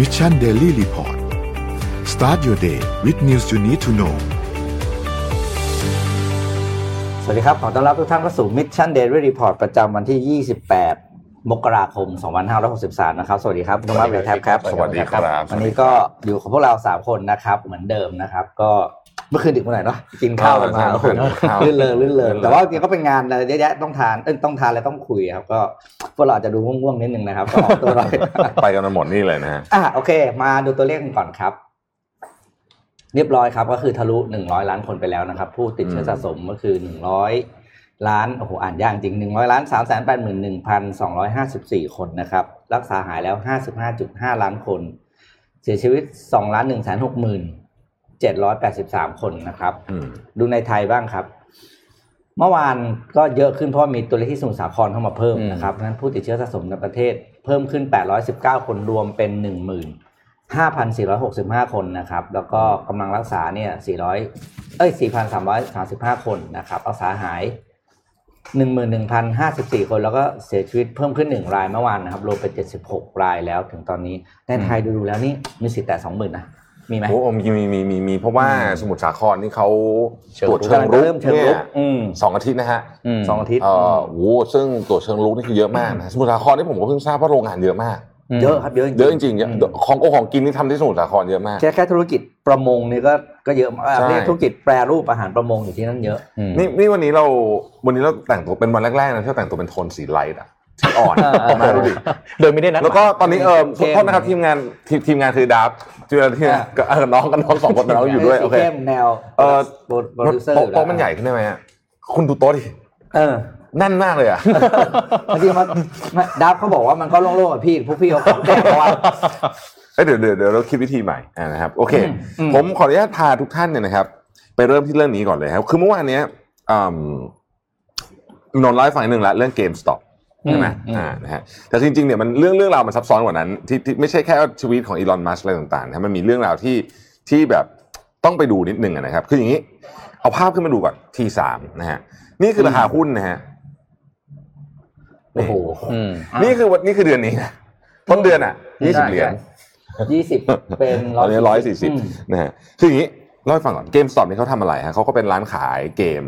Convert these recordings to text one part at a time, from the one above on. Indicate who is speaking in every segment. Speaker 1: Mission Daily Report start your day with news you need to know
Speaker 2: สวัสดีครับ ขอต้อนรับทุกท่านเข้าสู่ Mission Daily Report ประจำวันที่ 28 มกราคม 2563 นะครับ สวัสดีครับคุณธรรมะเบลแทบครับ
Speaker 3: สวัสดีครับ
Speaker 2: วันนี้ก็อยู่กับพวกเรา 3 คนนะครับ เหมือนเดิมนะครับ ก็เมื่อคืนดึกเมื่อไหร่เนาะกินข้าวกันมา
Speaker 3: เออใช่
Speaker 2: โอ้โห
Speaker 3: เมื่อคืนกินข้าว
Speaker 2: ลื่นเริงลื่นเริง
Speaker 3: ลื่นเริง
Speaker 2: แต่ว่าจริงๆก็เป็นงานอะไรเยอะแยะต้องทานเอ้ยต้องทานและต้องคุยครับ ก็พวกเราอาจจะดูง่วงๆนิดนึงนะครับก็ออกตัวหน่อย
Speaker 3: ไปกันมาหมดนี่เลยนะฮะ
Speaker 2: อ่ะโอเค มาดูตัวเลขกันก่อนครับ เรียบร้อยครับ ก็คือทะลุหนึ่งร้อยล้านคนไปแล้วนะครับ ผู้ติดเชื้อ
Speaker 3: อืม
Speaker 2: สะสมก็คือหนึ่งร้อยล้านโอ้โหอ่านยากจริงหนึ่งร้อยล้านสามแสนแปดหมื่นหนึ่งพันสองร้อยห้าสิบสี่คนนะครับ รักษาหายแล้วห้าสิบห้าจุดห้าล้านคน เสียชีวิตสองล้านหนึ่งแสนหกหมื่นเจ็ดร้อยแปดสิบสามคนนะครับ
Speaker 3: อืม
Speaker 2: ดูในไทยบ้างครับ เมื่อวานก็เยอะขึ้นเพราะมีตัวเลขที่สมุทรสาครเข้ามาเพิ่ม
Speaker 3: อืม
Speaker 2: นะครับนั้นผู้ติดเชื้อสะสมในประเทศ เพิ่มขึ้น 819 คนรวมเป็น 15,465 คนนะครับ แล้วก็กำลังรักษาเนี่ย 400 เอ้ย 4,335 คนนะครับรักษาหาย 11,054 คน แล้วก็เสียชีวิตเพิ่มขึ้น 1 รายเมื่อวานนะครับรวมเป็น 76 รายแล้วถึงตอนนี้ในไทยดูๆแล้วนี่มีสิทธิ์แต่ 20,000นะมีไหม
Speaker 3: โอ้โหมีมีมีมีมีเพราะว่าสมุทรสาครนี่เขาตรวจเชิ
Speaker 2: กำ
Speaker 3: ง
Speaker 2: ลัง
Speaker 3: รุ
Speaker 2: จะ
Speaker 3: ก
Speaker 2: เริ่มเชิง
Speaker 3: เนี่
Speaker 2: รุ
Speaker 3: ย
Speaker 2: กอืม
Speaker 3: สองอาทิตย์นะฮะ
Speaker 2: อืมสองอาทิตย์
Speaker 3: เอ่อโหซึ่งตรวจเชิงรุกนี่คือเยอะมากนะสมุทรสาครนี่ผมก็เพิ่งทราบว่าโรงงานเยอะมาก
Speaker 2: เยอะครับเยอะจริง
Speaker 3: เยอะจริงๆเยอะของโอของกินนี่ทำที่สมุทรสาครเยอะมาก
Speaker 2: แค่แค่ธุรกิจประมงเนี่ยก็ก็เยอะมาก
Speaker 3: ใช่
Speaker 2: เรียกธุรกิจแปรรูปอาหารประมงอยู่ที่นั่นเยอะ
Speaker 3: นี่นี่วันนี้เราวันนี้เราแต่งตัวเป็นวันแรกๆนะที่เราแต่งตัวเป็นโทนสีไลท์อะสีอ่อน
Speaker 2: เออเออ
Speaker 3: มาดูดิ
Speaker 4: โดยไม่ได้นัดห
Speaker 3: แล้ว
Speaker 4: มาย
Speaker 3: ก็ตอนนี้เออ
Speaker 2: เข้ม
Speaker 3: โทษนะครับทีมงานทีมทีมงานคือดาบที่เราที่
Speaker 2: อ่ะ
Speaker 3: ก็เออน้องกับน้องสองคนน้องอยู่ด้วยโอเค
Speaker 2: สีข้มแนว
Speaker 3: เอ่อ
Speaker 2: โปรโปรดิวเซอร์
Speaker 3: โต๊ะ
Speaker 2: อยู่แล้
Speaker 3: โต๊ะ
Speaker 2: ว
Speaker 3: มันใหญ่ขึ้นได้ไหมอะคุณดูโต๊ะดิ
Speaker 2: เออ
Speaker 3: แน่นมากเลยอ่ะ
Speaker 2: บางทีมันมันดับเขาบอกว่ามันก็โล่งๆอะพี่พวกพี่เอาของแก้เพราะว่า
Speaker 3: เอ้ยเดี๋ยวเดี๋ยวเดี๋ยวเราคิดวิธีใหม่อ่านะครับโอเค
Speaker 2: อืม
Speaker 3: ผมขออนุญาตพาทุกท่านเนี่ยนะครับ ไปเริ่มที่เรื่องนี้ก่อนเลยครับ คือเมื่อวานเนี้ยอืมนนท์ไลฟ์ฟังหนึ่งละเรื่องเกมสต็อปใช่ไหมอ่านะฮะแต่จริงๆเนี่ยมันเรื่องเรื่องราวมันซับซ้อนกว่านั้นที่ที่ไม่ใช่แค่ชีวิตของอีลอนมัสอะไรต่างๆนะมันมีเรื่องราวที่ที่แบบต้องไปดูนิดนึงอะนะครับ คืออย่างนี้ เอาภาพขึ้นมาดูก่อนทีสามนะฮะนี่คือราคาหุ้นนะฮะ
Speaker 2: โอ้โห
Speaker 4: อืม
Speaker 2: อ่ะ
Speaker 3: นี่คือวันนี่คือเดือนนี้นะต้นเดือนอ่ะยี่สิบ
Speaker 2: ได้
Speaker 3: เหรียญ
Speaker 2: ยี่สิบเป็น
Speaker 3: ตอนนี้ร้อยสี่สิบ
Speaker 2: ม
Speaker 3: นะฮะคืออย่างนี้เล่าให้ฟังก่อนเกมสตอปนี่เขาทำอะไรฮะเขาก็เป็นร้านขายเกม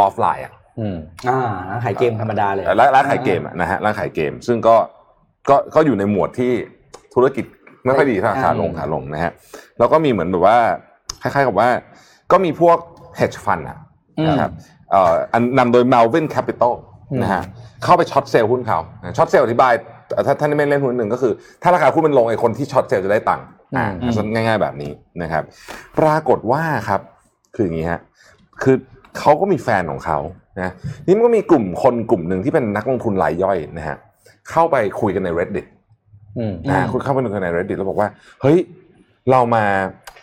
Speaker 3: ออฟไลน์อ่ะ
Speaker 4: อืม
Speaker 2: อ่าร้านขายเกมธรรมดาเลย
Speaker 3: เอ่อร้านร้านขายเกมอะนะฮะร้านขายเกม ซึ่งก็ก็ก็อยู่ในหมวดที่ธุรกิจไม่ค่อยดีเท่าไหร่
Speaker 2: อ่า
Speaker 3: ขาลงขาลงนะฮะแล้วก็มีเหมือนแบบว่าคล้ายๆกับว่าก็มีพวก hedge fund อ่ะนะครับเอ่ออันนำโดย Melvin Capital นะฮะเข้าไปช็อตเซลล์หุ้นเขาช็อตเซลล์อธิบายเอ่อถ้าท่านไม่เล่นหุ้นหนึ่งก็คือ ถ้าราคาหุ้นมันลงไอ้คนที่ช็อตเซลล์จะได้ตังค์อ่า
Speaker 4: อืม
Speaker 3: ง่ายๆแบบนี้นะครับ ปรากฏว่าครับคืออย่างนี้ฮะคือเขาก็มีแฟนของเขานะนี่มันก็มีกลุ่มคนกลุ่มหนึ่งที่เป็นนักลงทุนรายย่อยนะฮะเข้าไปคุยกันใน reddit
Speaker 4: อืม
Speaker 3: นะคุณเข้าไปดูใน reddit แล้วบอกว่า เฮ้ย เรามา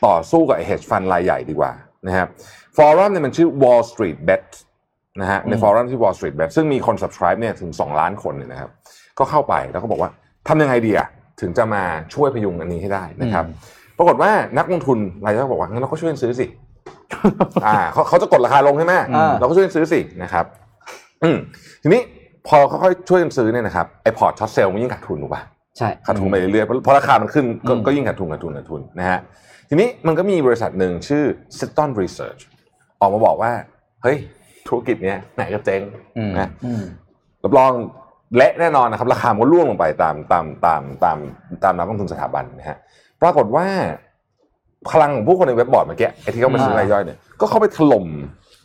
Speaker 3: ต่อสู้กับไอ้ hedge fund รายใหญ่ดีกว่านะครับฟอรัมเนี่ยมันชื่อ Wall Street Bet นะฮะในฟอรัมที่ Wall Street Bet ซึ่งมีคน subscribe เนี่ยถึง 2 ล้านคนเนี่ยนะครับ ก็เข้าไปแล้วก็บอกว่าทำยังไงดีอะถึงจะมาช่วยพยุงอันนี้ให้ได้นะครับ ปรากฏว่านักลงทุนรายย่อยบอกว่างั้นเราก็ช่วยกันซื้อสิ อ่าเขาเขาจะกดราคาลงใช่ไหม
Speaker 2: อ่า
Speaker 3: เราก็ช่วยกันซื้อสินะครับ อืมทีนี้พอเขาค่อยๆช่วยกันซื้อเนี่ยนะครับไอพอร์ตช็อตเซลล์มันยิ่งขาดทุนถูกปะ
Speaker 2: ใช่
Speaker 3: ขาดทุนไปเรื่อยๆเพราะเพราะราคามันขึ้นก็ก็ยิ่งขาดทุนขาดทุนขาดทุนนะฮะทีนี้มันก็มีบริษัทหนึ่งชื่อ s i t o n Research ออกมาบอกว่า เฮ้ย ธุรกิจเนี้ยไหนก็เจ๊ง
Speaker 4: อืม
Speaker 3: นะ
Speaker 2: อืม
Speaker 3: รับรองเละแน่นอนนะครับ ราคามันก็ร่วงลงไปตามตามตามตามตามนักลงทุนสถาบันนะฮะปรากฏว่าพลังของผู้คนในเว็บบอร์ดเมื่อกี้ไอ้ที่เขามาซื้
Speaker 2: อ่าร
Speaker 3: อายย่อยเนี่ยก็เข้าไปถล่ม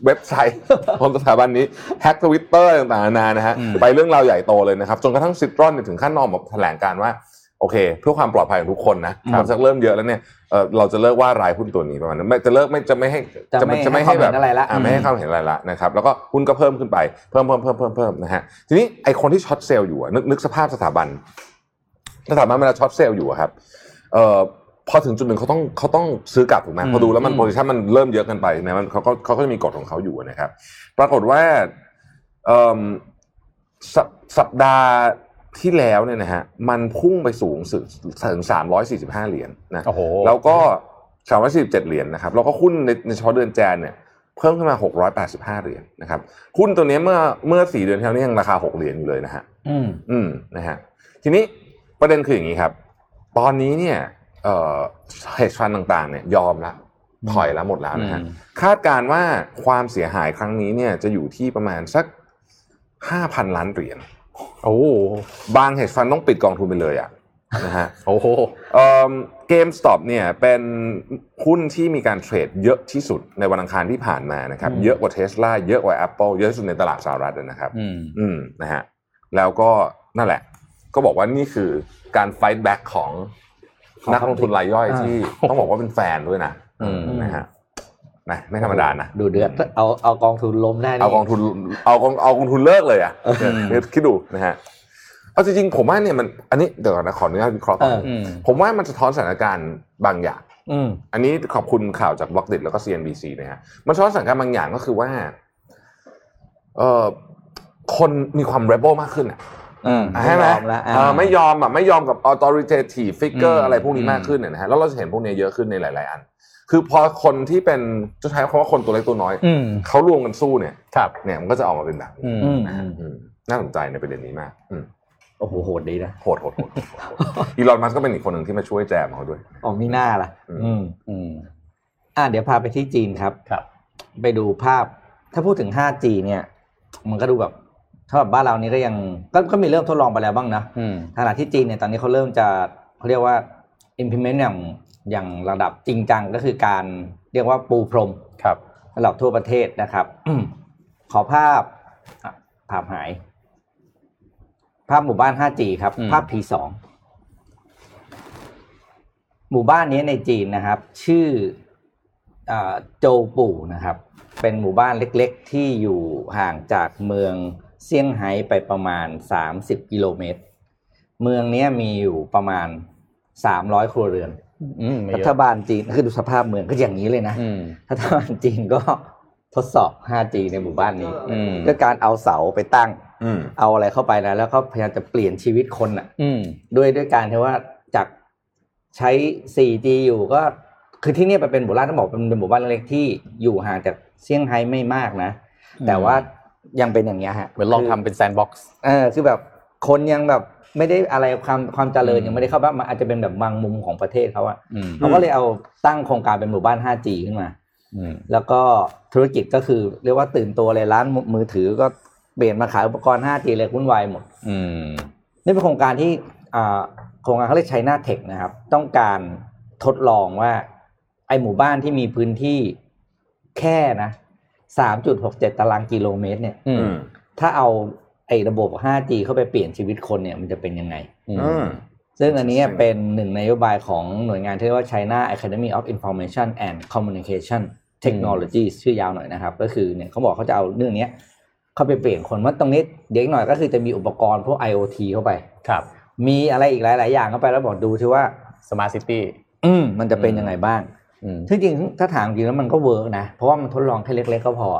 Speaker 3: เว็บไซต์ ของสถาบันนี้แฮกทวิตเตอร์ต่างๆนานานะฮะไปเรื่องราวใหญ่โตเลยนะครับจนกระทั่งซิตรอนเนี่ยถึงขั้นนออกมาแถลงการว่า โอเค เพื่อความปลอดภัยของทุกคนนะคนสักเริ่มเยอะแล้วเนี่ยเอ่อเราจะเลิกว่ารายหุ้นตัวนี้ประมาณนั้นไม่จะเลิกไม่จะไม่ให้
Speaker 2: จะไม่
Speaker 3: จะไม่
Speaker 2: ให้
Speaker 3: ให้แบบ
Speaker 2: ความเห็นอะไรละ
Speaker 3: อ่าไม่ให้ความเห็นอะไรละนะครับแล้วก็หุ้นก็เพิ่มขึ้นไปเพิ่มเพิ่มเพิ่มเพิ่มเพิ่มนะฮะทีนี้ไอคนที่ช็อตเซลล์อยู่อะนึกนึกสภาพสถาบัน สถาบันเวลาช็อตเซลล์อยู่อะครับเอ่อพอถึงจุดหนึ่งเขาต้องเขาต้องซื้อกลับถูกไหมพอดูแล้วมันโพซิชันมันเริ่มเยอะเกินไปนะมันเขาก็เขาก็จะมีกฎของเขาอยู่นะครับ ปรากฏว่าเอิ่มสปสัปดาห์ที่แล้วเนี่ยนะฮะมันพุ่งไปสูงสุดถึง345 เหรียญนะ
Speaker 4: โอ้โห
Speaker 3: แล้วก็ 347 เหรียญนะครับแล้วก็หุ้นในในเฉพาะเดือนแจนเนี่ยเพิ่มขึ้นมา 685 เหรียญนะครับหุ้นตัวเนี้ยเมื่อเมื่อ 4 เดือนที่แล้วนี่ยังราคา 6 เหรียญอยู่เลยนะฮะ
Speaker 2: อืม
Speaker 3: อืมนะฮะทีนี้ประเด็นคืออย่างนี้ครับ ตอนนี้เนี่ยเอ่อเฮดฟันต่างๆเนี่ยยอมละถอยละหมดแล้วนะฮะ
Speaker 2: อืม
Speaker 3: คาดการณ์ว่าความเสียหายครั้งนี้เนี่ยจะอยู่ที่ประมาณสักห้าพันล้านเหรียญ
Speaker 4: โอ้โห
Speaker 3: บางเฮดฟันต้องปิดกองทุนไปเลยอ่ะนะฮะ
Speaker 4: โอ้โห
Speaker 3: เกมสต็อปเนี่ยเป็นหุ้นที่มีการเทรดเยอะที่สุดในวันอังคารที่ผ่านมานะครับ
Speaker 2: อืม
Speaker 3: เยอะกว่าเทสลาเยอะกว่า Apple เยอะที่สุดในตลาดสหรัฐนะครับ
Speaker 2: อืม
Speaker 3: อืมนะฮะแล้วก็นั่นแหละ ก็บอกว่านี่คือการไฟท์แบ็กของ
Speaker 2: ของ
Speaker 3: นักลงทุนรายย่อย
Speaker 2: อ่า
Speaker 3: ที่ต้องบอกว่าเป็นแฟนด้วยนะ
Speaker 2: อืม
Speaker 3: นะฮะนะไม่ธรรมดานะ
Speaker 2: ดูเดือดเอาเอากองทุนล้มได้นี่
Speaker 3: เอากองทุนเอากองเอากองทุนเลิกเลยอ่ะ
Speaker 2: เออ
Speaker 3: เออคิดดูนะฮะเอาจริงๆผมว่าเนี่ยมันอันนี้เดี๋ยวก่อนนะขออนุญาตวิเคราะห์ก่อน
Speaker 2: อืม
Speaker 3: ผมว่ามันสะท้อนสถานการณ์บางอย่าง
Speaker 4: อืม
Speaker 3: อันนี้ขอบคุณข่าวจากบล็อกเด็ดแล้วก็ CNBC นะฮะ มันสะท้อนสถานการณ์บางอย่างก็คือว่า เออคนมีความ r e b e l มากขึ้นอ่ะ
Speaker 2: อืม
Speaker 3: ใช่ไหม
Speaker 2: ยอมละอ่า
Speaker 3: เออไม่ยอมอ่ะไม่ยอมกับ authoritative figure
Speaker 2: อืม
Speaker 3: อะไรพวกนี้มากขึ้นเนี่ยนะฮะ แล้วเราจะเห็นพวกนี้เยอะขึ้นในหลาย ๆ อัน คือพอคนที่เป็นจะใช้คำว่าคนตัวเล็กตัวน้อย
Speaker 4: อืม
Speaker 3: เขารวมกันสู้เนี่ย
Speaker 4: ครับ
Speaker 3: เนี่ยมันก็จะออกมาเป็นแบบนี้
Speaker 4: อืม
Speaker 3: นะฮะอืมน่าสนใจในประเด็นนี้มากอืม
Speaker 2: โอ้โหโหดดีนะ
Speaker 3: โหดโหดโหดโหดโหดอีลอนมัสก์ก็เป็นอีกคนหนึ่งที่มาช่วยแจมเขาด้วย
Speaker 2: ออกมีหน้าล่ะ
Speaker 4: อืม
Speaker 2: อืม อ่าเดี๋ยวพาไปที่จีนครับ
Speaker 4: ครับ
Speaker 2: ไปดูภาพ ถ้าพูดถึง 5G เนี่ย มันก็ดูแบบถ้าแบบบ้านเรานี้ก็ยังก็ก็มีเริ่มทดลองไปแล้วบ้างนะ
Speaker 4: อืม
Speaker 2: ขณะที่จีนเนี่ยตอนนี้เขาเริ่มจะเขาเรียกว่า implement อย่างอย่างระดับจริงจังก็คือการเรียกว่าปูพรม
Speaker 4: ครับ
Speaker 2: ระดับทั่วประเทศนะครับ ขอภาพอ่ะภาพหาย ภาพหมู่บ้าน 5G ครับ
Speaker 4: อืม
Speaker 2: ภาพ P2 หมู่บ้านนี้ในจีนนะครับ ชื่อเออโจวปู่นะครับ เป็นหมู่บ้านเล็กๆ ที่อยู่ห่างจากเมืองเซี่ยงไฮ้ไปประมาณ 30 กิโลเมตร เมืองเนี้ยมีอยู่ประมาณ 300 ครัวเรือน
Speaker 4: อืมไม่
Speaker 2: รั
Speaker 4: เย
Speaker 2: ฐ
Speaker 4: อะ
Speaker 2: บาลจีนคือดูสภาพเมืองก็อย่างนี้เลยนะ
Speaker 4: อืม
Speaker 2: รัฐบาลจีนก็ทดสอบ 5G ในหมู่บ้านนี้
Speaker 4: อืม
Speaker 2: ก็การเอาเสาไปตั้ง
Speaker 3: อืม
Speaker 2: เอาอะไรเข้าไปนะ แล้วก็พยายามจะเปลี่ยนชีวิตคนอ่ะ
Speaker 4: อืม
Speaker 2: ด้วยด้วยการที่ว่าจากใช้ 4G อยู่ก็ คือที่เนี่ยไปเป็นหมู่บ้านต้องบอกเป็นหมู่บ้านเล็กๆที่อยู่ห่างจากเซี่ยงไฮ้ไม่มากนะ
Speaker 4: อืม
Speaker 2: แต่ว่ายังเป็นอย่างเงี้ยฮะ
Speaker 4: เหมือนลองทำเป็นแซนด์บ็อกซ์
Speaker 2: เออคือแบบคนยังแบบไม่ได้อะไรความความเจริญ
Speaker 4: อืม
Speaker 2: ยังไม่ได้เข้าบ้านมันอาจจะเป็นแบบบางมุมของประเทศเขาอะ
Speaker 4: อืม
Speaker 2: เขาก็เลยเอาตั้งโครงการเป็นหมู่บ้าน 5G ขึ้นมา
Speaker 4: อืม
Speaker 2: แล้วก็ธุรกิจก็คือเรียกว่าตื่นตัวเลยร้านมือถือก็เปลี่ยนมาขายอุปกรณ์ 5G เลยวุ่นวายหมด
Speaker 4: อืม
Speaker 2: นี่เป็นโครงการที่อ่าโครงการเขาเรียกไชน่าเทคนะครับ ต้องการทดลองว่าไอหมู่บ้านที่มีพื้นที่แค่นะ 3.67 ตารางกิโลเมตรเนี่ย
Speaker 4: อืม
Speaker 2: ถ้าเอาไอระบบ 5G เข้าไปเปลี่ยนชีวิตคนเนี่ยมันจะเป็นยังไง
Speaker 4: อืม
Speaker 2: ซึ่งอันนี้เป็นหนึ่งนโยบายของหน่วยงานที่เรียกว่า China Academy of Information and Communication Technology ชื่อยาวหน่อยนะครับ ก็คือเนี่ยเขาบอกเขาจะเอาเรื่องเนี้ยเข้าไปเปลี่ยนคนว่าตรงนี้เดี๋ยวอีกหน่อยก็คือจะมีอุปกรณ์พวก IoT เข้าไป
Speaker 4: ครับ
Speaker 2: มีอะไรอีกหลาย ๆ อย่างเข้าไปแล้วบอกดูที่ว่า
Speaker 4: สมาร์ทซิตี้
Speaker 2: อืมมันจะเป็นยังไงบ้าง
Speaker 4: อืม
Speaker 2: ที่จริงถ้าถามจริงแล้วมันก็เวิร์กนะ เพราะว่ามันทดลองแค่เล็ก ๆ ก็พอ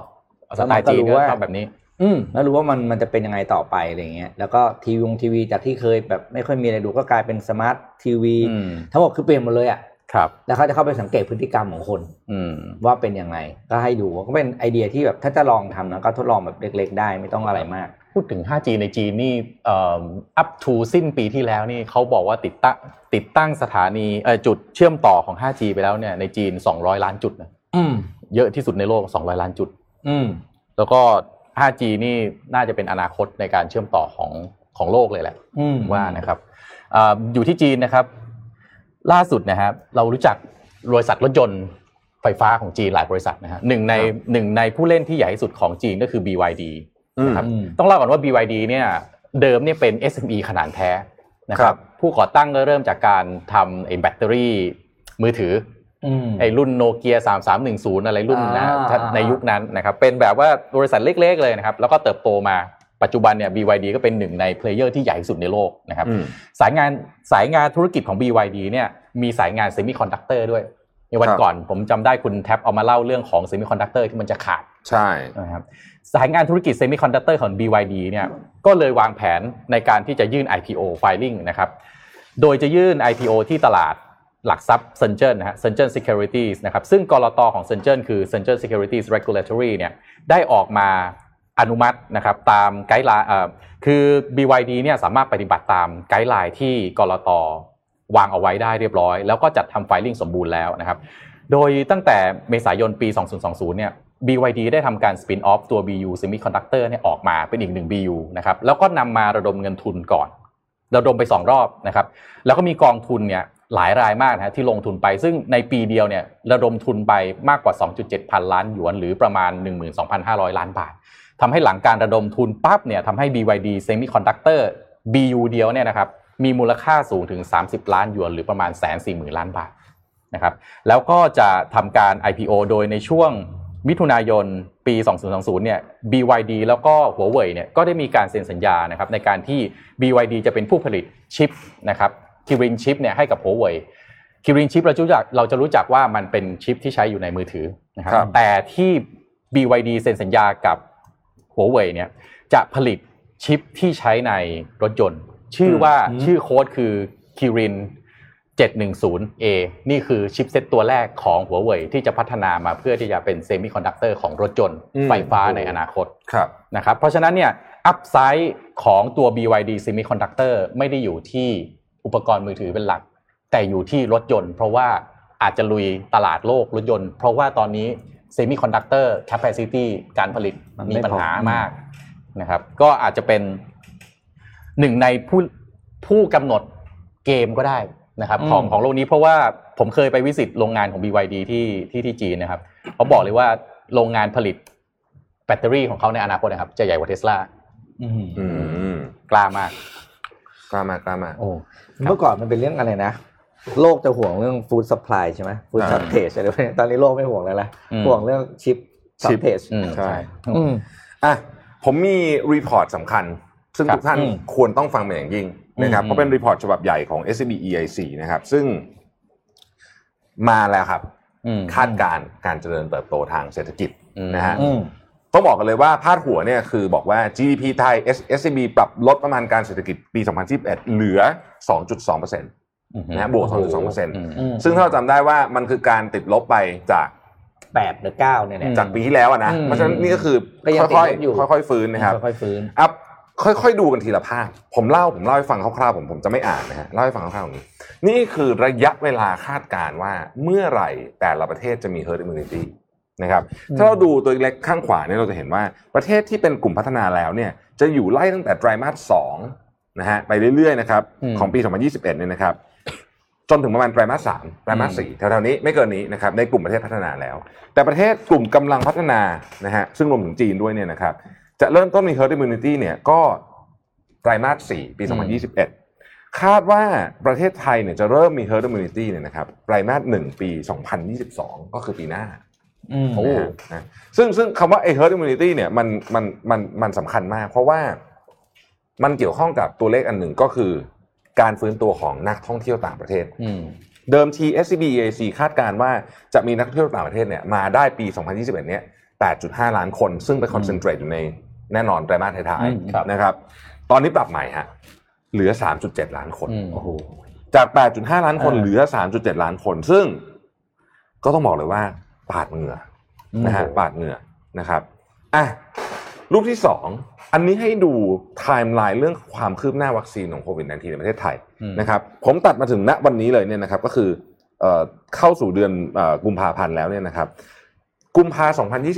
Speaker 4: สไตล์จีนก็ชอบแบบนี้
Speaker 2: อืมแล้วรู้ว่ามันมันจะเป็นยังไงต่อไปอะไรเงี้ยแล้วก็ทีวงทีวีจากที่เคยแบบไม่ค่อยมีอะไรดูก็กลายเป็นสมาร์ททีวี
Speaker 4: อืม
Speaker 2: ทั้งหมดคือเปลี่ยนหมดเลยอ่ะ
Speaker 4: ครับ
Speaker 2: แล้วเขาจะเข้าไปสังเกตพฤติกรรมของคน
Speaker 4: อืม
Speaker 2: ว่าเป็นยังไง ก็ให้ดูก็เป็นไอเดียที่แบบถ้าจะลองทำนะก็ทดลองแบบเล็ก ๆ ได้ไม่ต้องอะไรมาก
Speaker 4: พูดถึง 5G ในจีนนี่เอัพทูสิ้นปีที่แล้วนี่เขาบอกว่าติดตั้งติดตั้งสถานีเอ่อจุดเชื่อมต่อของ 5G ไปแล้วเนี่ยในจีน 200 ล้านจุดนะ
Speaker 2: อืม
Speaker 4: เยอะที่สุดในโลก 200 ล้านจุด
Speaker 2: อืม
Speaker 4: แล้วก็ 5G นี่น่าจะเป็นอนาคตในการเชื่อมต่อของของโลกเลยแหละ
Speaker 2: อืม
Speaker 4: ผมว่านะครับเอออยู่ที่จีนนะครับ ล่าสุดนะครับเรารู้จักบริษัทรถยนต์ไฟฟ้าของจีนหลายบริษัทนะฮะหนึ่งในหนึ่งในผู้เล่นที่ใหญ่ที่สุดของจีนก็คือ BYD นะครับ
Speaker 2: อืม
Speaker 4: ต้องเล่าก่อนว่า BYD เนี่ยเดิมเนี่ยเป็น SME ขนาดแท้นะค
Speaker 3: ครั
Speaker 4: รับบ ผู้ก่อตั้งก็เริ่มจากการทำไอ้แบตเตอรี่มือถือ
Speaker 2: อืม
Speaker 4: ไอ้รุ่นโนเกีย3310 อะไรรุ่นนะ
Speaker 2: อ่า
Speaker 4: ถ้า
Speaker 2: อ่า
Speaker 4: ในยุคนั้นนะครับ เป็นแบบว่าบริษัทเล็กๆเลยนะครับ แล้วก็เติบโตมาปัจจุบันเนี่ย BYD ก็เป็นหนึ่งในเพลเยอร์ที่ใหญ่ที่สุดในโลกนะครับ
Speaker 3: อืม
Speaker 4: สายงานสายงานธุรกิจของ BYD เนี่ยมีสายงานเซมิคอนดักเตอร์ด้วยในวัน
Speaker 3: ครับ
Speaker 4: ก่อนผมจำได้คุณแท็บเอามาเล่าเรื่องของเซมิคอนดักเตอร์ที่มันจะขาด
Speaker 3: ใช่
Speaker 4: นะครับสายงานธุรกิจเซมิคอนดักเตอร์ของ BYD เนี่ยก็เลยวางแผนในการที่จะยื่น IPO filing นะครับ โดยจะยื่น IPO ที่ตลาดหลักทรัพย์เซนเจอร์นะฮะเซนเจอร์ Securities นะครับ ซึ่งกรตของเซนเจอร์คือ c e n t r a l Securities Regulatory เนี่ยได้ออกมาอนุมัตินะครับตามไกด์ไลน์เอ่อคือ BYD เนี่ยสามารถปฏิบัติตามไกด์ไลน์ที่กรต วางเอาไว้ได้เรียบร้อย แล้วก็จัดทำไฟลิ่งสมบูรณ์แล้วนะครับ โดยตั้งแต่เมษายนปี 2020 เนี่ย BYD ได้ทำการสปินออฟตัว BU Semiconductor เนี่ยออกมาเป็นอีกหนึ่ง BU นะครับ แล้วก็นำมาระดมเงินทุนก่อน ระดมไป 2 รอบนะครับ แล้วก็มีกองทุนเนี่ยหลายรายมากนะฮะที่ลงทุนไป ซึ่งในปีเดียวเนี่ยระดมทุนไปมากกว่า 2.7 พันล้านหยวน หรือประมาณ 12,500 ล้านบาท ทำให้หลังการระดมทุนปั๊บเนี่ยทำให้ BYD Semiconductor BU เดียวเนี่ยนะครับมีมูลค่าสูงถึง 30 ล้านหยวน หรือประมาณแสนสี่หมื่นล้านบาทนะครับแล้วก็จะทำการ IPO โดยในช่วงมิถุนายนปี 2020 เนี่ย BYD แล้วก็หัวเว่ยเนี่ยก็ได้มีการเซ็นสัญญานะครับในการที่ BYD จะเป็นผู้ผลิตชิปนะครับคิรินชิปเนี่ยให้กับหัวเว่ยคิรินชิปเราจะรู้จักเราจะรู้จักว่ามันเป็นชิปที่ใช้อยู่ในมือถือนะครั
Speaker 3: ครับ
Speaker 4: แต่ที่ BYD เซ็นสัญญากับ หัวเว่ยเนี่ยจะผลิตชิปที่ใช้ในรถยนต์ ชื่อว่าชื่อโค้ดคือ Kirin 710A นี่คือชิปเซ็ตตัวแรกของหัวเว่ยที่จะพัฒนามาเพื่อที่จะเป็นเซมิคอนดักเตอร์ของรถยนต์
Speaker 3: อืม
Speaker 4: ไฟฟ้าในอนาคต
Speaker 3: ครับ
Speaker 4: นะครับเพราะฉะนั้นเนี่ยอัพไซด์ของตัว BYD Semiconductor ไม่ได้อยู่ที่อุปกรณ์มือถือเป็นหลัก แต่อยู่ที่รถยนต์ เพราะว่าอาจจะลุยตลาดโลกรถยนต์ เพราะว่าตอนนี้ Semiconductor Capacity การผลิต
Speaker 2: มัน
Speaker 4: มี
Speaker 2: ไม่พอ
Speaker 4: ปัญหามากนะครับก็อาจจะเป็นหนึ่งในผู้ผู้กำหนดเกมก็ได้นะครับของ
Speaker 3: อืม
Speaker 4: ของโลกนี้เพราะว่าผมเคยไปวิสิตโรงงานของ BYD ที่ที่ที่จีนนะครับ เขาบอกเลยว่าโรงงานผลิตแบตเตอรี่ของเขาในอนาคตนะครับ จะใหญ่กว่าเทสลา
Speaker 2: อืม
Speaker 3: อืม
Speaker 4: กล้ามาก
Speaker 3: กล้ามากล้ามาก
Speaker 2: โอ้เมื่อก่อนมันเป็นเรื่องอะไรนะ โลกจะห่วงเรื่องฟู้ดซัพพลายใช่ไหมฟู้ด
Speaker 3: อ่า
Speaker 2: ซัพเทจอะไรพวกนี้ตอนนี้โลกไม่ห่วงแล้วละ
Speaker 4: อืม
Speaker 2: ห่วงเรื่องชิปซัพเทจ
Speaker 4: อืม
Speaker 3: ใช่ อ่ะผมมีรีพอร์ตสำคัญ ซึ่ง
Speaker 4: ครับ
Speaker 3: ทุกท่าน
Speaker 2: อืม
Speaker 3: ควรต้องฟังเป็นอย่างยิ่งนะครับ
Speaker 4: อืม
Speaker 3: เพราะเป็นรีพอร์ตฉบับใหญ่ของ s b EIC นะครับ ซึ่งมาแล้วครับ
Speaker 4: อืม
Speaker 3: คาดการณ์การเจริญเติบโตทางเศรษฐกิจ
Speaker 4: อืม
Speaker 3: นะฮะ
Speaker 2: อืม
Speaker 3: ต้องบอกกันเลยว่าพาดหัวเนี่ยคือบอกว่า GDP ไทย SCB ปรับลดประมาณการเศรษฐกิจปี 2021 เหลือ 2.2%นะฮะบวก
Speaker 4: อืม
Speaker 3: 2.2%ซึ่งถ้าเราจำได้ว่ามันคือการติดลบไปจาก
Speaker 2: แปดหรือเก้าเนี่ยแหละ
Speaker 4: อืม
Speaker 3: จากปีที่แล้วอะนะ
Speaker 2: อืม
Speaker 3: เพราะฉะนั้นนี่ก็คือ
Speaker 2: ก็ยังติด
Speaker 3: ค่อย
Speaker 2: ลบอยู่
Speaker 3: ๆค่อยๆฟื้นนะครับ
Speaker 2: ค่อยๆฟื้น
Speaker 3: อัพค่อยๆดูกันทีละภาค ผมเล่าผมเล่าให้ฟังคร่าวๆผมผมจะไม่อ่านนะฮะเล่าให้ฟังคร่าวๆอย่างนี้ นี่คือระยะเวลาคาดการณ์ว่าเมื่อไหร่แต่ละประเทศจะมี herd immunity นะครับถ้าเราดูตัวเล็กข้างขวาเนี่ยเราจะเห็นว่าประเทศที่เป็นกลุ่มพัฒนาแล้วเนี่ยจะอยู่ไล่ตั้งแต่ไตรมาสสองนะฮะไปเรื่อยๆนะครับ
Speaker 4: อืม
Speaker 3: ของปี 2021เนี่ยนะครับ จนถึงประมาณไตรมาสสามไตรมาสสี่แถวๆนี้ไม่เกินนี้นะครับในกลุ่มประเทศพัฒนาแล้ว แต่ประเทศกลุ่มกำลังพัฒนานะฮะซึ่งรวมถึงจีนด้วยเนี่ยนะครับ จะเริ่มต้นมี herd immunity เนี่ยก็ไตรมาส 4 ปี
Speaker 4: อืม
Speaker 3: 2021 คาดว่าประเทศไทยเนี่ยจะเริ่มมี herd immunity เนี่ยนะครับไตรมาส 1 ปี 2022 ก็คือปีหน้า
Speaker 4: โอ้
Speaker 3: นะฮะนะซึ่งซึ่งคำว่าไอ้ herd immunity เนี่ยมันมันมันมันสำคัญมาก เพราะว่ามันเกี่ยวข้องกับตัวเลขอันหนึ่งก็คือ การฟื้นตัวของนักท่องเที่ยวต่างประเทศ
Speaker 4: อืม
Speaker 3: เดิมที SCB EAC คาดการณ์ว่าจะมีนักท่องเที่ยวต่างประเทศเนี่ยมาได้ปี 2021 เนี้ย8.5 ล้านคน ซึ่งไปคอนเซนเทรตอยู่ในแน่นอนไตรมาสท้าย
Speaker 4: อืมครับ
Speaker 3: ๆนะครับ ตอนนี้ปรับใหม่ฮะ เหลือ 3.7 ล้านคน
Speaker 4: อืม
Speaker 2: โอ้โห
Speaker 3: จาก 8.5 ล้านคน
Speaker 2: เออ
Speaker 3: เหลือ 3.7 ล้านคน ซึ่งก็ต้องบอกเลยว่า ปาดเหงื่อนะฮะ ปาดเหงื่อนะครับอ่ะรูปที่ 2 อันนี้ให้ดูไทม์ไลน์เรื่องความคืบหน้าวัคซีนของโควิด -19 ในประเทศไทย
Speaker 4: อืม
Speaker 3: นะครับผมตัดมาถึงณวันนี้เลยเนี่ยนะครับก็คือเอ่อเข้าสู่เดือนเอ่อกุมภาพันธ์แล้วเนี่ยนะครับกุมภา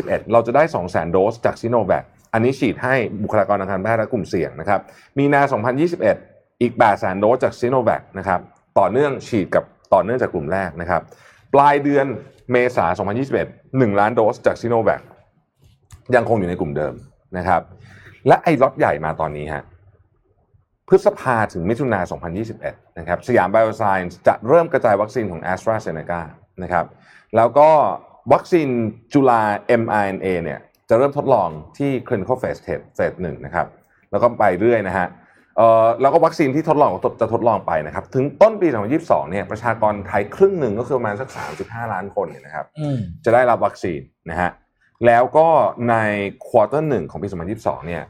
Speaker 3: 2021 เราจะได้ 200,000 โดสจากซิโนแวคอันนี้ฉีดให้บุคลากรทางการแพทย์และกลุ่มเสี่ยงนะครับมีนา 2021 อีก 800,000 โดสจากซิโนแวคนะครับต่อเนื่องฉีดกับต่อเนื่องจากกลุ่มแรกนะครับปลายเดือนเมษา2021 1 ล้านโดสจากซิโนแวคยังคงอยู่ในกลุ่มเดิมนะครับ และไอ้ล็อตใหญ่มาตอนนี้ฮะ พฤษภาถึงมิถุนา 2021 นะครับ สยามไบโอไซน์จะเริ่มกระจายวัคซีนของ a s t r a z เซ e c a นะครับ แล้วก็วัคซีนจุฬา mRNA เนี่ยจะเริ่มทดลองที่ clinical phase test phase หนึ่งนะครับ แล้วก็ไปเรื่อยนะฮะเอ่อแล้วก็วัคซีนที่ทดลองจะทดลองไปนะครับ ถึงต้นปี 2022 เนี่ยประชากรไทยครึ่งหนึ่งก็คือประมาณสัก 3.5 ล้านคนเนี่ยนะครับ
Speaker 2: อืม
Speaker 3: จะได้รับวัคซีนนะฮะ แล้วก็ในควอเตอร์หนึ่งของปี 2022 เนี่ย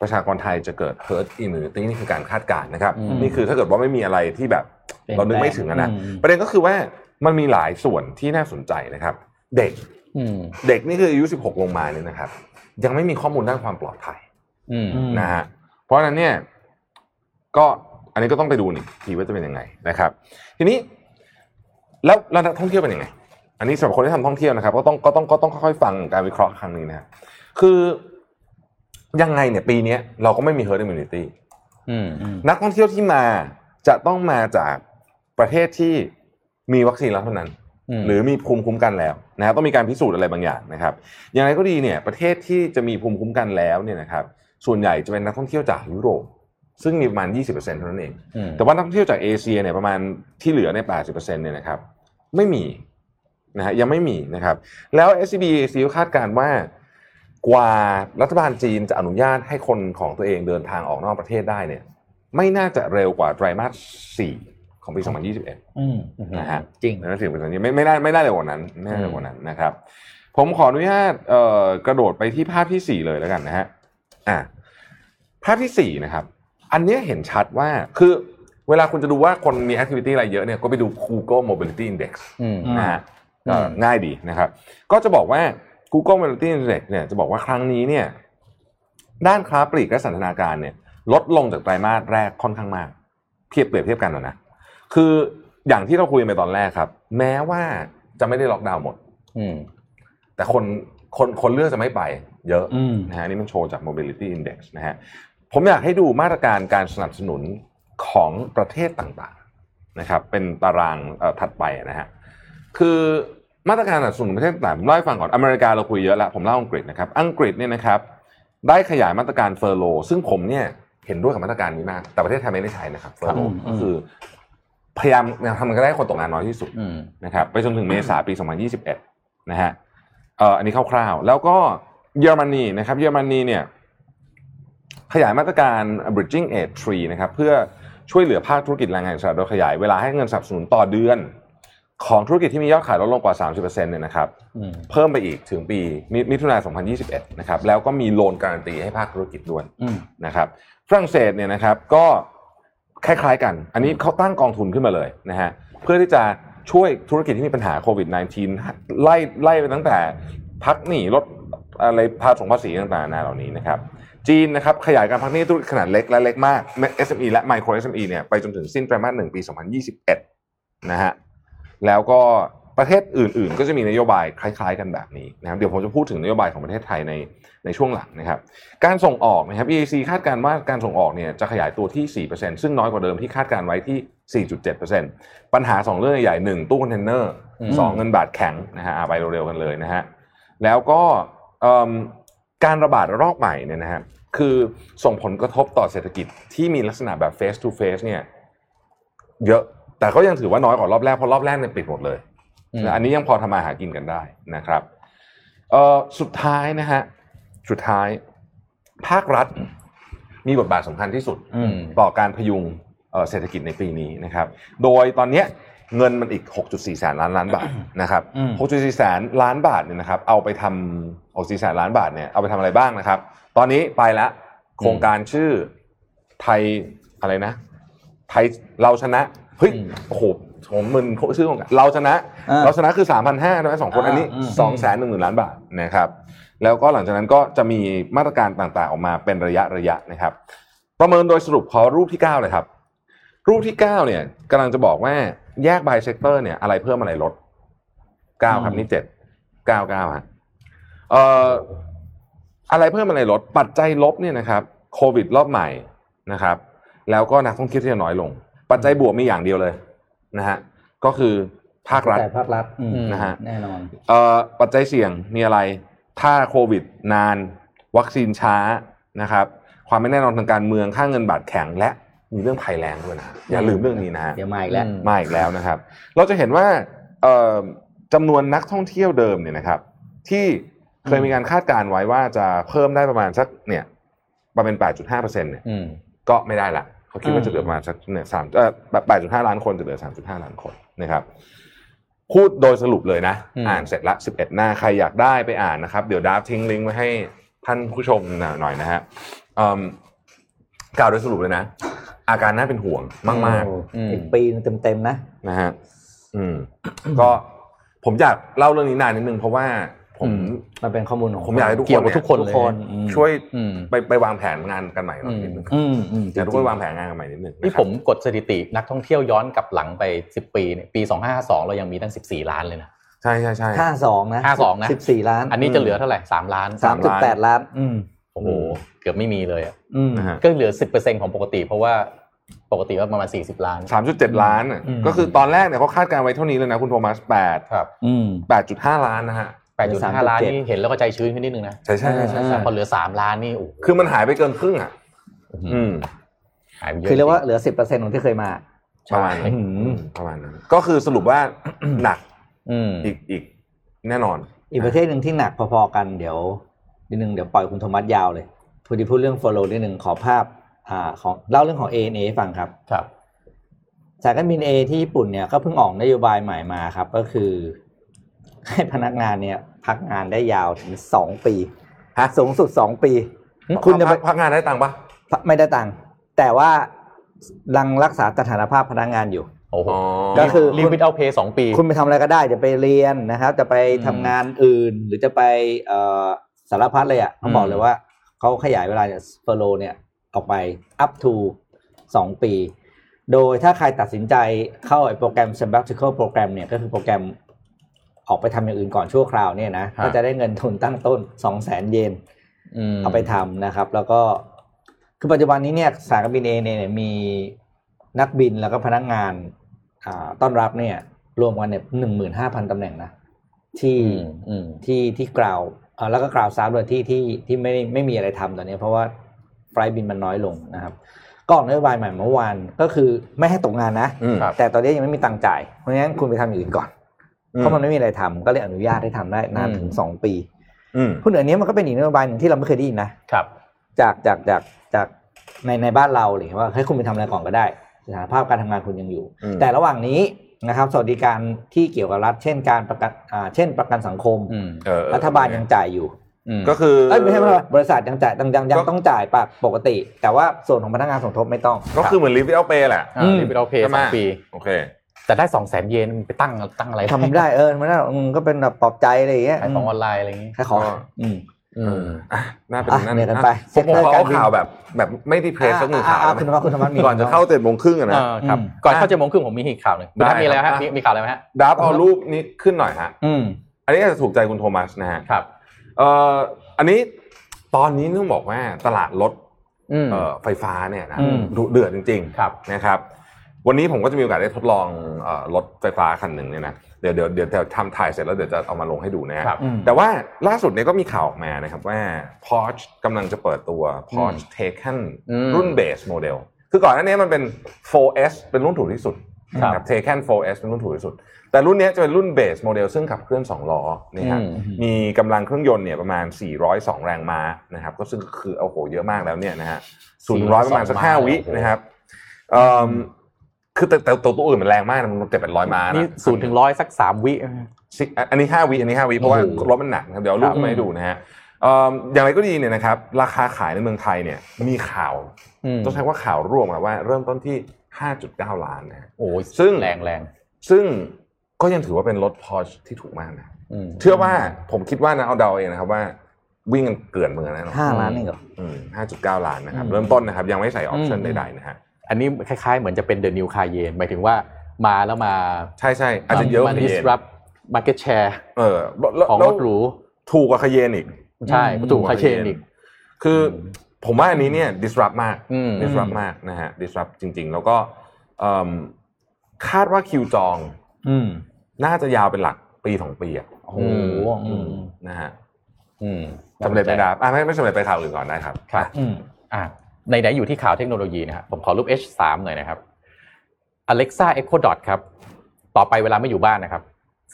Speaker 3: ประชากรไทยจะเกิด herd immunity นี่คือการคาดการณ์นะครับ
Speaker 4: อืม
Speaker 3: นี่คือถ้าเกิดว่าไม่มีอะไรที่แบบ
Speaker 2: เปลี่ยน
Speaker 3: เรานึกไม่ถึงอะนะ
Speaker 2: แปลง
Speaker 3: ประเด็นก็คือว่ามันมีหลายส่วนที่น่าสนใจนะครับ เด็ก
Speaker 4: อืม
Speaker 3: เด็กนี่คืออายุ 16 ลงมาเนี่ยนะครับ ยังไม่มีข้อมูลด้านความปลอดภัย
Speaker 4: อืม
Speaker 2: อืม
Speaker 3: นะฮะ เพราะฉะนั้นเนี่ยก็ อันนี้ก็ต้องไปดูนี่ทีว่าจะเป็นยังไงนะครับ ทีนี้แล้วแล้วนักท่องเที่ยวเป็นยังไง อันนี้สำหรับคนที่ทำท่องเที่ยวนะครับ ก็ต้องก็ต้องก็ต้องค่อยๆฟังการวิเคราะห์ครั้งนี้นะฮะคือยังไงเนี่ยปีเนี้ยเราก็ไม่มี herd immunity
Speaker 4: อืมอืม
Speaker 3: นักท่องเที่ยวที่มาจะต้องมาจากประเทศที่มีวัคซีนแล้วเท่านั้น
Speaker 4: ม
Speaker 3: หรือมีภูมิคุ้มกันแล้วนะครับต้องมีการพิสูจน์อะไรบางอย่างนะครับ อย่างไรก็ดีเนี่ยประเทศที่จะมีภูมิคุ้มกันแล้วเนี่ยนะครับส่วนใหญ่จะเป็นนักท่องเที่ยวจากยุโรป ซึ่งมีประมาณ 20%เท่านั้นเอง
Speaker 4: อืม
Speaker 3: แต่ว่านักท่องเที่ยวจากเอเชียเนี่ยประมาณที่เหลือในย80%เนี่ยนะครับไม่มีนะฮะยังไม่มีนะครับแล้ว SCB ซีก็คาดการณ์ว่ากว่ารัฐบาลจีนจะอนุญาตให้คนของตัวเองเดินทางออกนอกประเทศได้เนี่ยไม่น่าจะเร็วกว่าไตรมาส 4 ของปี 2021
Speaker 2: อืม
Speaker 3: นะฮะ
Speaker 2: จริง
Speaker 3: ในนักสืบเป็นสัญญาไม่ไม่ได้ไม่ได้เลยกว่านั้นไม่ได้เลยกว่านั้นนะครับ ผมขออนุญาตเอ่อกระโดดไปที่ภาพที่สี่เลยแล้วกันนะฮะอ่ะภาพที่สี่นะครับ อันเนี้ยเห็นชัดว่าคือเวลาคุณจะดูว่าคนมี activity อะไรเยอะเนี่ยก็ไปดู Google Mobility Index
Speaker 4: อืม
Speaker 3: นะฮะ
Speaker 4: อืม
Speaker 3: ก็ง่ายดีนะครับ ก็จะบอกว่า Google Mobility Index เนี่ยจะบอกว่าครั้งนี้เนี่ย ด้านค้าปลีกและสันทนาการเนี่ย ลดลงจากไตรมาสแรกค่อนข้างมากเทียบเปรียบเทียบกันนะนะคืออย่างที่เราคุยกันไปตอนแรกครับ แม้ว่าจะไม่ได้ล็อกดาวน์หมด
Speaker 4: อืม
Speaker 3: แต่คนคนคนเลือกจะไม่ไปเยอะ
Speaker 2: อืม
Speaker 3: นะฮะอันนี่มันโชว์จาก mobility index นะฮะผมอยากให้ดูมาตรการการสนับสนุนของประเทศต่างๆนะครับ เป็นตารางเอ่อถัดไปนะฮะคือมาตรการสนับสนุนประเทศต่างๆผมเล่าให้ฟังก่อนอเมริกาเราคุยเยอะแล้วผมเล่าอังกฤษนะครับ อังกฤษเนี่ยนะครับ ได้ขยายมาตรการเฟอร์โลซึ่งผมเนี่ยเห็นด้วยกับมาตรการนี้มาก แต่ประเทศไทยไม่ได้ใช้นะครับเฟอร์โล
Speaker 4: ครับ
Speaker 3: ก็คือพยายามทำกันได้ให้คนตกงานน้อยที่สุด
Speaker 4: อืม
Speaker 3: นะครับไปจนถึงเมษาปี 2021 นะฮะเอ่ออันนี้คร่าวๆ แล้วก็เยอรมนีนะครับ เยอรมนีเนี่ยขยายมาตรการ bridging aid 3 นะครับ เพื่อช่วยเหลือภาคธุรกิจแรงงานอิสระโดยขยายเวลาให้เงินสนับสนุนต่อเดือน ของธุรกิจที่มียอดขายลดลงกว่า 30%เนี่ยนะครับ
Speaker 4: อืม
Speaker 3: เพิ่มไปอีกถึงปีมิมิถุนายน 2021 นะครับ แล้วก็มีโลนการันตีให้ภาคธุรกิจด้วย
Speaker 4: อืม
Speaker 3: นะครับ ฝรั่งเศสเนี่ยนะครับก็คล้ายๆกัน อันนี้เขาตั้งกองทุนขึ้นมาเลยนะฮะ เพื่อที่จะช่วยธุรกิจที่มีปัญหาโควิด -19 ไล่ไล่ไปตั้งแต่พักหนี้ลดอะไรภาษีภาษีต่างๆนานาเหล่านี้นะครับ จีนนะครับขยายการพักหนี้ธุรกิจขนาดเล็กและเล็กมาก SME และ Micro SME เนี่ยไปจนถึงสิ้นไตรมาสหนึ่งปี 2021 นะฮะ แล้วก็ประเทศอื่นๆ ก็จะมีนโยบายคล้ายๆ กันแบบนี้นะครับเดี๋ยวผมจะพูดถึงนโยบายของประเทศไทยในในช่วงหลังนะครับ การส่งออกนะครับ EAC คาดการณ์ว่าการส่งออกเนี่ยจะขยายตัวที่ 4%ซึ่งน้อยกว่าเดิมที่คาดการณ์ไว้ที่ 4.7%ปัญหา 2 เรื่องใหญ่ๆหนึ่งตู้คอนเทนเนอร์สองเงินบาทแข็งนะฮะอ่าไปเร็วๆกันเลยนะฮะแล้วก็เอิ่มการระบาดระลอกใหม่เนี่ยนะฮะคือส่งผลกระทบต่อเศรษฐกิจที่มีลักษณะแบบ face to face เนี่ย เยอะแต่ก็ยังถือว่าน้อยกว่ารอบแรกเพราะรอบแรกเนี่ยปิดหมดเลย
Speaker 4: อืม
Speaker 3: อันนี้ยังพอทำมาหากินกันได้นะครับเอ่อสุดท้ายนะฮะสุดท้ายภาครัฐมีบทบาทสำคัญที่สุด
Speaker 4: อืม
Speaker 3: ต่อการพยุงเอ่อเศรษฐกิจในปีนี้นะครับ โดยตอนเนี้ยเงินมันอีก 6.4แสนล้านล้านบาทนะครับ
Speaker 2: อืม
Speaker 3: 6.4แสนล้านบาทเนี่ยนะครับ เอาไปทำ6.4แสนล้านบาทเนี่ยเอาไปทำอะไรบ้างนะครับ ตอนนี้ไปละโครงการชื่อไทยอะไรนะ ไทยเราชนะ เฮ้ย โอ้โหผมมึนชื่อของการเราชนะ
Speaker 2: อ่า
Speaker 3: เราชนะคือ 3,500นะสองคน อันนี้
Speaker 2: อ่าอืม
Speaker 3: สองแสนหนึ่งหมื่นล้านบาทนะครับ แล้วก็หลังจากนั้นก็จะมีมาตรการต่างๆ ออกมาเป็นระยะระยะนะครับ ประเมินโดยสรุปขอรูปที่ 9 เลยครับ รูปที่ 9 เนี่ยกำลังจะบอกว่าแยก by sector เนี่ย อะไรเพิ่มอะไรลด 9 ครับ นี่ 7 9 9ฮะเอ่ออะไรเพิ่มอะไรลด ปัจจัยลบเนี่ยนะครับโควิดรอบใหม่นะครับ แล้วก็นักท่องเที่ยวที่จะน้อยลง ปัจจัยบวกมีอย่างเดียวเลยนะฮะก็คือภาครัฐ
Speaker 2: แต่ภาครัฐอืม
Speaker 4: อืม
Speaker 3: นะฮะ
Speaker 2: แน่นอน
Speaker 3: เอ่อปัจจัยเสี่ยงมีอะไร ถ้าโควิดนาน วัคซีนช้านะครับ ความไม่แน่นอนทางการเมืองค่าเงินบาทแข็งและมีเรื่องภัยแล้งด้วยนะอย่าลืมเรื่องนี้นะฮะ
Speaker 2: เดี๋ยวมาอีกแล้ว
Speaker 4: อื
Speaker 3: มาอีกแล้วนะครับ เราจะเห็นว่าเอ่อจำนวนนักท่องเที่ยวเดิมเนี่ยนะครับ ที่เคยมีการคาดการณ์ไว้ว่าจะเพิ่มได้ประมาณสักเนี่ยประมาณ 8.5%เนี่ย
Speaker 4: อืม
Speaker 3: ก็ไม่ได้ละเขาคิดว่า
Speaker 2: อืม
Speaker 3: จะเหลือประมาณสักเนี่ยสามเออแปดจุดห้าล้านคนจะเหลือสามจุดห้าล้านคนนะครับ พูดโดยสรุปเลยนะ
Speaker 4: อืม
Speaker 3: อ่านเสร็จละสิบเอ็ดหน้าใครอยากได้ไปอ่านนะครับ เดี๋ยวดับทิ้งลิงก์ไว้ให้ท่านผู้ชมหน่อยนะฮะเอิ่มกล่าวโดยสรุปเลยนะ อาการน่าเป็นห่วงมาก
Speaker 2: โอ้
Speaker 4: อืม
Speaker 2: อีกปีนึงเต็มๆนะ
Speaker 3: ๆ นะฮะอืม ก็ผมอยากเล่าเรื่องนี้นานนิดนึงเพราะว่า ผม
Speaker 4: อืม
Speaker 2: มันเป็นข้อมูลของ
Speaker 3: ผมอยากให้ทุกคน
Speaker 4: เกี่ยวกับทุกคน
Speaker 3: เย
Speaker 4: เลย
Speaker 2: ทุกคนอืม
Speaker 3: ช่วย
Speaker 4: อืม
Speaker 3: ไปไปวางแผนงานกันใหม่หน่อยนิดนึง
Speaker 2: อืมอืม
Speaker 3: อยากให้ทุกคนวางแผนงานกันใหม่นิดนึงะครับ
Speaker 4: นี่ผมกดสถิตินักท่องเที่ยวย้อนกลับหลังไป 10 ปีเนี่ยปี 2552 เรายังมีตั้ง 14 ล้านเลยนะ
Speaker 3: ใช่ใช่ใช่
Speaker 2: ห้าสองนะ
Speaker 4: ห้าสองนะ
Speaker 2: สิบสี่ล้าน
Speaker 4: อันนี้จะเหลือเท่าไหร่ 3 ล้าน
Speaker 2: สามจุดแปดล้าน อืม
Speaker 4: โอ้โห เกือบไม่มีเลยอะ
Speaker 2: อืม
Speaker 3: นะฮะ
Speaker 4: ก็เหลือ 10%ของปกติ เพราะว่าปกติก็ประมาณ 40 ล้าน
Speaker 3: สามจุดเจ็ดล้านน่ะ
Speaker 2: อืม
Speaker 3: ก็คือตอนแรกเนี่ยเขาคาดการณ์ไว้เท่านี้เลยนะคุณโทมัสแปด
Speaker 4: ครับ
Speaker 2: อืม
Speaker 3: แปดจุดห้าล้านนะฮะ
Speaker 4: 8.5 ล้าน
Speaker 2: 3.7
Speaker 4: นี่เห็นแล้วก็ใจชื้นขึ้นนิดนึงนะ
Speaker 3: ใช่ใช่ใช่ใช่ใช่
Speaker 4: พอเหลือ 3 ล้านนี่โอ้โห
Speaker 3: คือมันหายไปเกินครึ่งอ่ะ อืม
Speaker 4: หายไปเยอะ
Speaker 2: คือเรียกว่าเหลือสิบเปอร์เซ็นต์ของที่เคยมา
Speaker 3: ประมาณนั้น
Speaker 2: อืม
Speaker 3: ประมาณนั้นก็คือสรุปว่า หนัก
Speaker 4: อืม
Speaker 3: อีกอีกแน่นอน
Speaker 2: อีกประเทศหนึ่งที่หนักพอๆกันเดี๋ยวนิดนึงเดี๋ยวปล่อยคุณโทมัสยาวเลยพูดที่พูดเรื่อง follow นิดนึงขอภาพอ่าของเล่าเรื่องของ ANA ให้ฟังครับ
Speaker 4: ครับ
Speaker 2: สายการบินเอที่ญี่ปุ่นเนี่ยก็เพิ่งออกนโยบายใหม่มาครับ ก็คือ ให้พนักงานเนี่ย พักงานได้ยาวถึงสองปีสูงสุดสองปี คุ
Speaker 3: คุณ ณ
Speaker 2: จะไป
Speaker 3: พักงานได้ตังค์ปะ
Speaker 2: ไม่ได้ตังค์แต่ว่ารังรักษาสถานภาพพนักงานอยู่
Speaker 4: โอ้โห
Speaker 3: อ๋อ
Speaker 2: ก็คือ
Speaker 4: ลิมิตเอาเพย์สองปี
Speaker 2: คุณไปทำอะไรก็ได้จะไปเรียนนะครับ จะไป
Speaker 4: อืม
Speaker 2: ทำงานอื่น หรือจะไปเอ่อสารพัดเลยอ่ะต้องบอกเลยว่าเขาขยายเวลาเนี่ยเฟโลเนี่ยออกไป up to สองปี โดยถ้าใครตัดสินใจเข้าไอ้โปรแกรม sabbatical program เนี่ยก็คือโปรแกรมออกไปทำอย่างอื่นก่อนชั่วคราวเนี่ยนะ
Speaker 4: ฮะ
Speaker 2: ก็จะได้เงินทุนตั้งต้น 2 0 0 0 0 0 เยน
Speaker 4: ม
Speaker 2: เอาไปทำนะครับ แล้วก็คือปัจจุบันนี้เนี่ยสายการบินเองเนี่ยมีนักบินแล้วก็พนักงานอ่าต้อนรับเนี่ยรวมกันเนี่ยหนึ่งหมื่นห้าพันตำแหน่งนะที่
Speaker 4: อืมอืม
Speaker 2: ที่ที่กล่าวเอ่อแล้วก็กล่าวซ้ำเลยที่ที่ที่ไม่ไม่มีอะไรทำตอนเนี้ยเพราะว่าไฟลท์บินมันน้อยลงนะครับ ก็ออกนโยบายใหม่เมื่อวานก็คือไม่ให้ตกงานนะ
Speaker 3: อืม
Speaker 4: ครับ
Speaker 2: แต่ตอนนี้ยังไม่มีตังค์จ่าย เพราะงั้นคุณไปทำอย่างอื่นก่อน
Speaker 3: อืม
Speaker 2: เพราะมันไม่มีอะไรทำก็เลยอนุญาตให้ทำได้นานถึงสองปี
Speaker 3: อืม
Speaker 2: พูดเหนือนนี้มันก็เป็นอีกนโยบายหนึ่งที่เราไม่เคยได้ยินนะ
Speaker 4: ครับ
Speaker 2: จากจากจากจากในในบ้านเราหรือว่าให้ยคุณไปทำอะไรก่อนก็ได้สถานภาพการทำงานคุณยังอยู่
Speaker 3: อืม
Speaker 2: แต่ระหว่างนี้นะครับสวัสดิการที่เกี่ยวกับรัฐ เช่นการประกันอ่าเช่นประกันสังคม
Speaker 4: อืม
Speaker 3: เออเออ
Speaker 2: รัฐบาลยังจ่ายอยู่
Speaker 4: อืม
Speaker 3: ก็คือ
Speaker 2: เอ้ยไม่ใช่ไม่ใช่บริษัทยังจ่ายยังยังยัง
Speaker 3: ก็
Speaker 2: ต้องจ่ายปกปกติ แต่ว่าส่วนของพนักงานสมทบไม่ต้อง
Speaker 3: ก็คือเหมือนลิฟต์เอาเปแหละ
Speaker 4: อ่า
Speaker 2: อืม
Speaker 4: รีบไปเอาเพย์
Speaker 3: ใช่ไหม
Speaker 4: สองปี
Speaker 3: โอเค
Speaker 4: แต่ได้สองแสนเยนไปตั้งตั้งอะไร
Speaker 2: ทำได้เออมันน่าอืมก็เป็นแบบปลอบใจอะไรอย่างเงี้ย
Speaker 4: ขายของออนไลน์อะไรอย่างงี้
Speaker 2: ขายของ
Speaker 3: ก็
Speaker 2: อืม
Speaker 3: เอออ่ะน่าเป็น
Speaker 2: อ่ะ
Speaker 3: นั่น
Speaker 2: เนี่ยกันไป
Speaker 3: ผมผมขอเอาข่าว
Speaker 2: น
Speaker 3: แบบแบบไม่ดีเพลสสักหนึ่งข่าว
Speaker 2: อ่ะ
Speaker 3: นะ
Speaker 2: อ่ะคุณธรรมะคุณธรรมะมี
Speaker 3: ก่อนจะเข้าเจ็ดโมงครึ่งอะนะ
Speaker 4: เออครับ
Speaker 2: อืม
Speaker 4: ก่อนเข้าเจ็ดโมงครึ่งผมมีอีกข่าวหนึ่งคุณ
Speaker 3: ได้
Speaker 4: ท่านมีอะไร
Speaker 3: ครั
Speaker 4: ฮะ
Speaker 3: บ
Speaker 4: มีมีข่าวอะไรไหมฮะ
Speaker 3: ดับเอารูปนี้ขึ้นหน่อยฮะ
Speaker 2: อืม
Speaker 3: อันนี้อาจจะถูกใจคุณโทมัสนะฮะ
Speaker 4: ครับ
Speaker 3: เอ่ออันนี้ตอนนี้ต้องบอกว่าตลาดรถ
Speaker 4: อืม
Speaker 3: เอ่อไฟฟ้าเนี่ยนะ
Speaker 4: อืม
Speaker 3: ดุเดือดจริง
Speaker 4: ครับ
Speaker 3: ๆนะครับ วันนี้ผมก็จะมีโอกาสได้ทดลองเอ่อรถไฟฟ้าคันหนึ่งเนี่ยนะเดี๋ยวเดี๋ยวเดี๋ยวจะทำถ่ายเสร็จแล้วเดี๋ยวจะเอามาลงให้ดูนะฮะ
Speaker 4: ครับ
Speaker 2: อืม
Speaker 3: แต่ว่าล่าสุดเนี่ยก็มีข่าวออกมานะครับว่า Porsche กำลังจะเปิดตัว Porsche Taycan
Speaker 4: อืม
Speaker 3: รุ่นเบสโมเดลคือก่อนหน้านี้มันเป็น 4S เป็นรุ่นถูกที่สุด
Speaker 4: ครับ
Speaker 3: นะ Taycan 4S เป็นรุ่นถูกที่สุด แต่รุ่นเนี้ยจะเป็นรุ่นเบสโมเดลซึ่งขับเคลื่อนสองล้อเนี่ยฮะ
Speaker 4: อืม
Speaker 3: มีกำลังเครื่องยนต์เนี่ยประมาณ 402 แรงม้านะครับ ก็ซึ่งก็คือเอาโหเยอะมากแล้วเนี่ยนะฮะศูนย์ร้อยประมาณสัก
Speaker 4: 402
Speaker 3: ห้าวิ
Speaker 4: โอ้โห
Speaker 3: นะครับเอิ่มคือแต่แต่แต่ตัวอื่นมันแรงมากนะมันเจ็ดแปดร้อยม้า
Speaker 4: นี่
Speaker 3: นะ
Speaker 4: ศูนย์ถึงร้อยสักสามวิ
Speaker 3: ซิอันนี้ห้าวิอันนี้ห้าวิเพราะว่า
Speaker 4: โอ้โห
Speaker 3: รถมันหนักนะครับเดี๋ยวเอารูป
Speaker 4: ครับ
Speaker 3: มาให้ดูนะฮะเอิ่มอย่างไรก็ดีเนี่ยนะครับราคาขายในเมืองไทยเนี่ยมีข่าว
Speaker 4: อืม
Speaker 3: ต้องใช้ว่าข่าวร่วมนะว่าเริ่มต้นที่ 5.9 ล้านนะฮะ
Speaker 4: โอ้ย
Speaker 3: ซึ่ง
Speaker 4: แรงแรง
Speaker 3: ซึ่งก็ยังถือว่าเป็นรถพอชที่ถูกมากนะ
Speaker 4: อืม
Speaker 3: เชื่อว่าผมคิดว่านะเอาเดาเองนะครับว่า วิ่งกันเกลื่อนเมืองแน่นอน
Speaker 2: ห้าล้านเองเหรอ
Speaker 3: ห้าจุดเก้าล้านนะครับ
Speaker 4: อืม
Speaker 3: เริ่มต้นนะครับ ยังไม่ใส่ออปชั่น
Speaker 4: อืม
Speaker 3: ใดๆนะฮะ
Speaker 4: อันนี้คล้ายๆ เหมือนจะเป็นเดอะนิวคาเยนหมายถึงว่ามาแล้วมา
Speaker 3: ใช่ใช่อาจจะเยอะก
Speaker 4: มั
Speaker 3: ว่าน คาเยน
Speaker 4: disrupt market share
Speaker 3: เออแล้ว
Speaker 4: ของร
Speaker 3: แล้ว
Speaker 4: ถหรู
Speaker 3: ถูกกว่าคาเยนอีก
Speaker 4: ใช่
Speaker 2: อืม
Speaker 4: ถูกคาเยนอีก
Speaker 3: คือผมว่าอันนี้เนี่ย disrupt มาก
Speaker 4: อืม
Speaker 3: disrupt มากนะฮะ disrupt จริง ๆ แล้วก็เอิ่มคาดว่าคิวจอง
Speaker 2: อืม
Speaker 3: น่าจะยาวเป็นหลักปีสองปีอะ
Speaker 2: โอ้โหอืม
Speaker 3: นะฮะ
Speaker 4: อืม
Speaker 3: สำเร็จไปดาบอ่ะไม่ไม่สำเร็จไปข่าวอื่นก่อนได้ครับ
Speaker 4: ครับ
Speaker 2: อืม
Speaker 4: อ่ะในไหนๆอยู่ที่ข่าวเทคโนโลยีนะครับผมขอรูป H3 หน่อยนะครับ Alexa Echo Dot ครับ ต่อไปเวลาไม่อยู่บ้านนะครับ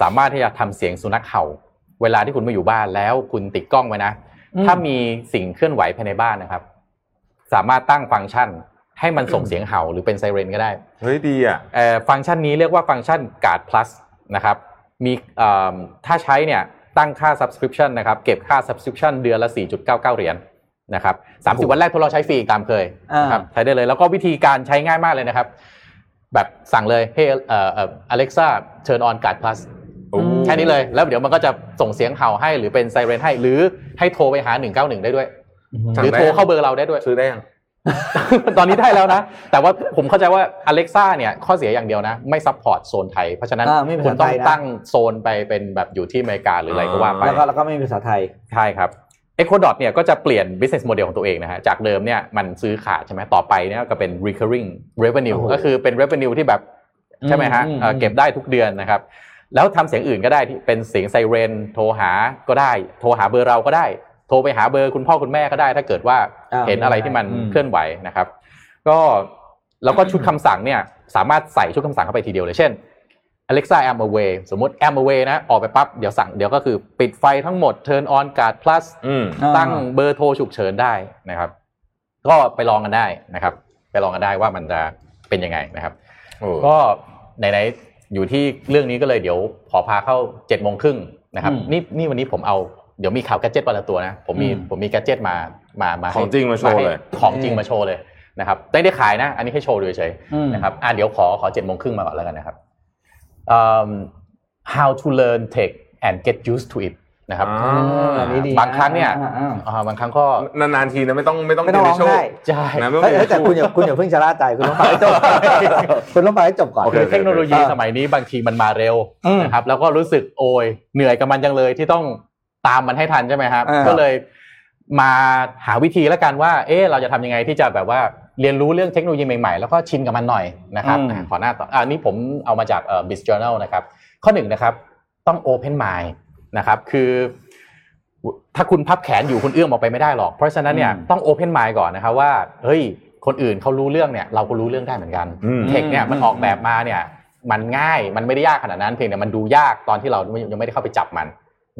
Speaker 4: สามารถที่จะทำเสียงสุนัขเห่า เวลาที่คุณไม่อยู่บ้านแล้วคุณติดกล้องไว้นะ
Speaker 2: อืม
Speaker 4: ถ้ามีสิ่งเคลื่อนไหวภายในบ้านนะครับ สามารถตั้งฟังก์ชัน ให้มันส่งเสียงเห่าหรือเป็นไซเรนก็ได้
Speaker 3: เฮ้ยดีอ่ะ
Speaker 4: เอ่อฟังก์ชันนี้เรียกว่าฟังก์ชัน Guard Plus นะครับมีเอ่อถ้าใช้เนี่ยตั้งค่า subscription นะครับเก็บค่า subscription เดือนละ 4.99 เหรียญนะครับ30 วันแรกทดลองใช้ฟรีตามเคย นะครับใช้ได้เลยแล้วก็วิธีการใช้ง่ายมากเลยนะครับ แบบสั่งเลยให้เอ่อเอ่อ Alexa turn on Guard Plus
Speaker 3: โอ้
Speaker 4: แค่นี้เลย แล้วเดี๋ยวมันก็จะส่งเสียงเห่าให้หรือเป็นไซเรนให้หรือให้โทรไปหา 191 ได้ด้วย
Speaker 3: สั่ง
Speaker 4: หรือ
Speaker 3: ได้
Speaker 4: โทรเข้าเบอร์เราได้ด้วย
Speaker 3: ซื้อได้ยัง
Speaker 4: ตอนนี้ได้แล้วนะ แต่ว่าผมเข้าใจว่า Alexa เนี่ยข้อเสียอย่างเดียวนะ ไม่ซัพพอร์ตโซนไทย เพราะฉะนั้น
Speaker 2: อ่าไม่มี
Speaker 4: คุณต้อง
Speaker 2: ภาษาไทยนะ
Speaker 4: ตั้งโซนไปเป็นแบบอยู่ที่อเมริกาหรืออะไรก็ว่าไป
Speaker 2: แล้วก็แล้วก็ไม่มีภาษาไทย
Speaker 4: ใช่ครับ e c h o d o t เนี่ยก็จะเปลี่ยน business model ของตัวเองนะฮะ จากเดิมเนี่ยมันซื้อขาดใช่ไหมต่อไปเนี่ยก็เป็น recurring revenue
Speaker 2: โอ้โห
Speaker 4: ก็คือเป็น revenue ที่แบบใช่ไหมฮะ
Speaker 2: อืมอืม
Speaker 4: เอ่อเก็บได้ทุกเดือนนะครับ แล้วทำเสียงอื่นก็ได้ที่เป็นเสียงไซเรนโทรหาก็ได้ โทรหาเบอร์เราก็ได้ โทรไปหาเบอร์คุณพ่อคุณแม่ก็ได้ ถ้าเกิดว่า
Speaker 2: า
Speaker 4: เห็นอะไรที่มัน
Speaker 2: อื
Speaker 4: เคลื่อนไหวนะครับ ก็แล้วก็ชุดคำสั่งเนี่ยสามารถใส่ชุดคำสั่งเข้าไปทีเดียวเลยเช่น Alexa I'm away สมมติ I'm away นะ ออกไปปั๊บ เดี๋ยวสั่งเดี๋ยวก็คือปิดไฟทั้งหมด turn on guard plus
Speaker 3: อืม
Speaker 2: อ่า
Speaker 4: ตั้งเบอร์โทรฉุกเฉินได้นะครับ ก็ไปลองกันได้นะครับ ไปลองกันได้ว่ามันจะเป็นยังไงนะครับ
Speaker 3: โอ้
Speaker 4: ก็ไหนๆอยู่ที่เรื่องนี้ก็เลยเดี๋ยวขอพาเข้าเจ็ดโมงครึ่งนะครับ
Speaker 2: อืม
Speaker 4: นี่นี่วันนี้ผมเอาเดี๋ยวมีข่าวแกดเจ็ตวันละตัวนะผมมี
Speaker 2: อืม
Speaker 4: ผมมีแกดเจ็ตมามามาให้
Speaker 3: ของจริงมาโชว์เลย
Speaker 4: ให้ของจริงมาโชว์เลยนะครับไม่ได้ขายนะ อันนี้ให้โชว์ดูเฉยๆ
Speaker 2: อืม
Speaker 4: นะครับอ่ะเดี๋ยวขอขอเจ็ดโมงครึ่งมาก่อนแล้วกันนะครับเอิ่ม how to learn tech and get used to it นะครับ
Speaker 3: อ่
Speaker 2: อ่า
Speaker 3: า
Speaker 2: อันนี้ดี
Speaker 4: บางครั้งเนี่ย
Speaker 2: อ่าอ่า
Speaker 4: อ่าบางครั้งก็
Speaker 3: นานๆทีนะไม่ต้องไม่ต้อง
Speaker 2: ไม่ต้องร้อง
Speaker 3: เรียน
Speaker 2: ไห้
Speaker 3: วิชวล
Speaker 4: ใช่
Speaker 3: นะไม่ต้อง
Speaker 2: เฮ้ย
Speaker 3: เรียน
Speaker 2: เฮ้ยแต่คุณอย่าคุณอย่าเพิ่งชะล่าใจคุณต้องฟังให้จบคุณต้องฟังให้จบก่อน
Speaker 3: โอ
Speaker 4: คือเทคโนโลยี
Speaker 2: โอเค
Speaker 4: สมัยนี้บางทีมันมาเร็ว
Speaker 2: อืม
Speaker 4: นะครับแล้วก็รู้สึกโอยเหนื่อยกับมันจังเลยที่ต้องตามมันให้ทันใช่ไหมครับ
Speaker 2: อ่า
Speaker 4: ก็เลยมาหาวิธีแล้วกันว่า เอ๊ะเราจะทำยังไงที่จะแบบว่าเรียนรู้เรื่องเทคโนโลยีใหม่ๆ แล้วก็ชินกับมันหน่อยนะครับ
Speaker 2: อืม
Speaker 4: อ่ะขอหน้าต่ออ่านี่ผมเอามาจากเอ่อ Biz Journal นะครับ ข้อหนึ่งนะครับต้อง Open Mind นะครับคือถ้าคุณพับแขนอยู่คุณเอื้อมออกไปไม่ได้หรอก เพราะฉะนั้นเนี่ย
Speaker 2: อืม
Speaker 4: ต้อง Open Mind ก่อนนะครับว่าเฮ้ยคนอื่นเขารู้เรื่องเนี่ยเราก็รู้เรื่องได้เหมือนกัน
Speaker 3: อืม
Speaker 4: เทคเนี่ย
Speaker 2: อืม
Speaker 4: มันออกแบบมาเนี่ยมันง่ายมันไม่ได้ยากขนาดนั้นเพียงแต่มันดูยากตอนที่เรายังไม่ได้เข้าไปจับมัน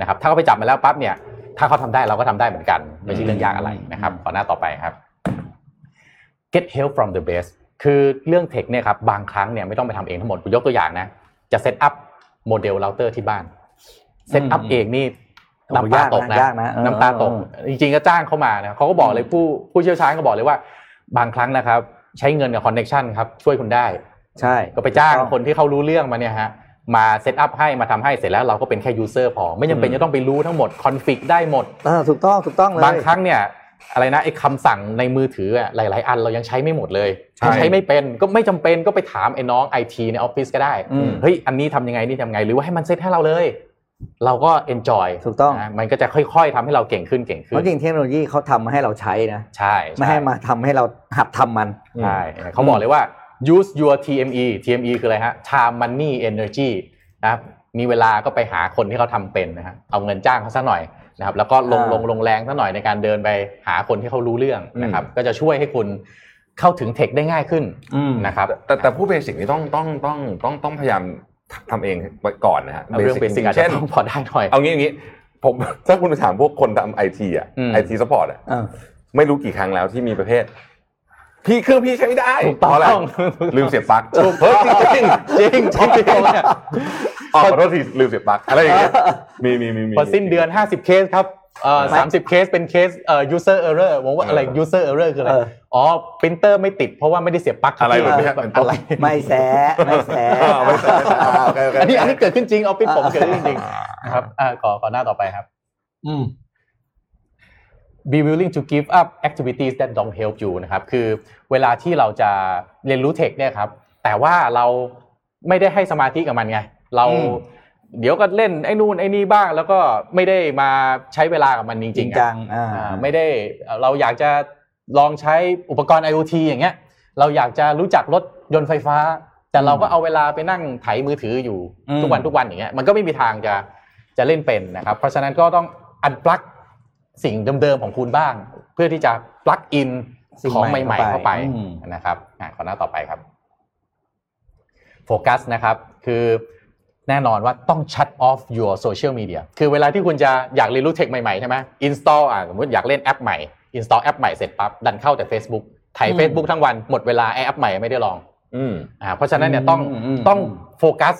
Speaker 4: นะครับถ้าเข้าไปจับมันแล้วปั๊บเนี่ยถ้าเขาทำได้เราก็ทำได้เหมือนกันไม่ใช่เรื่องยากอะไรนะครับขอหน้าต่อไปครับ get help from the best คือเรื่องเทคเนี่ยครับบางครั้งเนี่ยไม่ต้องไปทำเองทั้งหมดผมยกตัวอย่างนะ จะเซตอัพโมเดลเราเตอร์ที่บ้านเซตอัพ
Speaker 2: อืม
Speaker 4: เองนี่
Speaker 2: โอ้
Speaker 4: น้ำตาย
Speaker 2: ากนะ
Speaker 4: ตกนะ
Speaker 2: ยากนะเออ
Speaker 4: น้ำตาตก
Speaker 2: เออเออ
Speaker 4: จริงๆก็จ้างเขามานะเขาก็บอกเลยผู้ผู้เชี่ยวชาญก็บอกเลยว่า บางครั้งนะครับ ใช้เงินกับคอนเน็ชันครับช่วยคุณได้
Speaker 2: ใช่
Speaker 4: ก็ไปจ้าง
Speaker 2: ถูกต้อง
Speaker 4: คนที่เขารู้เรื่องมาเนี่ยฮะมาเซตอัพให้มาทำให้เสร็จแล้วเราก็เป็นแค่ยูเซอร์พอ ไม่จำเป็นจะต้องไปรู้ทั้งหมดคอนฟิกได้หมด
Speaker 2: เออถูกต้องถูกต้องเลย
Speaker 4: บางครั้งเนี่ยอะไรนะไอ้คำสั่งในมือถืออะหลาย ๆ อันเรายังใช้ไม่หมดเลย
Speaker 3: ใช่
Speaker 4: ใช้ไม่เป็นก็ไม่จำเป็นก็ไปถามไอ้น้องไอทีในออฟฟิศก็ได้
Speaker 2: อืม
Speaker 4: เฮ้ยอันนี้ทำยังไงนี่ทำไงหรือว่าให้มันเซตให้เราเลย เราก็เอนจอย
Speaker 2: ถูกต้อง
Speaker 4: มันก็จะค่อย ๆทำให้เราเก่งขึ้นเก่งขึ้
Speaker 2: เพราะ
Speaker 4: น
Speaker 2: จริงเทคโนโลยีเขาทำมาให้เราใช้นะ
Speaker 4: ใช่
Speaker 2: ไม่ให้มาทำให้เราหัดทำมัน
Speaker 4: ใช่เขาบอกเลยว่า use your TME TME คืออะไรฮะ time money energy นะครับมีเวลาก็ไปหาคนที่เขาทำเป็นนะฮะเอาเงินจ้างเขาสักหน่อยนะครับแล้วก็ลง
Speaker 2: อ่า
Speaker 4: ลงลงแรงสักหน่อยในการเดินไปหาคนที่เขารู้เรื่องนะครับก็จะช่วยให้คุณเข้าถึงเทคได้ง่ายขึ้น
Speaker 2: อืม
Speaker 4: นะครับ
Speaker 3: แต่แต่แต่ผู้เบสิกนี่ต้องต้องต้องต้องต้องพยายามทำเองไว้ก่อนนะฮะ
Speaker 4: เอาเรื่องเบสิกอาจ
Speaker 3: เช่
Speaker 4: จะ
Speaker 3: น
Speaker 4: ต้องพอได้หน่อย
Speaker 3: เอางี้อย่างงี้ผม ถ้าคุณไปถามพวกคนทำไอทีอ่ะ
Speaker 4: อืม
Speaker 3: ไอทีสปอร์ตอ่ะ
Speaker 2: เออ
Speaker 3: ไม่รู้กี่ครั้งแล้วที่มีประเภท พี่เครื่องพี่ใช้ไม่ได้
Speaker 4: ถูกต้
Speaker 3: เพราะอะไร
Speaker 4: อง
Speaker 3: ลืมเสียบปลั๊กเฮ้ยจริงจริง
Speaker 4: จริงจริงเนี่ย
Speaker 3: อ๋อขอโทษทีลืมเสียบปลั๊กอะไรอย่างเงี้ยมีมีมีมี
Speaker 4: พอสิ้นเดือน 50 เคสครับ
Speaker 2: ไม่
Speaker 4: สามสิบเคสเป็นเคสเอ่อ user error ผมว่าอะไร
Speaker 3: เออ
Speaker 4: user error คืออะไร
Speaker 2: เออ
Speaker 4: อ๋อปรินเตอร์ไม่ติดเพราะว่าไม่ได้เสียบปลั๊ก
Speaker 3: อะไรแบบเนี้ย
Speaker 4: อะไร
Speaker 2: ไม่แสไม่แส
Speaker 3: อ่าไม่ใช่ไม่ใช่อ่าโเคโเค
Speaker 4: อันนี้อันนี้เกิดขึ้นจริง เอาปิ๊บผมเกิดขึ้นจริงนะครับอ่าขอขอหน้าต่อไปครับ be willing to give up activities that don't help you นะครับคือเวลาที่เราจะเรียนรู้เทคเนี่ยครับแต่ว่าเราไม่ได้ให้สมาธิกับมันไง เรา
Speaker 2: อืม
Speaker 4: เดี๋ยวก็เล่นไอ้นู่นไอ้นี่บ้าง แล้วก็ไม่ได้มาใช้เวลากับมันจริงๆ
Speaker 2: จริง
Speaker 4: อะ
Speaker 2: จังอ่า
Speaker 4: อ่าไม่ได้เอ่อเราอยากจะลองใช้อุปกรณ์ IoT อย่างเงี้ย เราอยากจะรู้จักรถยนต์ไฟฟ้า แต่เราก็เอาเวลาไปนั่งไถมือถืออยู่
Speaker 2: อืม
Speaker 4: ทุกวันทุกวันอย่างเงี้ยมันก็ไม่มีทางจะจะเล่นเป็นนะครับ เพราะฉะนั้นก็ต้องอันปลั๊กสิ่งเดิมๆของคุณบ้าง เพื่อที่จะปลั๊กอินของใหม่ๆเข้าไป
Speaker 2: อืม
Speaker 4: นะครับอ่ะขอหน้าต่อไปครับโฟกัสนะครับ คือแน่นอนว่าต้อง shut off your social media คือเวลาที่คุณจะอยากเรียนรู้เทคใหม่ๆใช่ไหม install อ่ะสมมติอยากเล่นแอปใหม่ install แอปใหม่เสร็จปั๊บดันเข้าแต่ Facebook ไถ
Speaker 2: อืม
Speaker 4: Facebook ทั้งวันหมดเวลาไอ้แอปใหม่ไม่ได้ลอง
Speaker 3: อืม
Speaker 4: อ่าเพราะฉะนั้นเนี่ยต้อง
Speaker 2: อืมอืม
Speaker 4: ต้อง
Speaker 2: อืม
Speaker 4: โฟกัส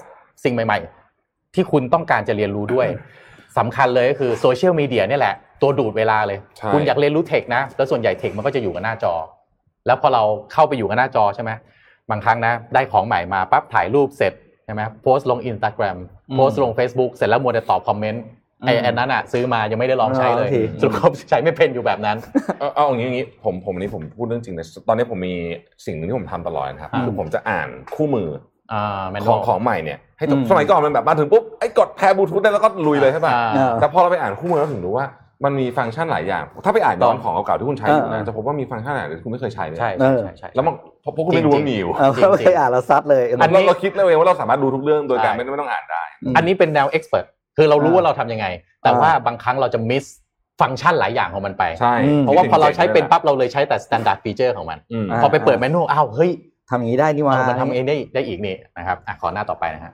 Speaker 4: สิ่งใหม่ ๆ ที่คุณต้องการจะเรียนรู้ด้วยสำคัญเลยก็คือโซเชียลมีเดียเนี่ยแหละ ตัวดูดเวลาเลย
Speaker 3: ใช่
Speaker 4: คุณอยากเรียนรู้เทคนะ แล้วส่วนใหญ่เทคมันก็จะอยู่กับหน้าจอ แล้วพอเราเข้าไปอยู่กับหน้าจอใช่ไหมบางครั้งนะ ได้ของใหม่มาปั๊บถ่ายรูปเสร็จ ช่ไหมโพสต์ลง Instagram
Speaker 2: อืม
Speaker 4: โพสต์ลง Facebook เสร็จแล้วมัวแต่ตอบคอมเมนต์ไอ้
Speaker 2: อืม
Speaker 4: อันนั้นอ่ะซื้อมายังไม่ได้ลองใช้เล
Speaker 2: อ๋อ
Speaker 4: ย
Speaker 2: โอเค
Speaker 4: สรุปเขาใช้ไม่เป็นอยู่แบบนั้น
Speaker 3: เอาเอาอย่างนี้อย่างนี้ผมผมอันนี้ผมพูดเรื่องจริงนะตอนนี้ผมมีสิ่งหนึงที่ผมทำตลอดนะครับ
Speaker 4: อืม
Speaker 3: คือผมจะอ่านคู่มือ
Speaker 4: อ่าแมน
Speaker 3: ของของใหม่เนี่ยให้จบ
Speaker 2: อืม
Speaker 3: สมัยก่อนมันแบบมาถึงปุ๊บไอ้กดแพร์บลูทูธได้แล้วก็ลุยเลยใช่ป่ะ
Speaker 4: อ่า
Speaker 2: เออ
Speaker 3: แต่พอเราไปอ่านคู่มือแล้วถึงรู้ว่ามันมีฟังก์ชันหลายอย่าง ถ้าไปอ่านย้อนของเก่าๆที่คุณใช้อยู่
Speaker 2: เออ
Speaker 3: นะจะพบว่ามีฟังก์ชันหลายอย่างที่คุณไม่เคยใช้เลย
Speaker 4: ใช่ใช่ใช่ใช่
Speaker 3: แล้วมันเพราะเพราะคุณไม่รู้ว่ามีอยู่
Speaker 2: เอา
Speaker 4: จริงๆ
Speaker 2: เคยอ่านเราซัดเลย
Speaker 4: อั
Speaker 3: อั
Speaker 4: น
Speaker 3: น
Speaker 4: นี้
Speaker 3: นี้เราคิดเอาเองว่าเราสามารถดูทุกเรื่องโดยการไม่ไม่ต้องอ่านได้
Speaker 2: ม
Speaker 4: อันนี้เป็นแนวเอ็กซ์เพรสคือเรารู้
Speaker 2: อ่า
Speaker 4: ว่าเราทำยังไง แต่
Speaker 2: อ่า
Speaker 4: ว่าบางครั้งเราจะมิสฟังก์ชันหลายอย่างของมันไป
Speaker 3: ใช่
Speaker 2: อืม
Speaker 4: เพราะว่าพอเราใช้เป็น
Speaker 3: ปั๊บ
Speaker 4: ปั๊บเราเลยใช้แต่ standard feature ของมัน
Speaker 2: อ่า
Speaker 4: พอไปเปิดเมนูอ้าวเฮ้ย
Speaker 2: ทำอย่างนี้ได้นี่หว่า
Speaker 4: เออมันทำเองได้ได้อีกนี่นะครับอ่ะขอหน้าต่อไปนะฮะ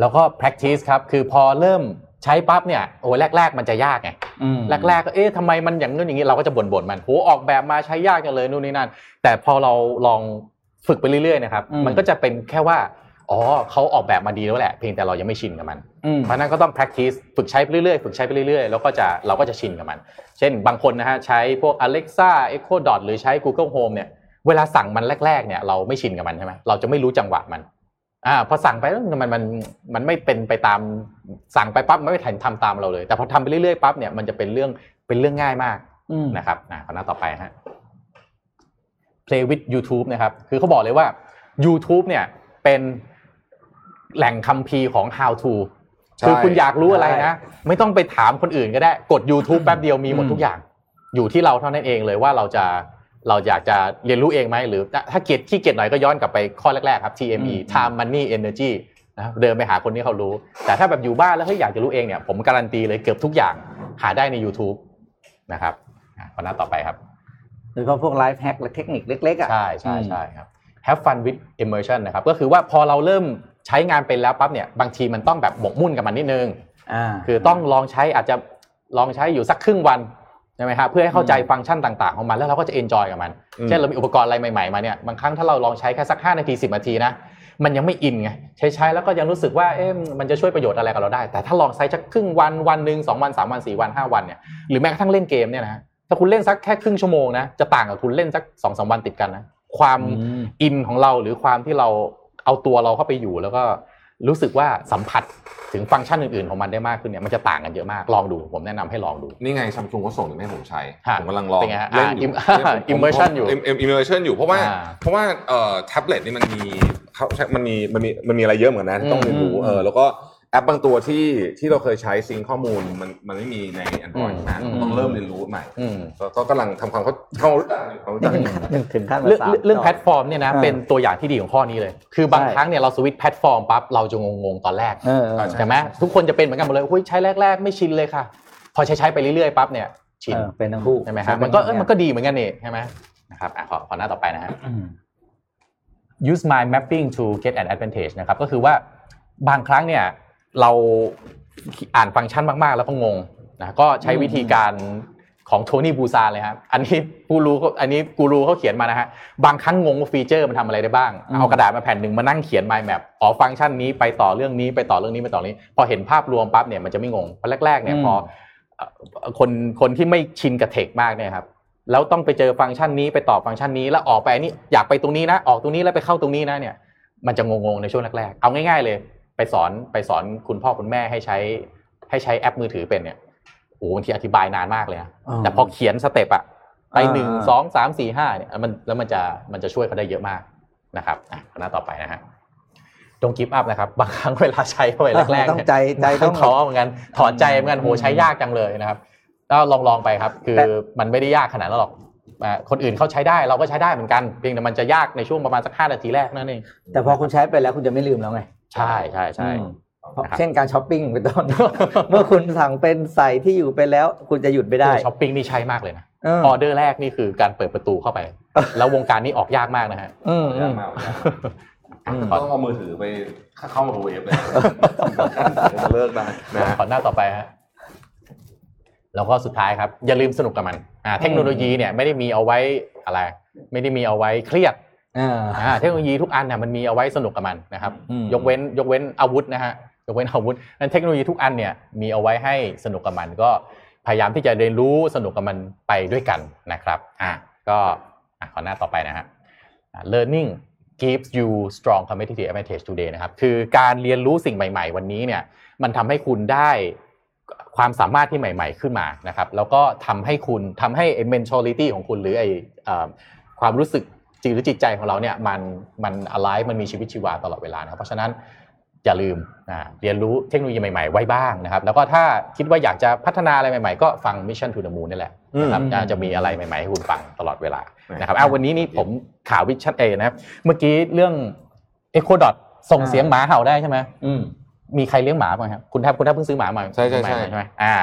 Speaker 4: แล้วก็ practice ครับ คือพอเริ่มใช้ปั๊บเนี่ยโอ้ยแรก ๆ มันจะยากไง
Speaker 2: อืม
Speaker 4: แรกๆก็เอ๊ะทำไมมันอย่างนู้นอย่างนี้เราก็จะบ่นๆมันโหออกแบบมาใช้ยากจังเลยนู่นนี่นั่น แต่พอเราลองฝึกไปเรื่อยๆนะครับ
Speaker 2: อืม
Speaker 4: มันก็จะเป็นแค่ว่าอ๋อเขาออกแบบมาดีแล้วแหละ เพียงแต่เรายังไม่ชินกับมัน
Speaker 2: อืม
Speaker 4: เพราะฉะนั้นก็ต้อง practice ฝึกใช้ไปเรื่อยๆ ฝึกใช้ไปเรื่อยๆ แล้วก็จะเราก็จะชินกับมัน เช่นบางคนนะฮะใช้พวก Alexa Echo Dot หรือใช้ Google Home เนี่ย เวลาสั่งมันแรก ๆ เนี่ยเราไม่ชินกับมันใช่ไหมเราจะไม่รู้จังหวะมัน อ่าพอสั่งไปแล้วมันมันมันไม่เป็นไปตามสั่งไปปั๊บมันไม่ทันทำตามเราเลย แต่พอทำไปเรื่อยๆปั๊บเนี่ยมันจะเป็นเรื่องเป็นเรื่องง่ายมาก
Speaker 2: อืม
Speaker 4: นะครับอ่ะขอหน้าต่อไปฮะ Play with YouTube นะครับ คือเขาบอกเลยว่า YouTube เนี่ยเป็นแหล่งคัมภีร์ของ How to
Speaker 3: ใช่
Speaker 4: คือคุณอยากรู้อะไร
Speaker 2: ใช่
Speaker 4: นะ ไม่ต้องไปถามคนอื่นก็ได้ กด YouTube แป๊บเดียวมีหมด
Speaker 2: อืม
Speaker 4: ทุกอย่าง อยู่ที่เราเท่านั้นเองเลยว่าเราจะเราอยากจะเรียนรู้เองไหมหรือถ้าถ้าเกียดขี้เกียจหน่อยก็ย้อนกลับไปข้อแรกๆครับ TME Time Money Energy นะเดินไปหาคนที่เขารู้ แต่ถ้าแบบอยู่บ้านแล้วเฮ้ยอยากจะรู้เองเนี่ยผมการันตีเลยเกือบทุกอย่างหาได้ใน YouTube นะครับอ่ะคนหน้าต่อไปครับ
Speaker 2: โดยเฉพาะพวกไลฟ์แฮกและเทคนิคเล็กๆอ่ะ
Speaker 4: ใช่ใช่ใช่ครับ have fun with immersion นะครับ ก็คือว่าพอเราเริ่มใช้งานเป็นแล้วปั๊บเนี่ยบางทีมันต้องแบบหมกมุ่นกับมันนิดนึง
Speaker 2: อ่า
Speaker 4: คือต้องลองใช้อาจจะลองใช้อยู่สักครึ่งวันใช่ไหมครับเพื่อให้เข้าใจฟังก์ชันต่างๆของมันแล้วเราก็จะเอนจอยกับมัน
Speaker 3: อืม
Speaker 4: เช่นเรามีอุปกรณ์อะไรใหม่ๆมาเนี่ยบางครั้งถ้าเราลองใช้แค่สัก 5 นาที 10 นาทีนะมันยังไม่อินไงใช้ใช้ๆแล้วก็ยังรู้สึกว่าเอ๊ะมันจะช่วยประโยชน์อะไรกับเราได้ แต่ถ้าลองใช้สักครึ่งวันวันหนึ่งสองวันสามวันสี่วันห้าวันเนี่ยหรือแม้กระทั่งเล่นเกมเนี่ยนะถ้าคุณเล่นสักแค่ครึ่งชั่วโมงนะจะต่างกับคุณเล่นสักสองสามวันติดกันนะความ อินของเราหรือความที่เราเอาตัวเราเข้าไปอยู่ แล้วก็รู้สึกว่าสัมผัสถึงฟังก์ชันอื่นๆของมันได้มากขึ้นเนี่ยมันจะต่างกันเยอะมากลองดู ผมแนะนำให้ลองดู
Speaker 3: นี่ไงซัมซุงก็ส่งถึงให้ผมใช้
Speaker 4: ฮะ
Speaker 3: ผมกำลังลอง
Speaker 4: เป็นไงฮะ
Speaker 3: เล่นอยู่
Speaker 4: อ่า im-
Speaker 3: ผม
Speaker 4: immersion
Speaker 3: ผม
Speaker 4: อยู่
Speaker 3: ม im- immersion อยู่เพราะว่า
Speaker 4: อ่า
Speaker 3: เพราะว่าเอ่อแท็บเล็ตนี่มันมีเขาใช้มันมีมันมีมันมีอะไรเยอะเหมือนกันนะที่ต้อง
Speaker 4: อืม
Speaker 3: เรียนรู้เออแล้วก็แอปบางตัวที่ที่เราเคยใช้ซิงข้อมูลมันมันไม่มีใน Android
Speaker 4: อืม
Speaker 3: นะ
Speaker 4: อืม
Speaker 3: ต้องเริ่มเรียนรู้ใหม่
Speaker 4: อืม
Speaker 3: ก็ก็กำลังทำความเข้าเข้ารู้จักเขารู้จักอยู่
Speaker 2: ถึงขั้น
Speaker 4: เรื่อง
Speaker 2: มาสาม
Speaker 4: เรื่องแพลตฟอร์มเนี่ยนะ
Speaker 2: อ่า
Speaker 4: เป็นตัวอย่างที่ดีของข้อนี้เลย คือบาง
Speaker 2: ใช่
Speaker 4: ครั้งเนี่ยเราสวิตช์แพลตฟอร์มปั๊บเราจะงงๆตอนแรก
Speaker 2: เออเออ
Speaker 3: อ่า ใช่
Speaker 4: ใช่ไหมทุกคนจะเป็นเหมือนกันหมดเลยอุ้ยใช้แรก ๆ ไม่ชินเลยค่ะ พอใช้ใช้ๆไปเรื่อยๆปั๊บเนี่ยชิน
Speaker 2: เออเป็นทั้งคู่
Speaker 4: ใช่ไหมฮะมันก็เอ้ยมันก็ดีเหมือนกันนี่ใช่ไหมนะครับอ่ะขอขอหน้าต่อไปนะฮะ
Speaker 2: อืม
Speaker 4: use mind mapping to get an advantage นะครับก็คือว่าบางครั้งเนี่ยเราอ่านฟังก์ชันมากๆ แล้วก็งงนะก็ใช้วิธีการของโทนี่บูซานเลยครับอันนี้ผู้รู้เขาอันนี้กูรูเขาเขียนมานะฮะบางครั้งงงว่าฟีเจอร์มันทำอะไรได้บ้าง
Speaker 2: อืม
Speaker 4: เอากระดาษมาแผ่นหนึ่งมานั่งเขียน mind map อ๋อฟังก์ชันนี้ไปต่อเรื่องนี้ไปต่อเรื่องนี้ไปต่อเรื่องนี้ พอเห็นภาพรวมปั๊บเนี่ยมันจะไม่งงเพราะแรกๆเนี่ยพอเอ่อคนคนที่ไม่ชินกับเทคมากเนี่ยครับ แล้วต้องไปเจอฟังก์ชันนี้ไปต่อฟังก์ชันนี้แล้วออกไปอันนี้อยากไปตรงนี้นะ ออกตรงนี้แล้วไปเข้าตรงนี้นะเนี่ย มันจะงงๆในช่วงแรกๆ เอาง่ายๆเลย ไปสอนไปสอนคุณพ่อคุณแม่ให้ใช้ ให้ใช้แอปมือถือเป็นเนี่ยโอ้โหบางทีอธิบายนานมากเลยนะ
Speaker 2: อ่า
Speaker 4: แต่พอเขียนสเต็ปอะไป
Speaker 2: อ่า
Speaker 4: หนึ่งสองสามสี่ห้าเนี่ยมันแล้วมันจะมันจะช่วยเขาได้เยอะมากนะครับอ่ะหน้าต่อไปนะฮะตรงกิฟต์อัพนะครับ บางครั้งเวลาใช้เข้าไปแรกๆเนี่ย
Speaker 2: ต้องใจใจต้อง
Speaker 4: ท้อเหมือนกันถอนใจเหมือนกันโหใช้ยากจังเลยนะครับก็ลองลองไปครับ คือ
Speaker 2: แต่
Speaker 4: มันไม่ได้ยากขนาดนั้นหรอกอ่าคนอื่นเขาใช้ได้เราก็ใช้ได้เหมือนกัน เพียงแต่มันจะยากในช่วงประมาณสักห้านาทีแรกนั่นเอง
Speaker 2: แต่พอคุณใช้ไปแล้วคุณจะไม่ลืมแล้วไง
Speaker 4: ใช่ใช่ใช่
Speaker 2: อืมเพราะ
Speaker 4: นะครับ
Speaker 2: เช่นการช้อปปิ้งเป็นต้น เมื่อคุณสั่งเป็นใส่ที่อยู่ไปแล้ว คุณจะหยุดไม่ได้
Speaker 4: คือช้อปปิ้งนี่ใช้มากเลยนะ
Speaker 2: เออ
Speaker 4: ออเดอร์แรกนี่คือการเปิดประตูเข้าไป แล้ววงการนี้ออกยากมากนะฮะ
Speaker 2: อืม
Speaker 3: ยากมากต้องเอามือถือไปเข้ามาเวฟเลยเลิกได้นะฮะ
Speaker 4: ขอหน้าต่อไปฮะแล้วก็สุดท้ายครับ อย่าลืมสนุกกับมันอ่าเทคโนโลยีเนี่ยไม่ได้มีเอาไว้อะไร ไม่ได้มีเอาไว้เครียด
Speaker 2: อ่า
Speaker 4: อ่าเทคโนโลยีทุกอันเนี่ยมันมีเอาไว้สนุกกับมันนะครับ
Speaker 2: อืม
Speaker 4: ยกเว้นยกเว้นอาวุธนะฮะยกเว้นอาวุธนั้นเทคโนโลยีทุกอันเนี่ยมีเอาไว้ให้สนุกกับมัน ก็พยายามที่จะเรียนรู้สนุกกับมันไปด้วยกันนะครับอ่ะก็อ่ะขอหน้าต่อไปนะฮะอ่ะ learning gives you strong competitive advantage today นะครับ คือการเรียนรู้สิ่งใหม่ ๆ วันนี้เนี่ย มันทำให้คุณได้ความสามารถที่ใหม่ ๆ ขึ้นมานะครับ แล้วก็ทำให้คุณทำให้ไอ้ mentality ของคุณหรือไอ้เอ่อความรู้สึกจิตหรือจิตใจของเราเนี่ยมันมัน alive มันมีชีวิตชีวาตลอดเวลานะครับ เพราะฉะนั้นอย่าลืมอ่าเรียนรู้เทคโนโลยีใหม่ ๆ ไว้บ้างนะครับ แล้วก็ถ้าคิดว่าอยากจะพัฒนาอะไรใหม่ ๆ ก็ฟัง Mission to the Moon นี่แหละนะครับ
Speaker 3: อืม
Speaker 4: น่าจะมีอะไรใหม่ๆให้คุณฟังตลอดเวลา นะครับอ้าววันนี้นี่ผมข่าววิชั่นเอนะครับ เมื่อกี้เรื่องเอ h โคดอทส่งเสียงหมาเห่าได้ใช่ไหม
Speaker 2: อืม
Speaker 4: มีใครเลี้ยงหมาบ้างครับคุณแทบคุณแทบเพิ่งซื้อหมามา
Speaker 3: ใช่ใช่ใช่
Speaker 4: ไหมอ่า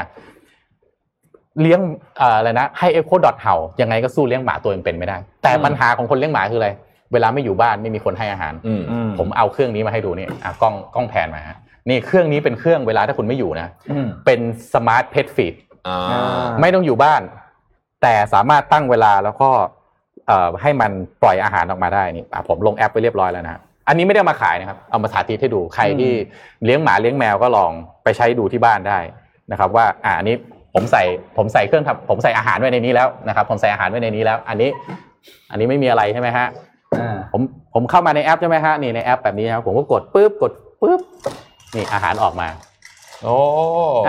Speaker 4: เลี้ยงเอ่ออะไรนะให้เอ h โคดอทเห่ายังไงก็สู้เลี้ยงหมาตัวเองเป็นไม่ได้ แต่ปัญหาของคนเลี้ยงหมาคืออะไร เวลาไม่อยู่บ้านไม่มีคนให้อาหาร
Speaker 3: อืม
Speaker 4: ผมเอาเครื่องนี้มาให้ดูนี่อ่ะกล้องกล้องแพนมาฮะนี่เครื่องนี้เป็นเครื่องเวลาถ้าคุณไม่อยู่นะ
Speaker 2: อืม
Speaker 4: เป็นสมาร์ทเพจฟีด
Speaker 3: อ่า
Speaker 2: อ่า
Speaker 4: ไม่ต้องอยู่บ้าน แต่สามารถตั้งเวลาแล้วก็เอ่อให้มันปล่อยอาหารออกมาได้นี่อ่ะผมลงแอปไปเรียบร้อยแล้วนะอันนี้ไม่ได้เอามาขายนะครับ เอามาสาธิตให้ดูใครที่เลี้ยงหมาเลี้ยงแมวก็ลองไปใช้ดูที่บ้านได้นะครับ ว่าอ่าอันนี้ผมใส่ผมใส่เครื่องทำผมใส่อาหารไว้ในนี้แล้วนะครับ ผมใส่อาหารไว้ในนี้แล้ว อันนี้ อันนี้ไม่มีอะไรใช่ไหมฮะ
Speaker 2: อ่า
Speaker 4: ผมผมเข้ามาในแอปใช่ไหมฮะนี่ในแอปแบบนี้นะครับผมก็กดปุ๊บกดปุ๊บนี่อาหารออกมา
Speaker 3: โอ้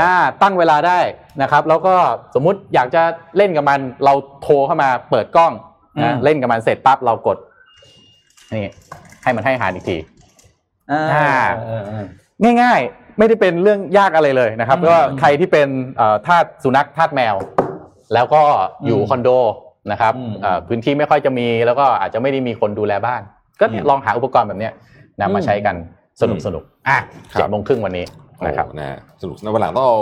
Speaker 4: อ่าตั้งเวลาได้นะครับ แล้วก็สมมุติอยากจะเล่นกับมัน เราโทรเข้ามาเปิดกล้อง
Speaker 2: อืม
Speaker 4: นะเล่นกับมันเสร็จปั๊บเรากดนี่ให้มันให้อาหารอีกที
Speaker 2: อ่า
Speaker 4: อ่า
Speaker 2: เออเออ
Speaker 4: ง่ายๆ ไม่ได้เป็นเรื่องยากอะไรเลยนะครับ
Speaker 2: อืม
Speaker 4: ก็ใครที่เป็นเอ่อทาสสุนัขทาสแมว แล้วก็อยู่
Speaker 2: อืม
Speaker 4: คอนโดนะครับ
Speaker 2: อืม
Speaker 4: เอ่อพื้นที่ไม่ค่อยจะมีแล้วก็อาจจะไม่ได้มีคนดูแลบ้าน ก็เนี่ย
Speaker 3: อืม
Speaker 4: ลองหาอุปกรณ์แบบเนี้ย
Speaker 2: อื
Speaker 4: นำ
Speaker 2: ม
Speaker 4: มาใช้กันสนุก
Speaker 3: อืม
Speaker 4: สนุกอ่ะ
Speaker 3: ครับ
Speaker 4: เจ็ดโมงครึ่งวันนี้นะครับ
Speaker 3: โอ้นะฮะสนุกนะวันหลังต้องเอา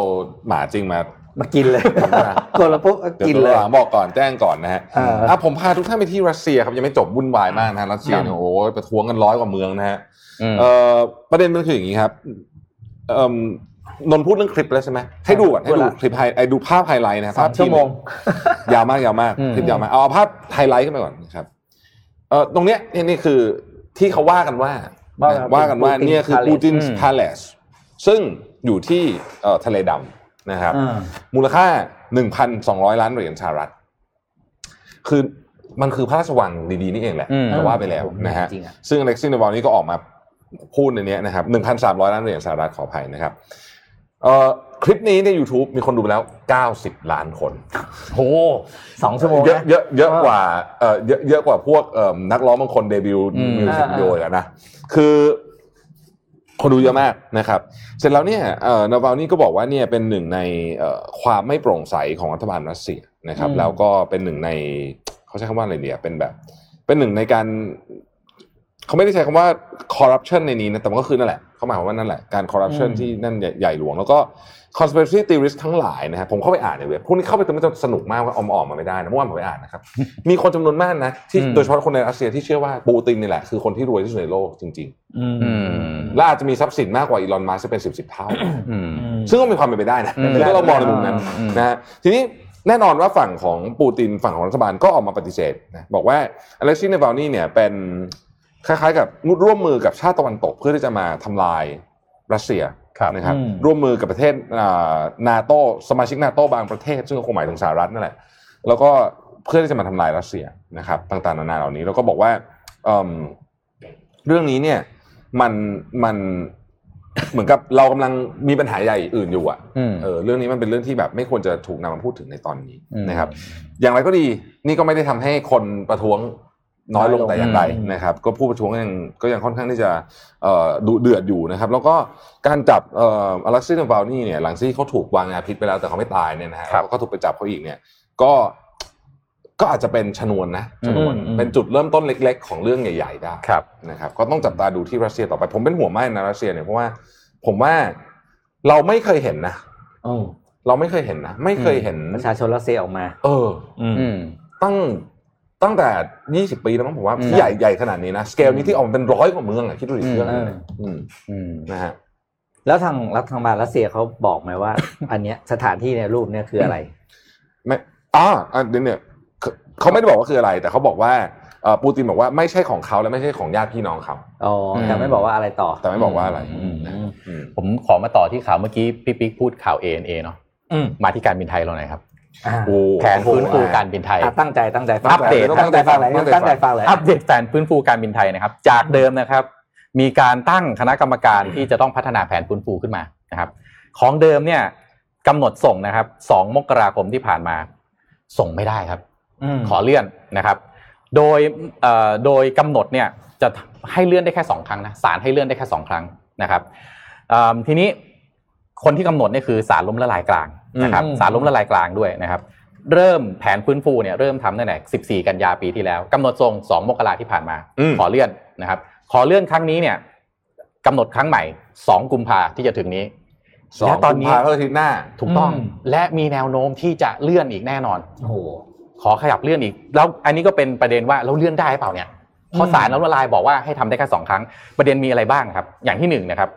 Speaker 3: หมาจริงมา
Speaker 2: มากินเลย กดแล้วปุ๊บก็
Speaker 3: ดี๋ว
Speaker 2: กินเลย
Speaker 3: ตัวหงบอกก่อนแจ้งก่อนนะฮะ
Speaker 2: เอออ่
Speaker 3: ะผมพาทุกท่านไปที่รัสเซียครับยังไม่จบวุ่นวายมากนะฮะรัสเซียเนี่ยโอ้ยประท้วงกันร้อยกว่าเมืองนะฮะ
Speaker 4: อืม
Speaker 3: เอ่อประเด็นมันคืออย่างนี้ครับเอิ่มนนท์พูดเรื่องคลิปแล้วใช่ไหมให้ดูก่อนให้
Speaker 2: พู
Speaker 3: ดู
Speaker 2: ดละ
Speaker 3: คลิปไฮไอ้ดูภาพไฮไลท์นะฮะ
Speaker 2: สา
Speaker 3: ภาม พ
Speaker 2: ชั่วโมง
Speaker 3: ที่ ยาวมากยาวมาก
Speaker 4: อืม
Speaker 3: คลิปยาวมากเอาเอาภาพไฮไลท์ขึ้นมาก่อนนะครับเอ่อตรงเนี้ยนี่นี่คือที่เขาว่ากันว่า
Speaker 2: ว่ากัน
Speaker 3: นะ
Speaker 2: ว่า
Speaker 3: ว่ากันว่า
Speaker 2: เป็น Putin's
Speaker 3: เนี่ยคือ
Speaker 2: Palace
Speaker 3: ปูติน
Speaker 4: อืม
Speaker 3: พาเลสซึ่งอยู่ที่เอ่อทะเลดำนะครับ
Speaker 2: อ่า
Speaker 3: มูลค่า 1,200 ล้านเหรียญสหรัฐ คือมันคือพระราชวังดีๆนี่เองแหละ
Speaker 4: อืม
Speaker 3: แต่ว่าไปแล้วนะฮะ
Speaker 2: จริงๆอะ
Speaker 3: ซึ่งอเล็กซินเดวอลนี่ก็ออกมาพูดในเนี้ยนะครับ 1,300 ล้านเหรียญสหรัฐขออภัยนะครับเอ่อคลิปนี้ใน YouTube มีคนดูไปแล้ว 90 ล้านคน
Speaker 2: โหสองชั่วโมง
Speaker 3: เยอะ
Speaker 2: นะ
Speaker 3: เยอะเยอะกว่าเอ่อเยอะเยอะกว่าพวกเอิ่มนักร้องบางคนเดบิวต์
Speaker 4: อืม
Speaker 3: มิวสิก
Speaker 2: อ่า
Speaker 3: วิดีโอแล้วนะ คือคนดูเยอะมากนะครับ เสร็จแล้วเนี่ยนาวานี่ก็บอกว่าเนี่ยเป็นหนึ่งในเอ่อความไม่โปร่งใสของรัฐบาลรัสเซียนะครับ
Speaker 2: อืม
Speaker 3: แล้วก็เป็นหนึ่งในเขาใช้คำว่าอะไรเดียเป็นแบบ เป็นหนึ่งในการเขาไม่ได้ใช้คำว่าคอร์รัปชันในนี้นะแต่มันก็คือนั่นแหละเขาหมายความว่านั่นแหละการคอร์รัปชัน
Speaker 2: อืม
Speaker 3: ที่นั่นใหญ่ใหญ่หลวง แล้วก็ conspiracy theorist ทั้งหลายนะครับผมเข้าไปอ่านในเว็บพวกนี้เข้าไปตรงนี้จะสนุกมากว่าออมออกมาไม่ได้นะเมื่อวานผมไปอ่าน นะครับ มีคนจำนวนมากนะที่
Speaker 4: อืม
Speaker 3: โดยเฉพาะคนในรัสเซียที่เชื่อว่าปูตินนี่แหละ คือคนที่รวยที่สุดในโลกจริง
Speaker 2: อืม
Speaker 4: อืม
Speaker 3: ๆ และอาจจะมีทรัพย์สินมากกว่าอีลอนมัสก์เป็นสิบสิบเท่า
Speaker 4: อืม
Speaker 3: ซึ่งก็มีความเป็นไปได้นะ
Speaker 4: อืม
Speaker 3: ถ้าเรามองในมุมนั้น
Speaker 4: อืม
Speaker 3: นะฮะทีนี้แน่นอนว่าฝั่งของปูตินฝั่งของรัฐบาลก็ออกมาปฏิเสธนะบอกว่าอเล็กซี่เนวาลนี่เนี่ยเป็นคล้ายๆกับร่วมมือกับชาติตะวันตกเพื่อที่จะมาทำลายรัสเซีย
Speaker 4: ครับ
Speaker 3: นะครับ
Speaker 2: อืม
Speaker 3: ร่วมมือกับประเทศนาโตสมาชิกนาโตบางประเทศ ซึ่งก็คงหมายถึงสหรัฐนั่นแหละ แล้วก็เพื่อที่จะมาทำลายรัสเซียนะครับต่างๆนานาเหล่านี้แล้วก็บอกว่าเอิ่มเรื่องนี้เนี่ยมันมันเหมือนกับเรากำลังมีปัญหาใหญ่อื่นอยู่อะ
Speaker 4: อืม
Speaker 3: เออเรื่องนี้มันเป็นเรื่องที่แบบไม่ควรจะถูกนำมาพูดถึงในตอนนี้
Speaker 4: อืม
Speaker 3: นะครับ อย่างไรก็ดีนี่ก็ไม่ได้ทำให้คนประท้วงน้อยลง
Speaker 2: น้อยลง
Speaker 3: แต่อย่างใด
Speaker 2: อืม
Speaker 3: นะครับ ก็ผู้ประท้วงยังก็ยังค่อนข้างที่จะเอ่อดุเดือดอยู่นะครับ แล้วก็การจับเอ่ออเล็กซิสเบลนี่เนี่ยหลังจากที่เขาถูกวางยาพิษไปแล้วแต่เขาไม่ตายเนี่ยนะฮะ
Speaker 4: ครับ
Speaker 3: แล้วก็ถูกไปจับเขาอีกเนี่ย ก็ก็อาจจะเป็นชนวนนะชนวน
Speaker 2: อืมอืม
Speaker 3: เป็นจุดเริ่มต้นเล็ก ๆ ของเรื่องใหญ่ๆได้
Speaker 4: ครับ
Speaker 3: นะครับ ก็ต้องจับตาดูที่รัสเซียต่อไป ผมเป็นห่วงมากนะรัสเซียเนี่ยเพราะว่าผมว่าเราไม่เคยเห็นนะ
Speaker 2: อืม
Speaker 3: เราไม่เคยเห็นนะไม่เคยเห็น
Speaker 2: ประชาชนรัสเซียออกมา
Speaker 3: เออ
Speaker 4: อืม
Speaker 3: ตั้งตั้งแต่ 20 ปีแล้วมั้งผมว่า
Speaker 4: อืม
Speaker 3: ที่ใหญ่ใหญ่ขนาดนี้นะสเกลนี้ที่ออกมาเป็นร้อยกว่าเมืองอะคิดดูดิเรื่อง
Speaker 2: เอ
Speaker 3: นั้น
Speaker 2: อ
Speaker 3: เนี่ยอืม
Speaker 4: อืม
Speaker 3: นะฮะ
Speaker 2: แล้วทางรัฐบาลรัสเซียเขาบอกไหม ว่า อันเนี้ยสถานที่ในรูปเนี้ยคืออะไร
Speaker 3: ไม่อ่าอ่ะเดี๋ยวเนี่ยเขาเขาไม่ได้บอกว่าคืออะไร แต่เขาบอกว่าเอ่อปูตินบอกว่าไม่ใช่ของเขาและไม่ใช่ของญาติพี่น้องเขา
Speaker 2: อ๋อ แต่ไม่บอกว่าอะไรต่อ
Speaker 3: แต่ไม่บอกว่าอะไร
Speaker 4: อืม
Speaker 3: นะอืม
Speaker 4: ผมขอมาต่อที่ข่าวเมื่อกี้พี่ปิ๊กพูดข่าว ANA เนาะ
Speaker 2: อืม
Speaker 4: มาที่การบินไทยเราหน่อยครับ
Speaker 2: อ่า
Speaker 3: โอ้โห
Speaker 4: แผนฟื้นฟูการบินไทย
Speaker 2: อ่ะตั้งใจตั้งใจฟัง
Speaker 4: อัปเดต
Speaker 2: ตั้งใจฟังเลยตั้งใจฟังเลย
Speaker 4: อัปเดตแผนฟื้นฟูการบินไทยนะครับ จากเดิมนะครับ มีการตั้งคณะกรรมการที่จะต้องพัฒนาแผนฟื้นฟูขึ้นมานะครับ ของเดิมเนี่ยกำหนดส่งนะครับ 2 มกราคมที่ผ่านมา ส่งไม่ได้ครับ ขอเลื่อนนะครับ โดยเอ่อโดยกำหนดเนี่ยจะให้เลื่อนได้แค่ 2 ครั้งนะศาลให้เลื่อนได้แค่ 2 ครั้งนะครับเอิ่มทีนี้คนที่กำหนดเนี่ยคือศาลล้มละลายกลางนะครับ
Speaker 2: อืม
Speaker 4: ศาลล้มละลายกลางด้วยนะครับ เริ่มแผนฟื้นฟูเนี่ยเริ่มทำตั้งแต่ 14 กันยาปีที่แล้วกำหนดส่ง 2 มกราที่ผ่านมา
Speaker 3: อืม
Speaker 4: ขอเลื่อนนะครับ ขอเลื่อนครั้งนี้เนี่ยกำหนดครั้งใหม่ 2 กุมภาที่จะถึงนี้
Speaker 3: สอง
Speaker 4: และตอนนี้
Speaker 3: กุมภาพันธ์อาทิตย์หน้า
Speaker 4: ถูกต้อง
Speaker 2: อืม
Speaker 4: และมีแนวโน้มที่จะเลื่อนอีกแน่นอน
Speaker 2: โอ้โห
Speaker 4: ขอขยับเลื่อนอีก แล้วอันนี้ก็เป็นประเด็นว่าเราเลื่อนได้หรือเปล่าเนี่ยเพ
Speaker 2: อื
Speaker 4: ราะ
Speaker 2: ม
Speaker 4: ศาลแล้วละลายบอกว่าให้ทำได้แค่สองครั้ง ประเด็นมีอะไรบ้างครับ อย่างที่หนึ่งนะครับ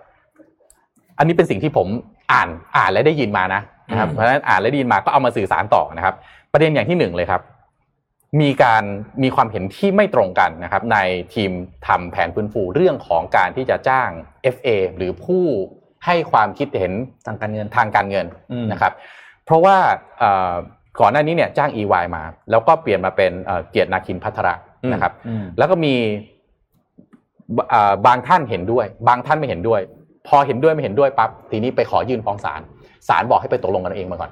Speaker 4: อันนี้เป็นสิ่งที่ผมอ่านอ่านและได้ยินมานะนะครับเพราะฉะนั้นอ่านและได้ยินมาก็เอามาสื่อสารต่อนะครับ ประเด็นอย่างที่หนึ่งเลยครับ มีการมีความเห็นที่ไม่ตรงกันนะครับ ในทีมทำแผนฟื้นฟูเรื่องของการที่จะจ้าง FA หรือผู้ให้ความคิดเห็น
Speaker 2: ทางการเงิน
Speaker 4: ทางการเงิน
Speaker 2: อืม
Speaker 4: นะครับ เพราะว่าเอ่อก่อนหน้านี้เนี่ยจ้าง EY มา แล้วก็เปลี่ยนมาเป็นเอ่อเกียรตินาคินพัทระ
Speaker 3: อืม
Speaker 4: นะครับ แล้วก็มีบเอ่อบางท่านเห็นด้วย บางท่านไม่เห็นด้วย พอเห็นด้วยไม่เห็นด้วยปั๊บทีนี้ไปขอยื่นฟ้องศาลศาลบอกให้ไปตกลงกันเองมาก่อน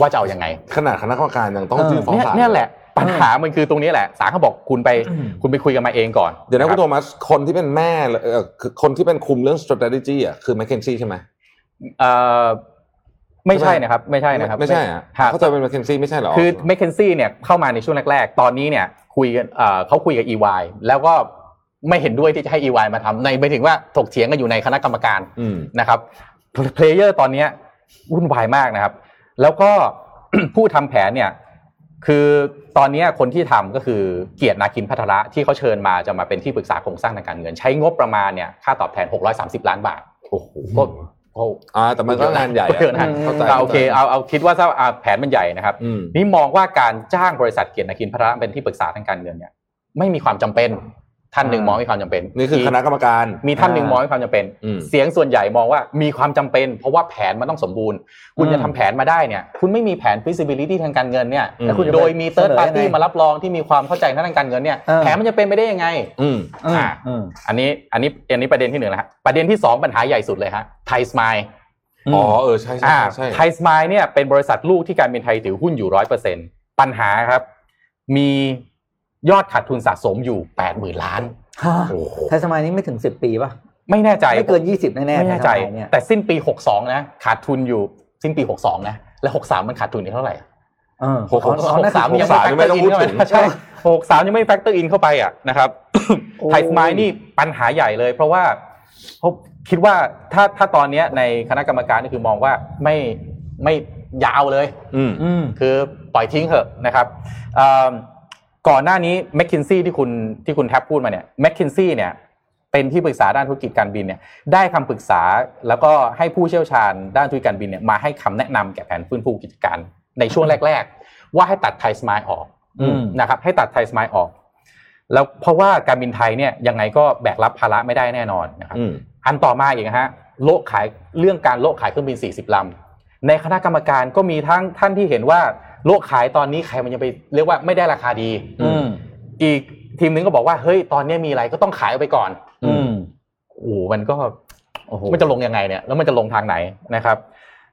Speaker 4: ว่าจะเอายังไง
Speaker 3: ขนาดคณะกรรมการยังต้องยื่นฟ้อง
Speaker 4: เนี่ย
Speaker 3: ศาล
Speaker 4: เนี่ยแหละ ปัญหามันคือตรงนี้แหละศาลเขาบอกคุณไปคุณไปคุยกันมาเองก่อน
Speaker 3: เดี๋ยวนะคุณ
Speaker 4: รับ
Speaker 3: โทมัสคนที่เป็นแม่เอ่อคือคนที่เป็นคุมเรื่อง strategy อ่ะคือแมคเคนซี่ใช่ไหม
Speaker 4: เอ่อไม่ใช่นะครับ ไม่ใช่นะครับ
Speaker 3: ไม่ใช่อ่ะ
Speaker 4: ครับ
Speaker 3: เขาใจะเป็นแมคเคนซี่ไม่ใช่เหรอ
Speaker 4: คือ m c k เคนซี่เนี่ยเข้ามาในช่วงแรก ๆ ตอนนี้เนี่ยคุยกันเอ่อเขาคุยกับ EY แล้วก็ไม่เห็นด้วยที่จะให้ EY มาทำในไม่ถึงว่าถกเถียงกันอยู่ในคณะกรรมการ
Speaker 3: อืม
Speaker 4: นะครับเพลเยอร์ตอนเนี้ยวุ่นวายมากนะครับ แล้วก็ ผู้ทำแผนเนี่ยคือตอนเนี้ยคนที่ทำก็คือเกียรตินาคินพัทระที่เขาเชิญมาจะมาเป็นที่ปรึกษาโครงสร้างทางการเงิน ใช้งบประมาณเนี่ยค่าตอบแทน 630 ล้านบาท
Speaker 3: โอ้โห
Speaker 4: ก็ก็
Speaker 3: อ่าแต่มันก็งานใหญ่
Speaker 4: เยอะนะ
Speaker 3: เข้าใจ
Speaker 4: อ่ะโอเคเอาเอาคิดว่าถ้าอ่ะแผนมันใหญ่นะครับ
Speaker 3: อืม
Speaker 4: นี่มองว่าการจ้างบริษัทเกียรตินาคินพระเป็นที่ปรึกษาทางการเงินเนี่ยไม่มีความจำเป็น ท่านหนึ่ง
Speaker 2: อ่าม ม
Speaker 4: องไม่มีความจำเป็น
Speaker 3: นี่คือคณะกรรมการ
Speaker 4: มีท่านหนึ่งมองไม่มีความจำเป็น
Speaker 3: อืม
Speaker 4: เสียงส่วนใหญ่มองว่ามีความจำเป็น เพราะว่าแผนมันต้องสมบูรณ์ คุณจะทำแผนมาได้เนี่ย คุณไม่มีแผน feasibility ทางการเงินเนี่ย
Speaker 3: อืม
Speaker 4: โดยมี third
Speaker 2: เสนอยังไง
Speaker 4: party มารับรองที่มีความเข้าใจทางการเงินเนี่ย แผนมันจะเป็นไปได้ยังไง
Speaker 3: อืม
Speaker 2: อืม
Speaker 4: อ่า
Speaker 2: อืม
Speaker 4: อันนี้อันนี้อันนี้ประเด็นที่หนึ่งนะฮะประเด็นที่สองปัญหาใหญ่สุดเลยฮะไทยสมาย
Speaker 3: อ๋อเออใช่ใช่
Speaker 4: อ่า
Speaker 3: ใช่
Speaker 4: ไทยสมายเนี่ยเป็นบริษัทลูกที่การบินไทยถือหุ้นอยู่ร้อยเปอร์เซ็นปัญหาครับ มียอดขาดทุนสะสมอยู่แปดหมื่นล้าน
Speaker 3: โอ้โห
Speaker 2: ไทยสมัยนี้ไม่ถึงสิบปีป่ะ
Speaker 4: ไม่แน่ใจ
Speaker 2: ไม่เกินยี่สิบแน่ๆ
Speaker 4: ไม่แน่ใจ
Speaker 2: ไทยสมัยเนี่ย
Speaker 4: แต่สิ้นปีหกสองนะขาดทุนอยู่สิ้นปีหกสองนะ แล้วหกสามมันขาดทุนอีกเท่าไหร่
Speaker 2: เออ
Speaker 3: หกหก
Speaker 2: อ๋อ
Speaker 4: ห
Speaker 2: น่
Speaker 4: กสาม
Speaker 2: จะ
Speaker 4: ยัง
Speaker 3: หกสามยัง
Speaker 4: ไม่ factor
Speaker 3: ไม่ต้อง
Speaker 4: in
Speaker 3: พูด
Speaker 4: เข้าไป
Speaker 3: ถึง
Speaker 4: ใช่หกสามยังไม่ factor in เข้าไปอ่ะนะครับ
Speaker 2: โอ้
Speaker 4: ไทยสมายนี่ปัญหาใหญ่เลยเพราะว่าเขาคิดว่าถ้าถ้าตอนเนี้ยในคณะกรรมการนี่คือมองว่าไม่ไม่อยาวเลย
Speaker 3: อืม
Speaker 2: อืม
Speaker 4: คือปล่อยทิ้งเถอะนะครับเอิ่มก่อนหน้านี้ m c k i n s e y ที่คุณที่คุณแทบพูดมาเนี่ย m c k i n s e y เนี่ยเป็นที่ปรึกษาด้านธุรกิจการบินเนี่ยได้คำปรึกษาแล้วก็ให้ผู้เชี่ยวชาญด้านธุรกิจการบินเนี่ยมาให้คำแนะนำแก่แผนฟื้นฟูกิจการในช่วงแรก ๆ ว่าให้ตัดไทยสมายออก
Speaker 2: อืม
Speaker 4: นะครับให้ตัดไทยสมายออก แล้วเพราะว่าการบินไทยเนี่ยยังไงก็แบกรับภาระไม่ได้แน่นอนนะครับ
Speaker 3: อืม
Speaker 4: อันต่อมาอีกนะฮะโละขายเรื่องการโละขายเครื่องบิน 40 ลำ ในคณะกรรมการก็มีทั้งท่านที่เห็นว่าโละขายตอนนี้ใครมันยังไปเรียกว่าไม่ได้ราคาดี
Speaker 3: อืม
Speaker 4: อีกทีมนึงก็บอกว่าเฮ้ยตอนนี้มีอะไรก็ต้องขายออกไปก่อน
Speaker 3: อืม
Speaker 4: โอ้โหมันก็
Speaker 2: โอ้โห
Speaker 4: มันจะลงยังไงเนี่ยแล้วมันจะลงทางไหนนะครับ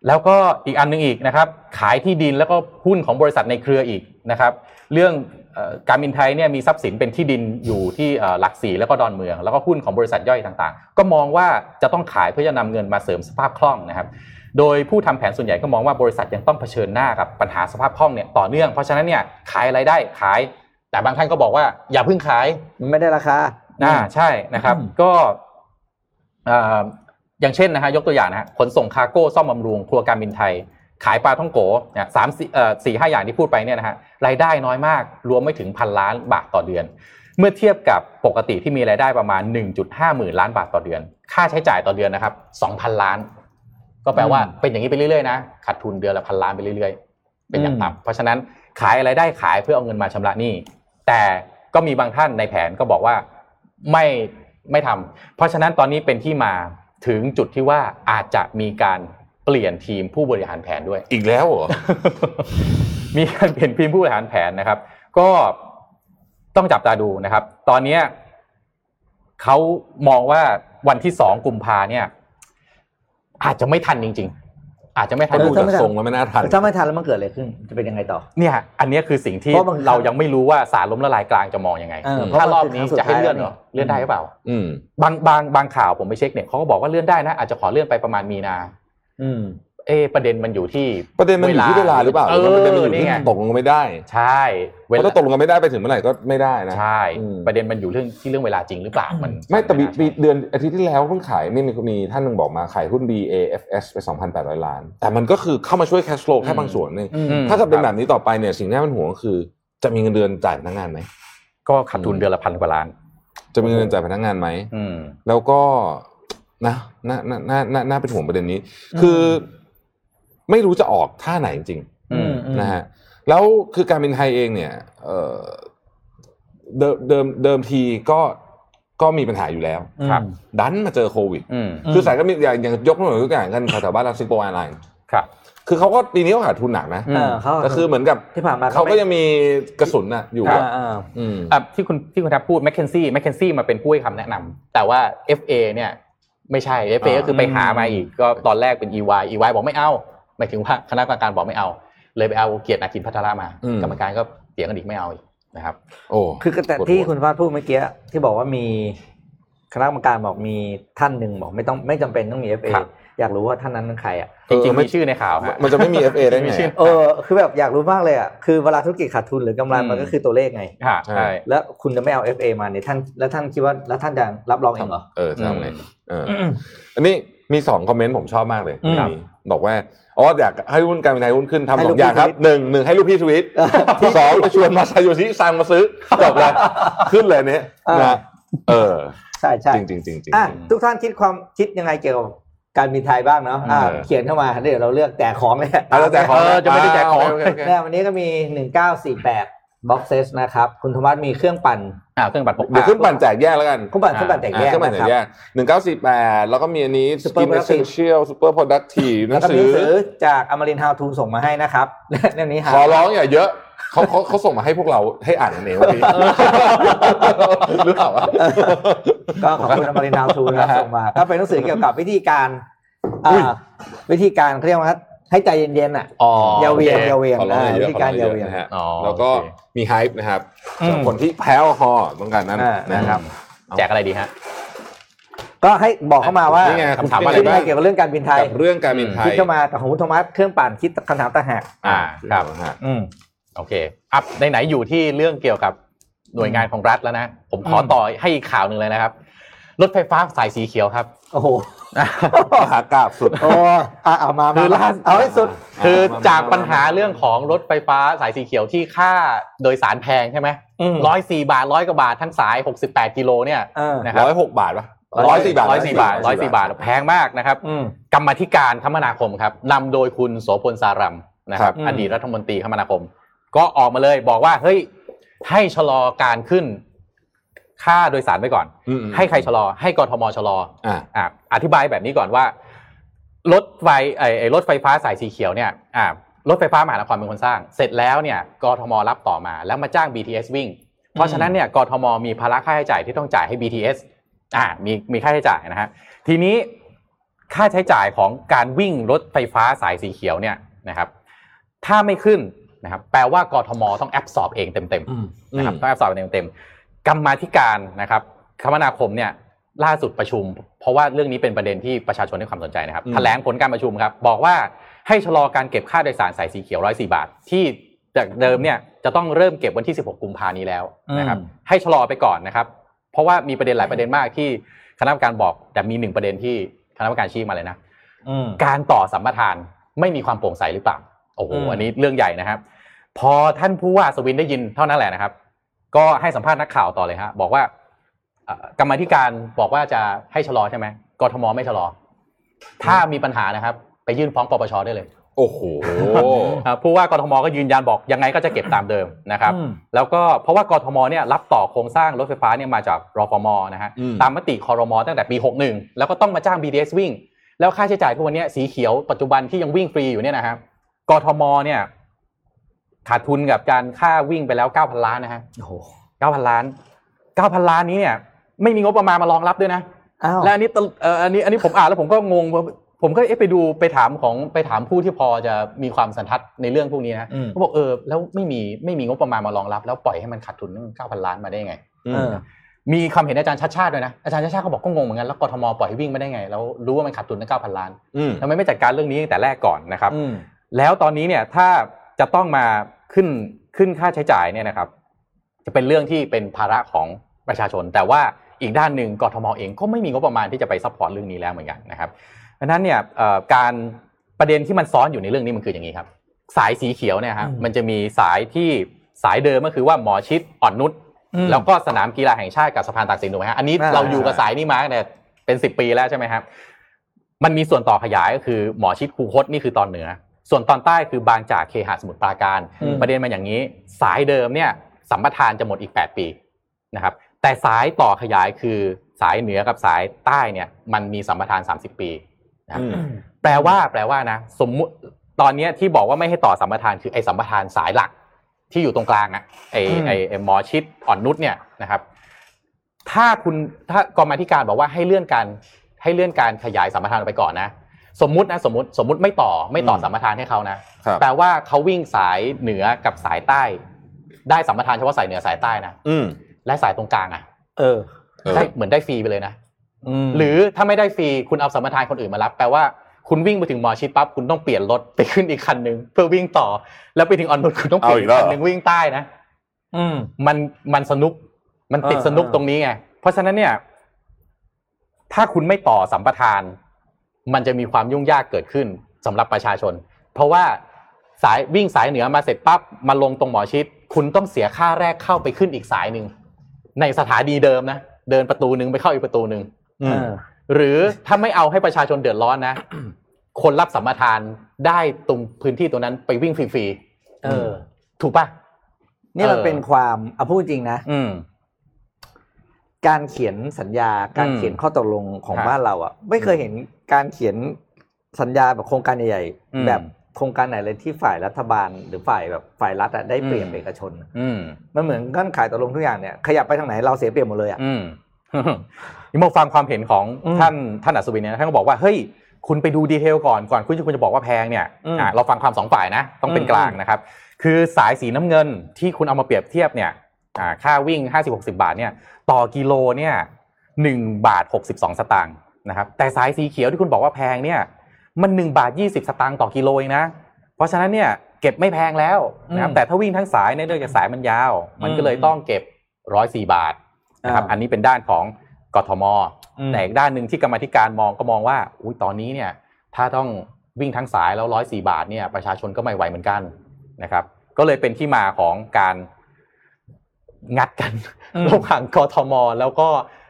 Speaker 4: แล้วก็อีกอันหนึงอีกนะครับ ขายที่ดินแล้วก็หุ้นของบริษัทในเครืออีกนะครับ เรื่องเอ่อการบินไทยเนี่ยมีทรัพย์สินเป็นที่ดินอยู่ที่เอ่อหลักสี่แล้วก็ดอนเมือง แล้วก็หุ้นของบริษัทย่อยต่างๆ ก็มองว่าจะต้องขายเพื่อจะนำเงินมาเสริมสภาพคล่องนะครับ โดยผู้ทำแผนส่วนใหญ่ก็มองว่าบริษัทยังต้องเผชิญหน้ากับปัญหาสภาพคล่องเนี่ยต่อเนื่องเพราะฉะนั้นเนี่ยขายอะไรได้ขาย แต่บางท่านก็บอกว่าอย่าเพิ่งขาย
Speaker 2: มันไม่ได้ราคา
Speaker 4: อ่าใช่นะครับ
Speaker 2: อืม
Speaker 4: ก็เอ่ออย่างเช่นนะฮะยกตัวอย่างนะฮะขนส่งคาร์โก้ซ่อมบำรุงครัวการบินไทย ขายปลาท่องโกเนี่ยสามสี่เอ่อสี่ห้าอย่างที่พูดไปเนี่ยนะฮะรายได้น้อยมาก รวมไม่ถึงพันล้านบาทต่อเดือน เมื่อเทียบกับปกติที่มีรายได้ประมาณ 1.5หมื่นล้านบาทต่อเดือน ค่าใช้จ่ายต่อเดือนนะครับ2,000 ล้าน ก็แปลว่าเป็นอย่างนี้ไปเรื่อยๆนะขาดทุนเดือนละพันล้านไปเรื่อยๆ เป็นอย่างต่ำเพราะฉะนั้นขายอะไรได้ขายเพื่อเอาเงินมาชำระหนี้ แต่ก็มีบางท่านในแผนก็บอกว่าไม่ไม่ทำเพราะฉะนั้นตอนนี้เป็นที่มาถึงจุดที่ว่าอาจจะมีการเปลี่ยนทีมผู้บริหารแผนด้วย
Speaker 3: อีกแล้วเหรอ
Speaker 4: มีการเปลี่ยนพิมพ์ผู้บริหารแผนนะครับ ก็ต้องจับตาดูนะครับ ตอนเนี้ยเขามองว่าวันที่สองกุมภาเนี่ย อาจจะไม่ทันจริง ๆ อาจจะไม่ทั
Speaker 3: ถ้าน ดู
Speaker 4: จริงๆ
Speaker 3: จากทรงแล้วไม่น่าทัน
Speaker 2: ถ้าไม่ทันแล้วมันเกิดอะไรขึ้น จะเป็นยังไงต่อ
Speaker 4: เนี่ยอันเนี้ยคือสิ่งที่
Speaker 2: เพราะบางครั้ง
Speaker 4: เรายังไม่รู้ว่าสารล้มละลายกลางจะมองยังไง
Speaker 2: เออ
Speaker 4: ถ้า
Speaker 2: เพ
Speaker 4: ร
Speaker 2: ราะ
Speaker 4: อบ
Speaker 2: มัน
Speaker 4: นี้
Speaker 2: คือ
Speaker 4: จะให้เลื่อนเหรอ
Speaker 2: ครั้งสุดท้าย
Speaker 4: เลื่อนได้หรือเปล่า
Speaker 3: อืม
Speaker 4: บางบางบางข่าวผมไปเช็คเนี่ยเขาก็บอกว่าเลื่อนได้นะ อาจจะขอเลื่อนไปประมาณมีนา
Speaker 2: อืม
Speaker 4: เอะประเด็นมันอยู่ที่
Speaker 3: ประเด็นมันอยู่ที่เวลาหรือเปล่า
Speaker 4: เอ
Speaker 3: หรืออมันประเด็นมันอยู่ที่
Speaker 4: นี่ไง
Speaker 3: ตกลงกันไม่ได้
Speaker 4: ใช่
Speaker 3: เพราะถ้าตกลงกันไม่ได้ไปถึงเมื่อไหร่ก็ไม่ได้นะ
Speaker 4: ใช่
Speaker 3: อืม
Speaker 4: ประเด็นมันอยู่เรื่องที่เรื่องเวลาจริงหรือเปล่ามัน
Speaker 3: ไม่แต่ปี
Speaker 4: น่า
Speaker 3: ปี
Speaker 4: เชื่อ
Speaker 3: เดือนอาทิตย์ที่แล้วเพิ่งขายนี่มีมีท่านหนึ่งบอกมาขายหุ้น BAFS ไป 2,800 ล้าน แต่มันก็คือเข้ามาช่วยแคช l ฟลแค่
Speaker 4: อืม
Speaker 3: บางส่วนนี่
Speaker 4: อืม
Speaker 3: ถ้าเกิดเป็นแบบนี้ต่อไปเนี่ยสิ่งที่น่าเป็นห่วงก็คือ จะมีเงินเดือนจ่ายพนักงานไหม
Speaker 4: ก็ขาดทุนเดือนละพันกว่าล้าน
Speaker 3: จะมีเงินเดือนจ่ายพนักงานไหม
Speaker 4: อืม
Speaker 3: แล้วก็นะน่าน่าน่าน่าน่าเป็นห่วงประเด็นนี้ คืออไม่รู้จะออกท่าไหนจริงๆ
Speaker 4: อืม
Speaker 3: นะฮะแล้วคือการบินไทยเองเนี่ยเอ่อเดิมเดิมเดิมทีก็ก็มีปัญหาอยู่แล้ว
Speaker 4: ครับ
Speaker 3: ดันมาเจอโควิด
Speaker 4: อืม
Speaker 2: อืม
Speaker 3: คือสายการบินอย่างอย่างยกตัวอย่างตัวอย่างกันแถวๆบ้านเราสิงคโปร์แอร์ไลน์
Speaker 4: ครับ
Speaker 3: คือเขาก็ปีนี้เขาขาดทุนหนักนะ
Speaker 4: อื
Speaker 2: เอ
Speaker 4: ม
Speaker 2: อเขา
Speaker 3: แต่คือเหมือนกับ
Speaker 2: ที่ผ่านมา
Speaker 3: เขาก็ยังมีกระสุนน่ะอยู่
Speaker 2: อ่า
Speaker 3: อะ
Speaker 2: อ่า
Speaker 3: อืม
Speaker 4: อ่ะที่คุณที่คุณทับพูดแมคเคนซี่แมคเคนซี่มาเป็นผู้ให้คำแนะนำแต่ว่า FA เนี่ยไม่ใช่ FA ก็คือไปหามาอีกก็ตอนแรกเป็น EY EY บอกไม่เอาหมายถึงว่าคณะกรรมการบอกไม่เอา เลยไปเอาเกียรตินาคินพัทรามา กรรมการก็เถียงกันอีกไม่เอาอีกนะครับ
Speaker 3: โอ้
Speaker 2: คือแต่
Speaker 3: ปวดหัว
Speaker 2: ที่คุณพาดพูดเมื่อกี้ที่บอกว่ามีคณะกรรมการบอกมีท่านหนึ่งบอกไม่ต้องไม่จำเป็นต้องมีเอฟเอ
Speaker 4: ครับ
Speaker 2: อยากรู้ว่าท่านนั้นเป็นใครอ่ะ
Speaker 4: จริงๆมีชื่อในข่าวฮะ
Speaker 3: มันจะไม่มี FA ได้
Speaker 4: ไม่
Speaker 3: ไง
Speaker 4: ใช่
Speaker 2: เออคือแบบอยากรู้มากเลยอ่ะคือเวลาธุรกิจขาดทุนหรือกำไร
Speaker 4: อืม
Speaker 2: มันก็คือตัวเลขไง
Speaker 4: ค่ะใช่
Speaker 2: แล้วคุณจะไม่เอา FA มาเนี่ยท่านแล้วท่านคิดว่าแล้วท่านจะรับรองเองเหรอ
Speaker 3: เออทำไงเออออันนี้มีสองคอมเมนต์ผมชอบมากเลย
Speaker 2: อืม
Speaker 3: วันนี้บอกว่าอ๋ออยากให้หุ้นการบินไทยหุ้นขึ้น
Speaker 2: ให้
Speaker 3: ทำส
Speaker 2: ลู
Speaker 3: อก งอย่างครับ
Speaker 2: พี่ทวิต
Speaker 3: หนึ่งหนึ่งให้ลูกพี่ทวิต สองไปชวนมาซาโยชิซังมาซื้อจบเลยขึ้นเลยเนี้ยนะเออ
Speaker 2: ใช่ใช่
Speaker 3: จริงจริงจริงจริง
Speaker 2: อ่ะทุกท่านคิดความคิดยังไงเกี่ยวกับการบินไทยบ้างเนาะอ่ะ
Speaker 3: เออ
Speaker 2: เขียนเข้ามาเดี๋ยวเราเลือกแจกของเลย
Speaker 3: เอาแล้วแจกของ
Speaker 4: เออจะไม่ได้แจกของ
Speaker 3: าโเคโอเค
Speaker 2: เนี่ยวันนี้ก็มี 1948 boxes นะครับ คุณธวัฒน์มีเครื่องปั่น
Speaker 4: อ่าเครื่องบัตรปก
Speaker 3: เดี๋ยวขึ้นปั่นแจกแยกแล้วกัน
Speaker 2: เครื่องปั่นเครื่องปั่นแตกแยก
Speaker 3: อ่ะขึ้นปั่น
Speaker 2: นะ
Speaker 3: แจ
Speaker 2: ค
Speaker 3: ก
Speaker 2: รับ
Speaker 3: แยกหนึ่งเก้าสี่แปดแล้วก็มีอันนี้ส
Speaker 2: Super
Speaker 3: กินเอ
Speaker 2: Productive
Speaker 3: เซนเชียลซูเปอร์โปรดักทีฟหนั
Speaker 2: แล้ว
Speaker 3: ง
Speaker 2: ก็
Speaker 3: สื
Speaker 2: มีหนั
Speaker 3: อ
Speaker 2: งสือจากอมรินทาวทูส่งมาให้นะครับ และเรื่องนี้หา
Speaker 3: ขอร้องอย่าเยอะเขาเขาเขาส่งมาให้พวกเราให้อ่านกันเองวะพี่หรือเปล่าวะ
Speaker 2: ก็ขอบคุณอมรินทาวทูนะครับ
Speaker 3: นะฮะ
Speaker 2: ส่งมา ก็เป็นหนังสือเกี่ยวกับวิธีการอ่า
Speaker 3: อุ้ย
Speaker 2: วิธีการเขาเรียกว่าให้ใจเย็นๆอ่ะ
Speaker 4: อ๋อ
Speaker 2: อ
Speaker 4: อ
Speaker 2: ย่าเวียงอย่าเวียง
Speaker 3: ขอร้องอย่า
Speaker 2: อ่า
Speaker 3: เย
Speaker 2: วิ
Speaker 3: อะ
Speaker 2: ธี
Speaker 3: ขอร้
Speaker 2: กา
Speaker 3: อ
Speaker 2: รงอ
Speaker 3: อ
Speaker 2: ย่า
Speaker 3: ย่าเย
Speaker 2: เวียง
Speaker 3: อะนะฮะ
Speaker 4: อ๋อ
Speaker 3: แล้วก็
Speaker 4: โอเค
Speaker 3: มีไฮป์นะครับสำหรับ
Speaker 2: อืม
Speaker 3: คนที่แพ้แอลกอฮอล์ต้องการนั้น
Speaker 2: อ่า
Speaker 3: นะค
Speaker 4: ค
Speaker 3: รั
Speaker 4: รับ บแจกอะไรดีฮะ
Speaker 2: ก็ให้บอกเข้ามาว่า
Speaker 3: นี่ไงคุณ
Speaker 4: ถามว่า
Speaker 2: คิด
Speaker 3: บ้
Speaker 2: ยังไงเกี่ยวกับเรื่องการบินไทย
Speaker 3: กับเรื่องการบินไท
Speaker 2: คิด
Speaker 3: ย
Speaker 2: เข้ามาแต่ของคุณธวัฒน์เครื่องปั่นคิดคำถามต่างหาก
Speaker 4: อ่าครับ
Speaker 3: ฮะ
Speaker 2: อืม
Speaker 4: โอเคอัพไหนๆอยู่ที่เรื่องเกี่ยวกับหน่วยงานของรัฐแล้วนะ ผมขออ
Speaker 2: ม
Speaker 4: ต่อให้อีกข่าวหนึ่งเลยนะครับ รถไฟฟ้าสายสีเขียวครับ
Speaker 2: โอ้โห
Speaker 3: มหากราบสุด
Speaker 2: โอ้อ่ะเอามา
Speaker 4: คือล่า
Speaker 2: เอาให้สุด
Speaker 4: คือ
Speaker 3: มา
Speaker 4: จากปัญหา
Speaker 3: มามา
Speaker 4: เรื่องของรถไฟฟ้าสายสีเขียวที่ค่าโดยสารแพงใช่ไหม
Speaker 2: อืม
Speaker 4: ร้อยสี่บาทร้อยกว่าบาททั้งสาย 68 กิโลเนี่ย
Speaker 2: เออ
Speaker 4: นะค
Speaker 3: ร้
Speaker 4: รับ
Speaker 3: อยหกบาทปะ
Speaker 2: ร้
Speaker 3: ร้
Speaker 2: อ
Speaker 3: อย ยสี่บาท
Speaker 4: ร้อยสี่บาทร้อยสี่บาทแพงมากนะครับ
Speaker 2: อืม
Speaker 4: กรรมาธิการคมนาคมครับนำโดยคุณโสพลสารัมนะครับ
Speaker 2: ครับ
Speaker 4: อดีตรัฐมนตรีคมนาคม ก็ออกมาเลยบอกว่าเฮ้ยให้ชะลอการขึ้น ค่าโดยสารไว้ก่อน
Speaker 3: อืมอืม
Speaker 4: ให้ใครชะลอ ให้กทมชะลอ
Speaker 3: อ่า
Speaker 4: อ่ะอธิบายแบบนี้ก่อนว่ารถไฟไอ้ไอ้รถไฟฟ้าสายสีเขียวเนี่ยอ่ารถไฟฟ้ามหานครเป็นคนสร้าง เสร็จแล้วเนี่ยกทมรับต่อมา แล้วมาจ้าง BTS วิ่ง เพราะฉะนั้นเนี่ยกทมมีภาระค่าใช้จ่ายที่ต้องจ่ายให้ BTS อ่ามีมีค่าใช้จ่ายนะฮะ ทีนี้ค่าใช้จ่ายของการวิ่งรถไฟฟ้าสายสีเขียวเนี่ยนะครับถ้าไม่ขึ้นนะครับแปลว่ากทมต้องแอบสอบเองเต็ม
Speaker 2: อืม
Speaker 4: ๆนะครับต้องแอบสอบเองเต็มๆกรรมาธิการนะครับคมนาคมเนี่ยล่าสุดประชุม เพราะว่าเรื่องนี้เป็นประเด็นที่ประชาชนให้ความสนใจนะครับ
Speaker 3: อืม
Speaker 4: แถลงผลการประชุมครับบอกว่าให้ชะลอการเก็บค่าโดยสารสายสีเขียวร้อยสี่บาท ที่จากเดิมเนี่ยจะต้องเริ่มเก็บวันที่ 16 กุมภานี้แล้วนะครับ
Speaker 2: อืม
Speaker 4: ให้ชะลอไปก่อนนะครับ เพราะว่ามีประเด็นหลายประเด็นมากที่คณะกรรมการบอก แต่มีหนึ่งประเด็นที่คณะกรรมการชี้มาเลยนะ
Speaker 2: อืม
Speaker 4: การต่อสัมปทานไม่มีความโปร่งใสหรือเปล่า โอ้โห
Speaker 2: อืม
Speaker 4: อันนี้เรื่องใหญ่นะครับ พอท่านผู้ว่าสวินได้ยินเท่านั้นแหละนะครับ ก็ให้สัมภาษณ์นักข่าวต่อเลยฮะ บอกว่าเอ่อกรรมาธิการบอกว่าจะให้ชะลอใช่ไหมกทมไม่ชะลอ ถ้ามีปัญหานะครับ ไปยื่นฟ้องปปชได้เลย
Speaker 3: โอ้โห
Speaker 4: อ่าผู้ว่ากทมก็ยืนยันบอกยังไงก็จะเก็บตามเดิมนะครับ
Speaker 2: อืม
Speaker 4: แล้วก็เพราะว่ากทมเนี่ยรับต่อโครงสร้างรถไฟฟ้าเนี่ยมาจากรฟมนะฮะ
Speaker 3: อืม
Speaker 4: ตามมติคอรมอตั้งแต่ปี 61 แล้วก็ต้องมาจ้าง BDS วิ่ง แล้วค่าใช้จ่ายทุกวันเนี้ยสีเขียวปัจจุบันที่ยังวิ่งฟรีอยู่เนี่ยนะครับกทมเนี่ย ขาดทุนกับการค่าวิ่งไปแล้ว 9,000 ล้านนะฮะ
Speaker 2: โอ้โห
Speaker 4: 9,000 ล้าน 9,000 ล้านนี้เนี่ย ไม่มีงบประมาณมารองรับด้วยนะ
Speaker 2: อ้าว
Speaker 4: และอันนี้ตลเอ่ออันนี้อันนี้ผมอ่านแล้วผมก็งงผมผมก็เอ๊ะไปดูไปถามของไปถามผู้ที่พอจะมีความสันทัดในเรื่องพวกนี้นะ
Speaker 3: อืม
Speaker 4: เขาบอกเออแล้วไม่มีไม่มีงบประมาณมารองรับ แล้วปล่อยให้มันขาดทุนตั้งเก้าพันล้านมาได้ยังไง
Speaker 3: อื
Speaker 2: เอ
Speaker 3: ม
Speaker 2: อ
Speaker 4: มีคำเห็นอาจารย์ชัดชาติด้วยนะอาจารย์ชัดชาติเขาบอกก็งงเหมือนกันแล้วกทมปล่อยให้วิ่งมาได้ไง แล้วรู้ว่ามันขาดทุนตั้งเก้าพันล้าน
Speaker 3: อืม
Speaker 4: ทำไมไม่จัดการเรื่องนี้ตั้งแต่แรกก่อนนะครับ
Speaker 3: อืม
Speaker 4: แล้วตอนนี้เนี่ยถ้าจะต้องมาขึ้นขึ้นค่าใช้จ่ายเนี่ยนะครับ จะเป็นเรื่องที่เป็นภาระของประชาชน แต่ว่าอีกด้านหนึ่งกทมเองก็ไม่มีงบประมาณที่จะไปซัพพอร์ตเรื่องนี้แล้วเหมือนกันนะครับดังนั้นเนี่ยเอ่อการประเด็นที่มันซ้อนอยู่ในเรื่องนี้มันคืออย่างนี้ครับ สายสีเขียวเนี่ยฮะ
Speaker 2: อืม
Speaker 4: มันจะมีสายที่สายเดิมก็คือว่าหมอชิดอ่อนนุช
Speaker 2: อืม
Speaker 4: แล้วก็สนามกีฬาแห่งชาติกับสะพานตากสินถูกไหมฮะอันนี้
Speaker 2: อ่า
Speaker 4: เราอยู่กับสายนี้มาเนี่ยเป็นสิบปีแล้วใช่ไหมครับ มันมีส่วนต่อขยายก็คือหมอชิดคูคตนี่คือตอนเหนือ ส่วนตอนใต้คือบางจากเคหะสมุทรปราการ
Speaker 2: อืม
Speaker 4: ประเด็นมันอย่างนี้ สายเดิมเนี่ยสัมปทานจะหมดอีก 8 ปีนะครับ แต่สายต่อขยายคือสายเหนือกับสายใต้เนี่ยมันมีสัมปทาน 30 ปีนะครับ
Speaker 3: อืม
Speaker 4: แปลว่าแปลว่านะ สมมุติตอนเนี้ยที่บอกว่าไม่ให้ต่อสัมปทานคือไอ้สัมปทานสายหลักที่อยู่ตรงกลางอะไอ้ไอ้ไอ้หมอชิดอ่อนนุชเนี่ยนะครับ ถ้าคุณถ้ากองมาธิการบอกว่าให้เลื่อนการให้เลื่อนการขยายสัมปทานออกไปก่อนนะ สมมุตินะสมมติสมมติไม่ต่อไม่ต่ออ
Speaker 3: ม
Speaker 4: สัมปทานให้เขานะ
Speaker 3: ครับ
Speaker 4: แปลว่าเขาวิ่งสายเหนือกับสายใต้ ได้สัมปทานเฉพาะสายเหนือสายใต้นะ
Speaker 3: อืม
Speaker 4: และสายตรงกลางอ่ะ
Speaker 2: เออ
Speaker 3: เออ
Speaker 4: ได้เหมือนได้ฟรีไปเลยนะ
Speaker 2: ม
Speaker 4: หรือถ้าไม่ได้ฟรีคุณเอาสัมปทานคนอื่นมารับ แปลว่าคุณวิ่งไปถึงหมอชิดปั๊บคุณต้องเปลี่ยนรถ ไปขึ้นอีกคันหนึ่งเพื่อวิ่งต่อ แล้วไปถึงออนนุชคุณต้องเปลี่ยนอีกคันหนึ่งวิ่งใต้นะ
Speaker 2: อืม
Speaker 4: มันมันสนุกมันติด
Speaker 2: เออ
Speaker 4: สนุก
Speaker 2: เออ
Speaker 4: ตรงนี้ไงเพราะฉะนั้นเนี่ย ถ้าคุณไม่ต่อสัมปทาน มันจะมีความยุ่งยากเกิดขึ้นสำหรับประชาชน เพราะว่าสายวิ่งสายเหนือมาเสร็จปั๊บมาลงตรงหมอชิด คุณต้องเสียค่าแรกเข้าไปขึ้นอีกสายหนึ่งในสถานีเดิมนะเดินประตูหนึ่งไปเข้าอีกประตูหนึ่ง
Speaker 3: อื
Speaker 2: เอ
Speaker 3: ม
Speaker 2: อ
Speaker 4: หรือถ้าไม่เอาให้ประชาชนเดือดร้อนนะ คนรับสัมปทานได้ตรงพื้นที่ตรงนั้นไปวิ่งฟรี
Speaker 2: เออ
Speaker 4: ๆถูกป่ะ
Speaker 2: นี่มัน
Speaker 4: เออ
Speaker 2: เป็นความเอาพูดจริงนะ
Speaker 4: อืม
Speaker 2: การเขียนสัญญาการ
Speaker 4: อืม
Speaker 2: เขียนข้อตกลงของ
Speaker 4: ครับ
Speaker 2: บ้านเราอ่ะ ไม่เคยเห็นการเขียนสัญญาแบบโครงการใหญ่
Speaker 4: อืม
Speaker 2: ๆแบบโครงการไหนเลยที่ฝ่ายรัฐบาล หรือฝ่ายแบบฝ่ายรัฐอะได้เปรียบ
Speaker 4: อืม
Speaker 2: เอกชน
Speaker 4: อืม
Speaker 2: มันเหมือนเงื่อนไขตกลงทุกอย่างเนี่ยขยับไปทางไหนเราเสียเปรียบหมดเลยอ่ะ
Speaker 4: อืม นี่มาฟังความเห็นของ
Speaker 2: อืม
Speaker 4: ท่านท่านอัศวินเนี่ยนะท่านก็บอกว่าเฮ้ยคุณไปดูดีเทลก่อนก่อนคุณคุณจะบอกว่าแพงเนี่ย
Speaker 2: อืม
Speaker 4: อ่ะเราฟังความสองฝ่ายนะ ต้องเป็น
Speaker 2: อืม
Speaker 4: กลางนะครับ คือสายสีน้ำเงินที่คุณเอามาเปรียบเทียบเนี่ยอ่าค่าวิ่ง 50 60 บาทเนี่ย ต่อกิโลเนี่ย1บาท 62 สตางค์นะครับแต่สายสีเขียวที่คุณบอกว่าแพงเนี่ยมัน1บาท 20 สตางค์ต่อกิโลเองนะ เพราะฉะนั้นเนี่ยเก็บไม่แพงแล้วนะครับแต่ถ้าวิ่งทั้งสายเนี่ยเนื่องจากสายมันยาว มันก็เลยต้องเก็บ 104 บาท นะครับ
Speaker 2: อ่า
Speaker 4: อันนี้เป็นด้านของกทม
Speaker 2: อืม
Speaker 4: แต่อีกด้านหนึ่งที่กรรมาธิการมองก็มองว่าอุยตอนนี้เนี่ย ถ้าต้องวิ่งทั้งสายแล้วร้อยสี่บาทเนี่ย ประชาชนก็ไม่ไหวเหมือนกันนะครับ ก็เลยเป็นที่มาของการงัดกัน
Speaker 2: อืม
Speaker 4: ระหว่างกทม แล้วก็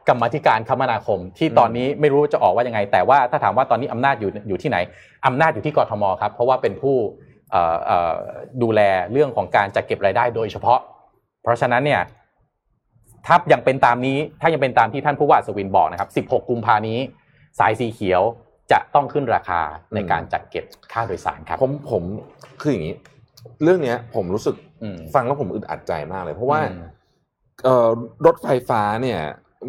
Speaker 4: กรรมาธิการคมนาคม ที่ตอนนี้ไม่รู้จะออกว่ายังไง แต่ว่าถ้าถามว่าตอนนี้อำนาจอยู่อยู่ที่ไหนอำนาจอยู่ที่กทมครับ เพราะว่าเป็นผู้เอ่อเอ่อดูแลเรื่องของการจัดเก็บรายได้โดยเฉพาะ เพราะฉะนั้นเนี่ยถ้ายังเป็นตามนี้ ถ้ายังเป็นตามที่ท่านผู้ว่าสวินบอกนะครับ 16 กุมภานี้ สายสีเขียวจะต้องขึ้นราคาในการจัดเก็บค่าโดยสารครับ
Speaker 3: ผมผมคืออย่างนี้ เรื่องเนี้ย ผมรู้สึก
Speaker 4: อืม
Speaker 3: ฟังแล้วผมอึดอัดใจมากเลย เพราะว่า
Speaker 4: อืม
Speaker 3: เอ่อรถไฟฟ้าเนี่ย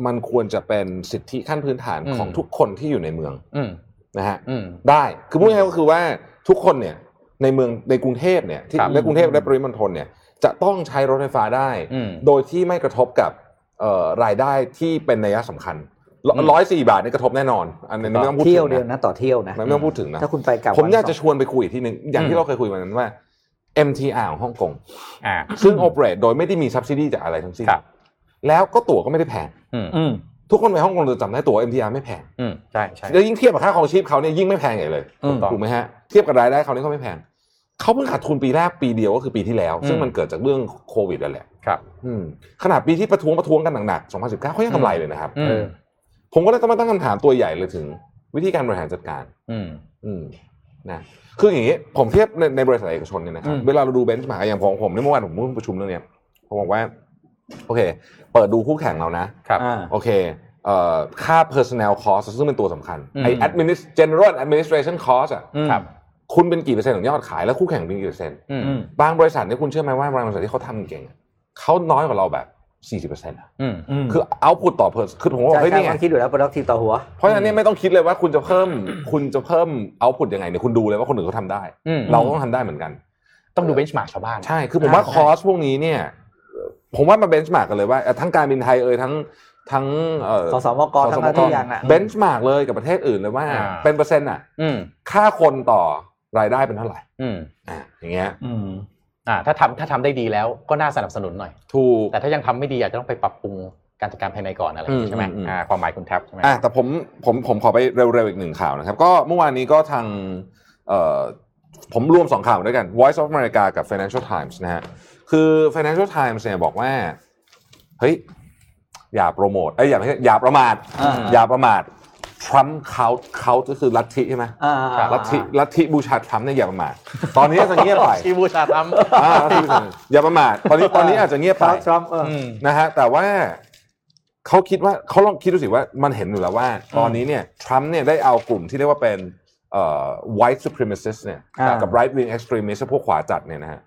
Speaker 3: มันควรจะเป็นสิทธิขั้นพื้นฐาน
Speaker 4: อืม
Speaker 3: ของทุกคนที่อยู่ในเมือง
Speaker 4: อืม
Speaker 3: นะฮะ
Speaker 4: อืม
Speaker 3: ได้คือพูดง่ายๆก็คือว่าทุกคนเนี่ยในเมืองในกรุงเทพเนี่ยที่
Speaker 4: ครับ
Speaker 3: ในกรุงเทพและปริมณฑลเนี่ยจะต้องใช้รถไฟฟ้าได้
Speaker 4: อืม
Speaker 3: โดยที่ไม่กระทบกับเอ่อรายได้ที่เป็นนัยสำคัญ
Speaker 4: อืม
Speaker 3: ร้อยสี่บาทเนี่ยกระทบแน่นอน อันนี้ไม่ต้องพูดถึ
Speaker 2: เที่ยว
Speaker 3: ง
Speaker 2: เดียว
Speaker 3: นะ
Speaker 2: นะต่อเที่ยวนะ
Speaker 3: ไม่ต้องพูดถึงนะ
Speaker 2: ถ้าคุณไปกลับ
Speaker 3: ผมอยาก
Speaker 2: วัน
Speaker 3: จะ
Speaker 2: ส
Speaker 3: ชวนไปคุยอีกที่หนึ่งอย่าง
Speaker 4: อื
Speaker 3: ที่
Speaker 4: ม
Speaker 3: เราเคยคุยวันนั้นว่า MTR ของฮ่องกง
Speaker 4: อ่า
Speaker 3: ซึ่งโอเปเรตโดยไม่ได้มี subsidy จากอะไรทั้งสิ้น
Speaker 4: ครับ
Speaker 3: แล้วก็ตั๋วก็ไม่ได้แพง
Speaker 4: อืม
Speaker 2: อืม
Speaker 3: ทุกคนไปฮ่องกงจะจำได้ตั๋ว MTR ไม่แพง
Speaker 4: อืมใช่ใช่
Speaker 3: แล้วยิ่งเทียบกับค่าของชีพเขาเนี่ยยิ่งไม่แพงใหญ่เลย
Speaker 2: อืม
Speaker 3: ถูกไหมฮะเทียบกับรายได้เขาเนี่ยก็ไม่แพงเขาเพิ่งขาดทุนปีแรกปีเดียวก็คือปีที่แล้ว
Speaker 4: อืม
Speaker 3: ซึ่งมันเกิดจากเรื่องโควิดนั่นแหละ
Speaker 4: ครับ
Speaker 3: อืมขนาดปีที่ประท้วงประท้วงกันหนักๆ2019เขายังกำไรเลยนะครับ
Speaker 4: อืม
Speaker 3: เออผมก็เลยต้องมาตั้งคำถามตัวใหญ่เลยถึง วิธีการบริหารจัดการ
Speaker 4: อืม
Speaker 3: อืมนะคืออย่างนี้ผมเทียบในในบริษัทเอกชนเนี่ยนะครับ
Speaker 2: อืม
Speaker 3: เวลาเราดูเบนช์มาร์กอย่างผมผมเนี่ยเมื่อวานผมเพิ่งประชุมเรื่องเนี้ยผมบอกว่าโอเค เปิดดูคู่แข่งเรานะ
Speaker 4: ครับ
Speaker 2: อ่า
Speaker 3: โอเคเอ่อค่า personnel cost ซึ่งเป็นตัวสำคัญ
Speaker 4: อืม
Speaker 3: ไอ้ adminis general administration cost อ่ะ
Speaker 4: ครับ
Speaker 3: คุณเป็นกี่เปอร์เซ็นต์ของยอดขายแล้วคู่แข่งเป็นกี่เปอร์เซ็นต์
Speaker 4: อืม
Speaker 5: อืม
Speaker 3: บางบริษัทเนี่ยคุณเชื่อไหมว่าบางบริษัทที่เขาทำเก่งอะเขาน้อยกว่าเราแบบสี่สิบเปอร์เซ็นต์
Speaker 4: อืม
Speaker 5: อืม
Speaker 3: คือเอาพุตต่อเพอคือผมว่า
Speaker 2: ใช่
Speaker 3: เฮ้ย
Speaker 2: ใช่
Speaker 3: นี่ไง
Speaker 2: ผมคิดอยู่แล้ว productive ต่อหัว
Speaker 3: เพราะฉะนั้นเนี่ยไม่ต้องคิดเลยว่าคุณจะเพิ่ม คุณจะเพิ่มเอาพุตยังไงเนี่ยคุณดูเลยว่าคนอื่นเขาทำได้
Speaker 4: อืม
Speaker 3: เราก็ต้องทำได้เหมือนกัน
Speaker 4: ต้องดูเบนช์มาร์กชาวบ้าน
Speaker 3: ใช่ คือผมว่า
Speaker 4: ใช่
Speaker 3: คอร์สพวกนี้เนี่ย ผมว่ามาเบนช์มาร์กกันเลยว่าเอ่อทั้งการบินไทยเอ่ยทั้งทั้งเอ่อ
Speaker 2: สสมกทั้งนั้นทุกอย่างอะ
Speaker 3: เบนช์มาร์กเลยกับประเทศอื่นเลยว่า
Speaker 4: อ่า
Speaker 3: เป็นเปอร์เซ็นต์อ่ะ
Speaker 4: อืม
Speaker 3: ค่าคนต่อรายได้เป็นเท่าไหร่
Speaker 4: อืม
Speaker 3: อ่า อย่างเงี้ย
Speaker 5: อืม
Speaker 4: อ่าถ้าทำถ้าทำได้ดีแล้วก็น่าสนับสนุนหน่อย
Speaker 3: ถูก
Speaker 4: แต่ถ้ายังทำไม่ดีอาจจะต้องไปปรับปรุงการจัดการภายในก่อนอะไรอย่างนี้ใช่ไหม
Speaker 3: อืมอืม
Speaker 4: อ่าความหมายคุณแท็บใช่ไหม
Speaker 3: อ่ะแต่ผมผมผมขอไปเร็วๆอีกหนึ่งข่าวนะครับ ก็เมื่อวานนี้ก็ทางเอ่อผมรวมสองข่าวด้วยกัน Voice of America กับ Financial Times นะฮะคือ Financial Times เนี่ยบอกว่า เฮ้ย อย่าโปรโมทเอ้ยอย่าไม่ใช่อย่าประมาท
Speaker 2: อ่า
Speaker 3: อย่าประมาททรัมป์เขาเขาก็คือลัทธิใช่ไหม
Speaker 2: อ่า
Speaker 3: ลัทธิลัทธิบูชาทรัมป์เนี่ยอย่าประมาท ตอนนี้อาจจะเงียบไป
Speaker 4: ที่บูชาท
Speaker 3: อ่าลัทธิบูชา อย่าประมาทตอนนี้ตอนนี้อาจจะเงียบ
Speaker 2: ค
Speaker 3: ไป
Speaker 2: รับทรัมป์เอออ
Speaker 4: ำ
Speaker 3: นะฮะแต่ว่าเขาคิดว่าเขาลองคิดดูสิว่ามันเห็นอยู่แล้วว่า ตอนนี้เนี่ยทรัมป์เนี่ยได้เอากลุ่มที่เรียกว่าเป็นเอ่อ white supremacist เนี่ย
Speaker 5: อ่ากั
Speaker 3: กับ right wing extremist พวกขวาจัดเนี่ยนะฮะ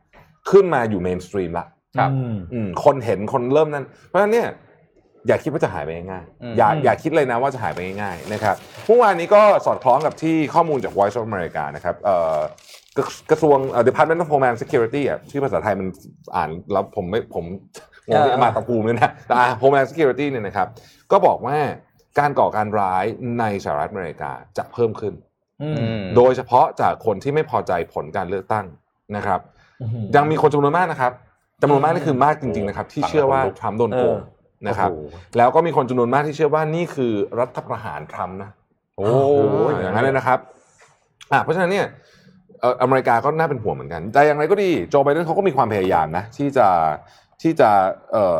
Speaker 3: ขึ้นมาอยู่ mainstream ละ
Speaker 4: ครับ
Speaker 5: อืม
Speaker 3: อืมคนเห็นคนเริ่มนั้น เพราะฉะนั้นเนี่ยอย่าคิดว่าจะหายไปง่าย
Speaker 4: อืม
Speaker 3: ๆอย่าอย่าคิดเลยนะว่าจะหายไปง่ายๆนะครับเมื่อวานนี้ก็สอดคล้องกับที่ข้อมูลจาก Voice of America นะครับเอ่อกระกระทรวงเอ่อ Department of Homeland Security อ่ะชื่อภาษาไทยมันอ่านแล้วผมไม่ผม งงที่อามาตะภูมิเลยนะแต่โฮมแลนด์ซิเคียวริตี้เนี่ยนะครับ ก็บอกว่าการก่อการร้ายในสหรัฐอเมริกาจะเพิ่มขึ้น
Speaker 5: อืม
Speaker 3: โดยเฉพาะจากคนที่ไม่พอใจผลการเลือกตั้งนะครับ ยังมีคนจำนวนมากนะครับจำนวนมากนี่คือมากจริงๆนะครับ ที่เชื่อว่าทรัมป์โดนโกงนะครับ
Speaker 4: โอ้โห
Speaker 3: แล้วก็มีคนจำนวนมากที่เชื่อว่านี่คือรัฐประหารทรัมป์นะ
Speaker 4: โอ้
Speaker 3: ยอย่างนั้นเลยนะครับอ่ะเพราะฉะนั้นเนี่ยเอ่ออเมริกาก็น่าเป็นห่วงเหมือนกัน แต่อย่างไรก็ดีโจไบเดนเขาก็มีความพยายามนะที่จะที่จะเอ่อ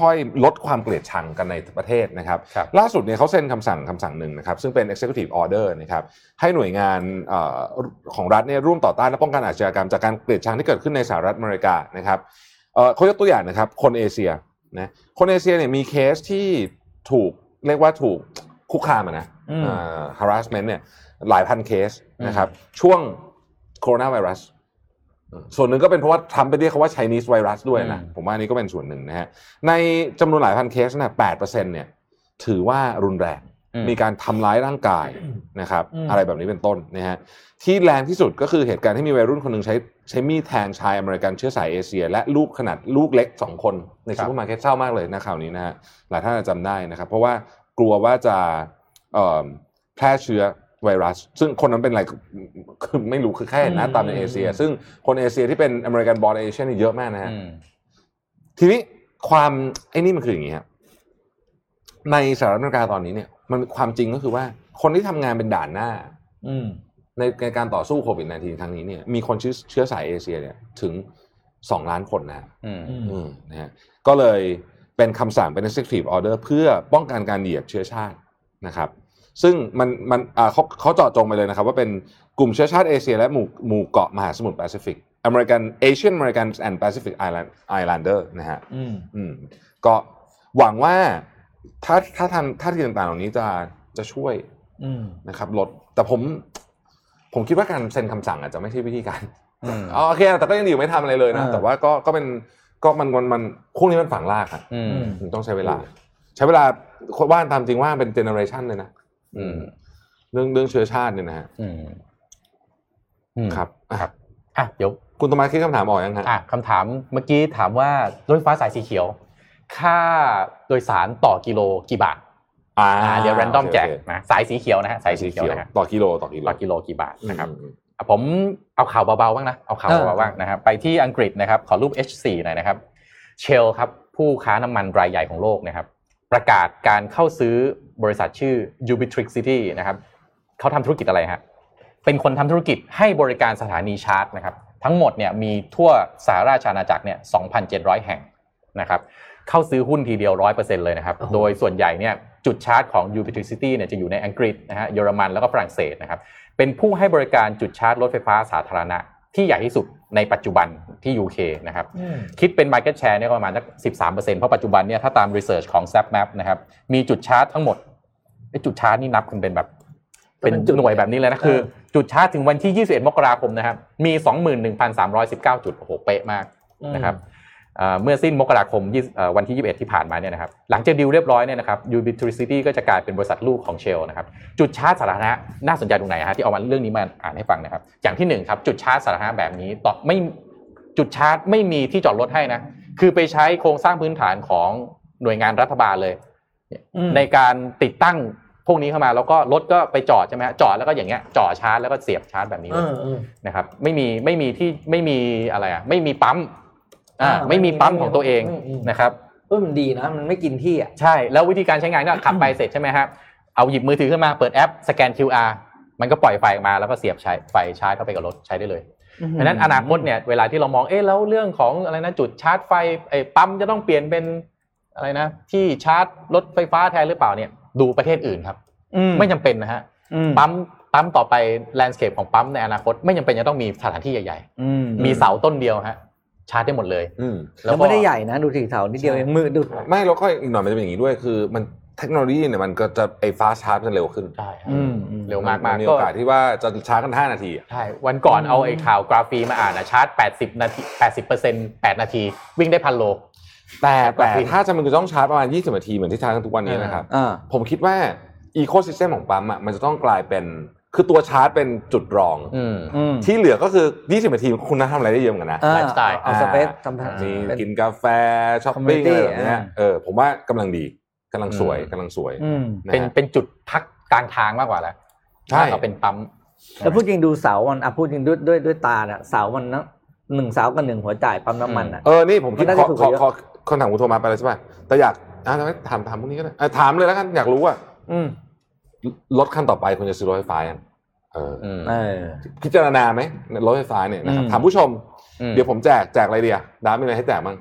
Speaker 3: ค่อยๆ ลดความเกลียดชังกันในประเทศนะครับ
Speaker 4: ครับ
Speaker 3: ล่าสุดเนี่ยเขาเซ็นคำสั่งคำสั่งหนึ่งนะครับ ซึ่งเป็น executive order นะครับให้หน่วยงานเอ่อของรัฐเนี่ยร่วมต่อต้านและป้องกันอาชญากรรมจากการเกลียดชังที่เกิดขึ้นในสหรัฐอเมริกานะครับเอ่อเขายกตัวอย่างนะครับคนเอเชียนะคนเอเชียเนี่ยมีเคสที่ถูกเรียกว่าถูกคุกคามอะนะ
Speaker 5: อืม
Speaker 3: เอ่อ harassment เนี่ยหลายพันเคสนะครับช่วงโคโรนาไวรัส ส่วนหนึ่งก็เป็นเพราะว่าทรัมป์ไปเรียกเขาว่า Chinese virus ด้วยนะ
Speaker 4: อืม
Speaker 3: ผมว่าอันนี้ก็เป็นส่วนหนึ่งนะฮะในจำนวนหลายพันเคสนะ8%เนี่ยถือว่ารุนแรง มีการทำร้ายร่างกาย นะครับ
Speaker 5: อืม
Speaker 3: อะไรแบบนี้เป็นต้นนะฮะที่แรงที่สุดก็คือเหตุการณ์ที่มีวัยรุ่นคนหนึ่งใช้ใช้มีดแทงชายอเมริกันเชื้อสายเอเชีย และลูกขนาดลูกเล็ก 2 คนในซูเปอร์มาร์เก็ตเศร้ามากเลยนะข่าวนี้นะฮะหลายท่านอาจจะจำได้นะครับ เพราะว่ากลัวว่าจะเอ่อแพร่เชื้อไวรัส ซึ่งคนนั้นเป็นอะไรคือไม่รู้คือแค่เห็นหน้าตามในเอเชีย ซึ่งคนเอเชียที่เป็นอเมริกันบอลเอเชียนี่เยอะมากนะฮะ
Speaker 4: อืม
Speaker 3: ทีนี้ความไอ้นี่มันคืออย่างนี้ครับในสหรัฐอเมริกาตอนนี้เนี่ย มันความจริงก็คือว่า คนที่ทำงานเป็นด่านหน้า
Speaker 5: อืม
Speaker 3: ในในการต่อสู้โควิด -19 ครั้งนี้เนี่ยมีคนเชื้อเชื้อสายเอเชียเนี่ยถึง 2 ล้านคนนะฮะ
Speaker 4: อืม
Speaker 5: อืม
Speaker 3: อืมนะฮะก็เลยเป็นคำสั่งเป็น executive order เพื่อป้องกันการเหยียดเชื้อชาตินะครับ ซึ่งมันมันอ่าเขาเขาเจาะจงไปเลยนะครับ ว่าเป็นกลุ่มเชื้อชาติเอเชียและหมู่หมู่เกาะมหาสมุทรแปซิฟิกอเมริกันเอเชียนอเมริกันแอนด์แปซิฟิกไอแลนด์ไอแลนเดอร์นะฮะ
Speaker 5: อืม
Speaker 3: อืมก็หวังว่าถ้าถ้าทำท่าทีต่างๆ เหล่านี้จะจะช่วย
Speaker 5: อืม
Speaker 3: นะครับลดแต่ผมผมคิดว่าการเซ็นคำสั่งอาจจะไม่ใช่วิธีการ
Speaker 4: อืม
Speaker 3: อ๋อโอเค แต่ก็ยังดีอยู่ไม่ทำอะไรเลยนะ
Speaker 5: อ่า
Speaker 3: แต่ว่าก็ก็เป็นก็มันมันมันพวกนี้มันฝังลากอะ
Speaker 4: อืม
Speaker 3: มันต้องใช้เวลา ใช้เวลาว่านตามจริงว่าเป็นเจเนอเรชันเลยนะ
Speaker 4: อืม
Speaker 3: เรื่องเรื่องเชื้อชาติเนี่ยนะฮะ
Speaker 4: อืมอืม
Speaker 3: ครับอ่ะ
Speaker 4: อ่ะเดี๋ยว
Speaker 3: คุณตมาคิดคำถามออกยังฮะ
Speaker 4: อ่ะคำถามเมื่อกี้ถามว่ารถไฟฟ้าสายสีเขียว ค่าโดยสารต่อกิโลกี่บาท
Speaker 3: อ่า
Speaker 4: อ่าเดี๋ยวแรนดอม
Speaker 3: โเค
Speaker 4: แจก
Speaker 3: โเค
Speaker 4: นะสายสีเขียวนะฮะสายสีเขียวนะฮะ
Speaker 3: ต่อกิโลต่อกิโล
Speaker 4: ต่อกิโลกี่บาทนะครับ
Speaker 3: อืม
Speaker 4: อ่ะผมเอาข่าวเบาๆบ้างนะ เอาข่าว
Speaker 5: เอ
Speaker 4: เบา
Speaker 5: อ
Speaker 4: ๆบ้างนะครับ ไปที่อังกฤษนะครับ ขอรูป H4 หน่อยนะครับ เชลครับ ผู้ค้าน้ำมันรายใหญ่ของโลกนะครับ ประกาศการเข้าซื้อบริษัทชื่อ Ubitrix City นะครับ เขาทำธุรกิจอะไรฮะ เป็นคนทำธุรกิจให้บริการสถานีชาร์จนะครับ ทั้งหมดเนี่ยมีทั่วสหราชอาณาจักรเนี่ย 2,700 แห่งนะครับ เข้าซื้อหุ้นทีเดียว 100%เลยนะครับ โดยส่วนใหญ่เนี่ยจุดชาร์จของ Ubitrix City เนี่ยจะอยู่ในอังกฤษนะฮะ เยอรมันแล้วก็ฝรั่งเศสนะครับ เป็นผู้ให้บริการจุดชาร์จรถไฟฟ้าสาธารณะ ที่ใหญ่ที่สุดในปัจจุบันที่ UK นะครับ
Speaker 5: อืม
Speaker 4: คิดเป็น Market Share เนี่ยก็ประมาณสัก13 เพราะปัจจุบันเนี่ยถ้าตาม Research ของ s a p Map นะครับ มีจุดชาร์จทั้งหมดไอ้จุดชาร์จนี่นับคุณเป็นแบบ เป็น
Speaker 2: เป็นจุด
Speaker 4: หน่วยแบบนี้เลยนะ คือ จุดชาร์จถึงวันที่ 21 มกราคมนะครับ มี 21,319 จุด โอ้โห เป๊ะมากนะครับเอ่อเมื่อสิ้นมกราคม20เอ่อวันที่ 21 ที่ผ่านมาเนี่ยนะครับ หลังจากดีลเรียบร้อยเนี่ยนะครับ Ubitricity ก็จะกลายเป็นบริษัทลูกของเชลนะครับ จุดชาร์จสาธารณะน่าสนใจตรงไหนฮะที่เอามาเรื่องนี้มาอ่านให้ฟังนะครับ อย่างที่หนึ่งครับจุดชาร์จสาธารณะแบบนี้ต่อไม่จุดชาร์จไม่มีที่จอดรถให้นะ คือไปใช้โครงสร้างพื้นฐานของหน่วยงานรัฐบาลเลย
Speaker 2: อืม
Speaker 4: ในการติดตั้งพวกนี้เข้ามาแล้วก็รถก็ไปจอดใช่ไหมฮะจอดแล้วก็อย่างเงี้ยจอดชาร์จแล้วก็เสียบชาร์จแบบนี้
Speaker 2: เอ
Speaker 4: เลย
Speaker 2: อเออ
Speaker 4: นะครับไม่มีไม่มีที่ไม่มีอะไรอ่ะไม่มีปั๊มอ่า
Speaker 2: อ่า
Speaker 4: ไม่มีปั๊ม
Speaker 2: ไม่มี
Speaker 4: ของตัวเอง
Speaker 2: ไม่มี
Speaker 4: นะครับ
Speaker 2: เออมันดีนะ มันไม่กินที่อ่ะ
Speaker 4: ใช่แล้ววิธีการใช้งานก็ขับไปเสร็จใช่ไหมครับเอาหยิบมือถือขึ้นมาเปิดแอปสแกน QR มันก็ปล่อยไฟออกมาแล้วก็เสียบใช้ไฟชาร์จเข้าไปกับรถใช้ได้เลย เพราะฉะนั้นอนาคตเนี่ยเวลาที่เรามองเอ๊ะแล้วเรื่องของอะไรนะจุดชาร์จไฟไอ้ปั๊มจะต้องเปลี่ยนเป็นอะไรนะ ที่ชาร์จรถไฟฟ้าแทนหรือเปล่าเนี่ยดูประเทศอื่นครับ ไม่จำเป็นนะฮะปั๊มปั๊มต่อไปแลนด์สเคปของปั๊มในอนาคตไม่จำเป็นจะต้องมีสถานที่ใหญ่ๆ มีเสาต้นเดียวฮะชาร์จได้หมดเลย
Speaker 3: อืม
Speaker 2: แล้ว
Speaker 4: ก็
Speaker 2: ไม่ได้ใหญ่นะ ดูสีเถานิดเดียวเองมือดู
Speaker 3: ไม่แล้วก็อีกหน่อยมันจะเป็นอย่างนี้ด้วย คือมันเทคโนโลยีเนี่ยมันก็จะไอ้ฟาสชาร์จมันเร็วขึ้น
Speaker 4: ใช่ฮะ
Speaker 2: อืมอืม
Speaker 4: เร็วมาก
Speaker 3: น
Speaker 4: มาก
Speaker 3: มี
Speaker 4: ก็
Speaker 3: โอกาสที่ว่าจะช้าร์จกัน 5 นาทีอะ
Speaker 4: ใช่วันก่อนเอาไอ้ข่าวกราฟีมาอ่านนะชาร์จ 80 นาที 80เปอร์เซ็นต์8นาที วิ่งได้พันโล
Speaker 3: แต่แต่ถ้าจะมันจะต้องชาร์จประมาณ 20 นาที เหมือนที่ชาร์จกันทุกวันนี้นะครับ
Speaker 2: อ่า
Speaker 3: ผมคิดว่าอีโค y ิสเ m มของปั๊มอ่ะมันจะต้องกลายเป็น คือตัวชาร์จเป็นจุดรอง
Speaker 4: อืม
Speaker 3: ที่เหลือก็คือ 20 นาทีคุณน่าทำอะไรได้เยอะเหมือนกันนะ
Speaker 2: อ่า
Speaker 4: lifestyle
Speaker 2: เอาสเปซทำ
Speaker 3: มีกินกาแฟช้อปปิ้ง
Speaker 2: Community
Speaker 3: อะไรแบบเนี้ย
Speaker 2: อ่า
Speaker 3: เออผมว่ากำลังดีกำลังสวย
Speaker 4: อืม
Speaker 3: กำลังสวย
Speaker 2: อืม
Speaker 3: นะ
Speaker 4: เป็น
Speaker 3: ฮะ
Speaker 4: เป็นจุดพักกลางทางมากกว่าแล้ว
Speaker 3: ใช่
Speaker 4: มากกว่าเป็นปั๊ม
Speaker 2: แล้วพูดจริงดูเสามันอ่ะพูดจริงด้วยด้วยด้วยตาน่ะเสามันนะหนึ่งเสากับหนึ่งหัวจ่ายปั๊มน้ำมันอ่ะ
Speaker 3: เออ นี่ผมคิด
Speaker 2: มันน่า
Speaker 3: ข
Speaker 2: จะ
Speaker 3: อ
Speaker 2: ถูก
Speaker 3: ข
Speaker 2: กว่า
Speaker 3: อ
Speaker 2: เยอะ
Speaker 3: ขอคนถามคุณโทรมาไปแล้วใช่ป่ะแต่อยากอ่ะงั้นถามถามพวกนี้ก็ได้เออถามเลยแล้วกันอยากรู้ว่า
Speaker 2: อืม
Speaker 3: รถคันต่อไปคุณจะซื้อรถไฟฟ้ายังเอออ
Speaker 2: เออ
Speaker 3: พิจารณาไหมรถไฟฟ้าเนี่ยนะครับ
Speaker 2: อืม
Speaker 3: ถามผู้ชม
Speaker 4: อืม
Speaker 3: เดี๋ยวผมแจกแจกอะไรเดียดามีอะไรให้แจกบ้าง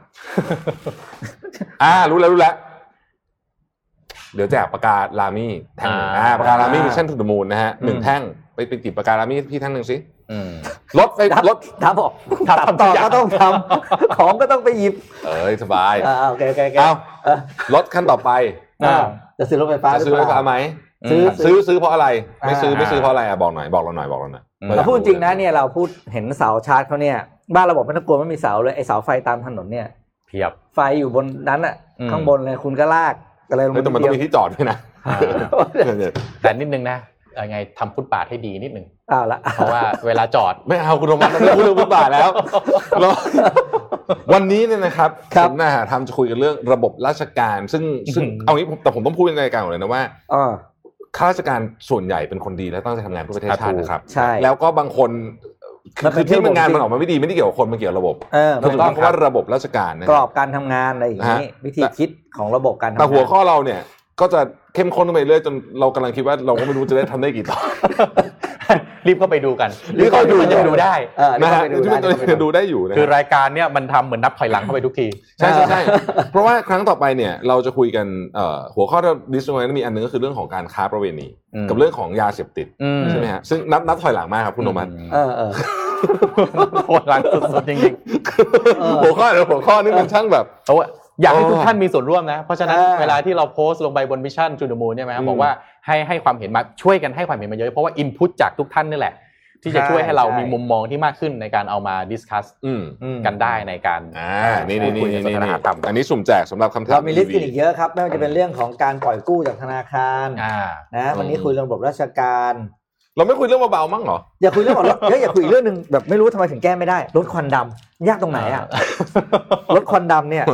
Speaker 3: อ่า รู้แล้วรู้แล้ว เดี๋ยวแจกปากกาลามี่แท่งหนึ่ง
Speaker 4: อ่า
Speaker 3: อ่าปากกาลามี่มิชชั่นทูดมูนนะฮะหนึ่งแท่งไปไปติดปากกาลามี่พี่แท่งหนึ่งสิ
Speaker 4: อืม
Speaker 3: รถไฟ
Speaker 2: ดับ
Speaker 3: รถ
Speaker 2: ดับบอกดับต่อก็ต้องทำ ของก็ต้องไปหยิบ
Speaker 3: เอ้ยสบาย
Speaker 2: อ่าโอเคโอเคโอเค
Speaker 3: เอา
Speaker 2: เออ
Speaker 3: รถคันต่อไป
Speaker 2: อ่าจะซื้อรถไฟฟ้า
Speaker 3: จะซื้อ
Speaker 2: ห
Speaker 3: ไฟ
Speaker 2: เปล่
Speaker 3: ฟ้าไหม
Speaker 2: ซื้อ
Speaker 3: ซื้อซื้อเพราะอะไร ไม่ซื้อ
Speaker 2: อ่า
Speaker 3: ไม่ซื้อเพราะอะไรอ่ะบอกหน่อยบอกเราหน่อยบอกเราหน่อย
Speaker 4: อืม
Speaker 3: เอย
Speaker 2: เรา
Speaker 3: ก
Speaker 2: พูดจริงนะเนี่ยเราพูดเห็นเสาชาร์จเขาเนี่ยบ้านเราบอกไม่ต้องกลัวไม่มีเสาเลยไอเสาไฟตามถนนเนี่ย
Speaker 4: เพียบ
Speaker 2: ไฟอยู่บนนั้นอ่ะ
Speaker 4: อืม
Speaker 2: ข้างบนเลยคุณก็ลากอะไรลง
Speaker 3: เฮ้ยแต่มันต้อง
Speaker 2: เดี
Speaker 3: มี
Speaker 2: ยว
Speaker 3: ที่จอดด้วยนะ เนี่ย
Speaker 4: แต่นิดนึงนะยังไงทำฟุตบาทให้ดีนิดนึง
Speaker 2: เอ้าวละ
Speaker 4: เพราะว่าเวลาจอด
Speaker 3: ไม่เอาคุณโรมัตเราพูดเรื่องฟุตบาทแล้ว แล้ววันนี้เนี่ยนะครับผมนะฮะทำจะคุยกันเรื่องระบบราชการ ซึ่งซึ่งเอางี้ผมแต่ผมต้องพูดในรายการก่อนเลยนะว่า
Speaker 2: อ่า
Speaker 3: ข้าราชการส่วนใหญ่เป็นคนดีและตั้งใจทำงานเพื่อประเทศชาตินะครับ
Speaker 2: ใช่
Speaker 3: แล้วก็บางคน
Speaker 2: มันเป็
Speaker 3: คือนที่มันงาน
Speaker 2: ระบบจริง
Speaker 3: มันออกมาไม่ดีไม่ได้เกี่ยวกับคนมันเกี่ยวกับระบบ
Speaker 2: เออ
Speaker 3: คื
Speaker 2: มั
Speaker 3: อน ผม
Speaker 2: ต้
Speaker 3: ต้
Speaker 2: อ
Speaker 3: อง งคำว่าระบบราชการนะค
Speaker 2: ก
Speaker 3: รั
Speaker 2: ร
Speaker 3: บ
Speaker 2: อบการทำงานอะไรอย่างนี้
Speaker 3: ฮะ
Speaker 2: วิธีคิดของระบบการทำงาน
Speaker 3: แต่หัวข้อเราเนี่ยก็จะเข้มข้นขึ้นไปเรื่อยจนเรากำลังคิดว่าเราก็ไม่รู้จะได้ทำได้กี่ตอน
Speaker 4: รีบเข้าไปดูกัน
Speaker 3: รีบเข้าไปดู
Speaker 4: มันยังดูได้
Speaker 2: เออ
Speaker 3: นะ
Speaker 2: นะ
Speaker 3: ฮะ
Speaker 2: ฮะ
Speaker 3: ที่มันจะดูได้อยู่นะ
Speaker 4: คือ
Speaker 3: ฮะ
Speaker 4: รายการเนี่ยมันทำเหมือนนับถอยหลังเข้าไปทุกที
Speaker 3: ใช่ใช่ใช่เพราะว่าครั้งต่อไปเนี่ยเราจะคุยกันเอ่อหัวข้อที่ดิสโนนั้นมีอันหนึงก็คือเรื่องของการค้าประเวณี
Speaker 4: อืม
Speaker 3: กับเรื่องของยาเสพติด
Speaker 4: อืม
Speaker 3: ใช่ไหมฮะซึ่งนับนับถอยหลังมากครับคุณโนมัส
Speaker 2: เออเออ
Speaker 4: โหดหลังสุดๆจริง
Speaker 2: เออ
Speaker 3: หัวข้อเดี๋ยวหัวข้อนี่มันช่างแบบ
Speaker 4: ๆเอาอะอยากให้
Speaker 3: เออ
Speaker 4: ทุกท่านมีส่วนร่วมนะ เพราะฉะนั้น
Speaker 2: เออ
Speaker 4: เวลาที่เราโพสต์ลงไปบนมิชชั่นจูดมูนใช่ไหม
Speaker 3: อืม
Speaker 4: บอกว่าให้ให้ความเห็นมาช่วยกันให้ความเห็นมาเยอะ เพราะว่าอินพุตจากทุกท่านนี่แหละ ที่จะช่วยให้เรา
Speaker 2: ใช่
Speaker 4: มีมุมมองที่มากขึ้นในการเอามาดิสคัส
Speaker 3: อืม
Speaker 4: กันได้ในการ
Speaker 3: อ่านี่นี่นี่
Speaker 4: คุย
Speaker 3: นี่
Speaker 4: กั
Speaker 3: นี่
Speaker 4: สถาธรรม
Speaker 3: อันนี้สุ่มแจกสำหรับคำถาม
Speaker 2: เรามีลิสต์
Speaker 3: EV
Speaker 2: กันอีกเยอะครับไม่ว่าจะเป็นเรื่องของการปล่อยกู้จากธนาคาร
Speaker 4: อ่า
Speaker 2: นะวันนี้คุยเรื่องระบบราชการ
Speaker 3: เราไม่คุยเรื่องเบาๆมั้งเหรอ
Speaker 2: อย่าคุยเรื่องของรถเดี๋ยวอย่าคุยอีกเรื่องหนึ่งแบบไม่รู้ทำไมถึงแก้ไม่ได้รถควันดำยากตรงไหนอ่ะรถควันดำ เนี่ย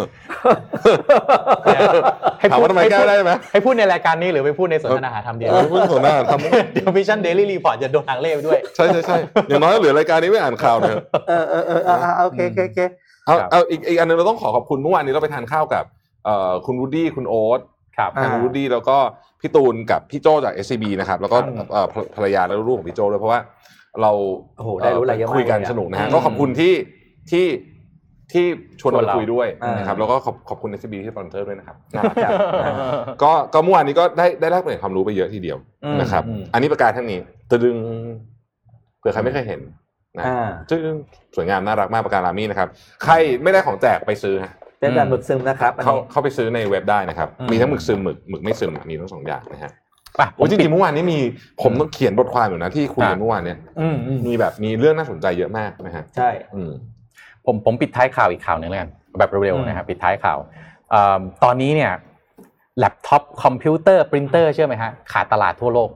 Speaker 4: ให้
Speaker 3: ถาม
Speaker 4: พูด
Speaker 3: ว่าทำไม
Speaker 4: ให้
Speaker 3: แก้
Speaker 4: พูด
Speaker 3: ได้ไหม
Speaker 4: ให้พูดในรายการนี้หรือไปพูดในสนทนาหาธรรมเดียว
Speaker 3: เออพูดถึงหน้าทำ
Speaker 4: เดี๋ยวมิชชั่นเดลี่รีพอร์ตจะโดนหางเล่ไปด้วย
Speaker 3: ใช่ใช่ใช่อย่างน้อยเหลือรายการนี้ไม่อ่านข่าวเนอะ
Speaker 2: เออเออเออเออเออโอเคโอเคโอเค
Speaker 3: เอา
Speaker 4: ครับ
Speaker 3: เอาอีกอีกอันหนึงเราต้องขอขอบคุณเมื่อวานนี้เราไปทานข้าวกับเอ่อคุณวูดดี้คุณโอ๊ต
Speaker 4: ครับ
Speaker 2: อ่า
Speaker 3: ทางคุณวูดดี้แล้วก็พี่ตูนกับพี่โจจาก SCB นะครับแล้วก็
Speaker 2: ครับ
Speaker 3: เอ่อภรภรรยาและลูกของพี่โจด้วยเพราะว่าเรา
Speaker 2: โอ้โหได้รู้อะไรเยอะมาก
Speaker 3: คุยกัน
Speaker 2: เลยอะ
Speaker 3: สนุกนะฮะ
Speaker 4: อืม
Speaker 3: ก็ขอบคุณที่ที่ที่ชวนเรา
Speaker 4: ชวนเรา
Speaker 3: คุยด้วย
Speaker 2: อ่าน
Speaker 3: นะครับแล้วก็ขอบขอบคุณ SCB ที่สปอนเซอร์ด้วยนะครับ น่ารักจัง
Speaker 4: อ่า
Speaker 3: ก็ก็เมื่อวานนี้ก็ได้ได้แลกเปลี่ยนความรู้ไปเยอะทีเดียวนะครับ
Speaker 4: อืม
Speaker 3: อันนี้ประกาศท่านนี้ตะดึงเผื่อใครไม่เคยเห็นนะ
Speaker 2: อ่า
Speaker 3: ซึ่งสวยงามน่ารักมากปากการามี่นะครับ ใครไม่ได้ของแจกไปซื้อฮะ
Speaker 2: เป็นแบบหลุดซึมนะครับอัน
Speaker 3: เข้า
Speaker 2: นี้
Speaker 3: เข้าไปซื้อในเว็บได้นะครับ
Speaker 2: อืม
Speaker 3: มีทั้งหมึกซึมหมึกหมึกไม่ซึมมีทั้งสองอย่างนะฮะ
Speaker 4: ไปผ
Speaker 3: โอ้
Speaker 4: ม
Speaker 3: ยจ
Speaker 4: ปิ
Speaker 3: ริ
Speaker 4: ด
Speaker 3: งๆเมื่อวานนี้มีผมต้องเขียนบทความอยู่นะที่คุยกัน
Speaker 4: อ่ะ
Speaker 3: เมื่อวานเนี่ย
Speaker 5: อืมอืม
Speaker 3: มีแบบมีเรื่องน่าสนใจเยอะมากนะฮะ
Speaker 2: ใช่
Speaker 3: อืม
Speaker 4: ผมผมปิดท้ายข่าวอีกข่าวหนึ่งแล้วกันแบบเร็วๆนะครับปิดท้ายข่าวเอมตอนนี้เนี่ยแล็ปท็อปคอมพิวเตอร์ปรินเตอร์เชื่อไหมฮะขาดตลาดทั่วโลก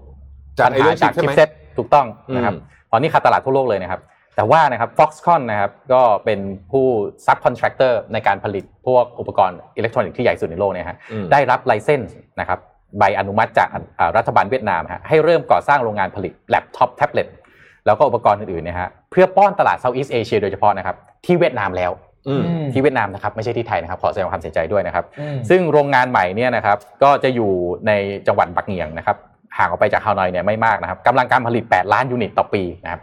Speaker 3: จาก
Speaker 4: ปัญ
Speaker 3: ไอ้เรื่อ
Speaker 4: หา
Speaker 3: งชิป
Speaker 4: จาก
Speaker 3: ใช่
Speaker 4: ชิ
Speaker 3: ไห
Speaker 4: ป
Speaker 3: ม
Speaker 4: เซ็ตถูกต้องนะครับ
Speaker 3: อืม
Speaker 4: ตอนนี้ขาดตลาดทั่วโลกเลยนะครับ แต่ว่านะครับ Foxconn นะครับก็เป็นผู้ซับคอนแทรคเตอร์ในการผลิตพวกอุปกรณ์อิเล็กทรอนิกส์ที่ใหญ่สุดในโลกเนี่ยฮะ
Speaker 3: อืม
Speaker 4: ได้รับไลเซนส์นะครับใบอนุมัติจากอ่ารัฐบาลเวียดนามฮะให้เริ่มก่อสร้างโรงงานผลิตแล็ปท็อปแท็บเล็ตแล้วก็อุปกรณ์อื่นๆนะฮะเพื่อป้อนตลาดเซาท์อีสเอเชียโดยเฉพาะนะครับที่เวียดนามแล้ว
Speaker 3: อืม
Speaker 4: ที่เวียดนามนะครับไม่ใช่ที่ไทยนะครับขอแสดงความเสียใจด้วยนะครับ
Speaker 5: อืม
Speaker 4: ซึ่งโรงงานใหม่เนี่ยนะครับก็จะอยู่ในจังหวัดบักเหนียงนะครับห่างออกไปจากฮานอยเนี่ยไม่มากนะครับกำลังการผลิต 8 ล้านยูนิตต่อปีนะครับ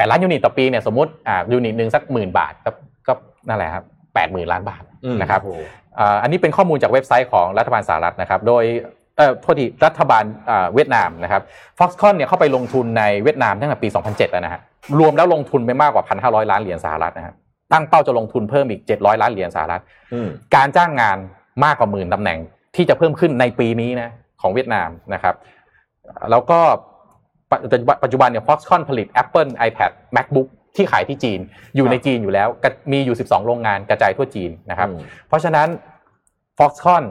Speaker 4: 8ล้านยูนิตต่อปีเนี่ยสมมติอ่ายูนิตหนึ่งสักหมื่นบาทก็ก็นั่นแหละครับแปดหมื่นล้านบาท
Speaker 3: อืม
Speaker 4: นะครับ อ่าอันนี้เป็นข้อมูลจากเว็บไซต์ของรัฐบาลสหรัฐนะครับ โดยเอ่อโทษทีรัฐบาลอ่าเวียดนามนะครับ Foxconn เนี่ยเข้าไปลงทุนในเวียดนามตั้งแต่ปี 2007 แล้วนะฮะ รวมแล้วลงทุนไปมากกว่า 1,500 ล้านเหรียญสหรัฐนะฮะ ตั้งเป้าจะลงทุนเพิ่มอีก 700 ล้านเหรียญสหรัฐ
Speaker 3: อืม
Speaker 4: การจ้างงานมากกว่าหมื่นตำแหน่งที่จะเพิ่มขึ้นในปีนี้นะของเวียดนามนะครับแล้วก็ปัจจุบันปัจจุบันเนี่ย Foxconn ผลิต Apple iPad MacBook ที่ขายที่จีน อยู่ในจีนอยู่แล้วกระมีอยู่ 12 โรงงานกระจายทั่วจีนนะครับ
Speaker 3: อืม
Speaker 4: เพราะฉะนั้น Foxconn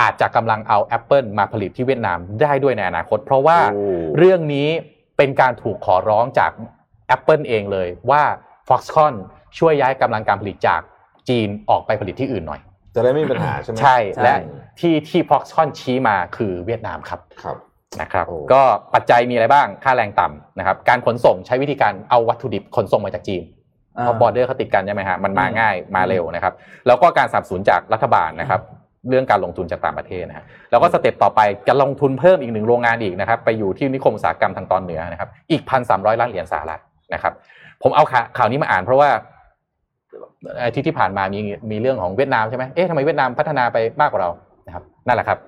Speaker 4: อาจจะกำลังเอา Apple มาผลิตที่เวียดนามได้ด้วยในอนาคต เพราะว่า
Speaker 3: โอ้
Speaker 4: เรื่องนี้เป็นการถูกขอร้องจาก Apple เองเลยว่า Foxconn ช่วยย้ายกำลังการผลิตจากจีนออกไปผลิตที่อื่นหน่อย
Speaker 3: จะได้ไม่มีปัญหาใช่ไหม
Speaker 4: ใช่
Speaker 2: ใช่
Speaker 4: และที่ที่ Foxconn ชี้มาคือเวียดนามครับ
Speaker 3: ครับ
Speaker 4: นะครับ
Speaker 3: โอ้
Speaker 4: ก็ปัจจัยมีอะไรบ้างค่าแรงต่ำนะครับ การขนส่งใช้วิธีการเอาวัตถุดิบขนส่งมาจากจีน เพราะบอร์เดอร์เขาติดกันใช่ไหมฮะมันมาง่ายมาเร็วนะครับ แล้วก็การสนับสนุนจากรัฐบาลนะครับ เรื่องการลงทุนจากต่างประเทศนะฮะแล้วก็สเต็ปต่อไปจะลงทุนเพิ่มอีกหนึ่งโรงงานอีกนะครับ ไปอยู่ที่นิคมอุตสาหกรรมทางตอนเหนือนะครับ อีกพันสามร้อยล้านเหรียญสหรัฐนะครับ ผมเอาข่าวข่าวนี้มาอ่านเพราะว่าอาทิตย์ที่ผ่านมามีมีเรื่องของเวียดนามใช่ไหมเอ๊ะทำไมเวียดนามพัฒนาไปมากกว่าเรานะครับนั่นแหละครับ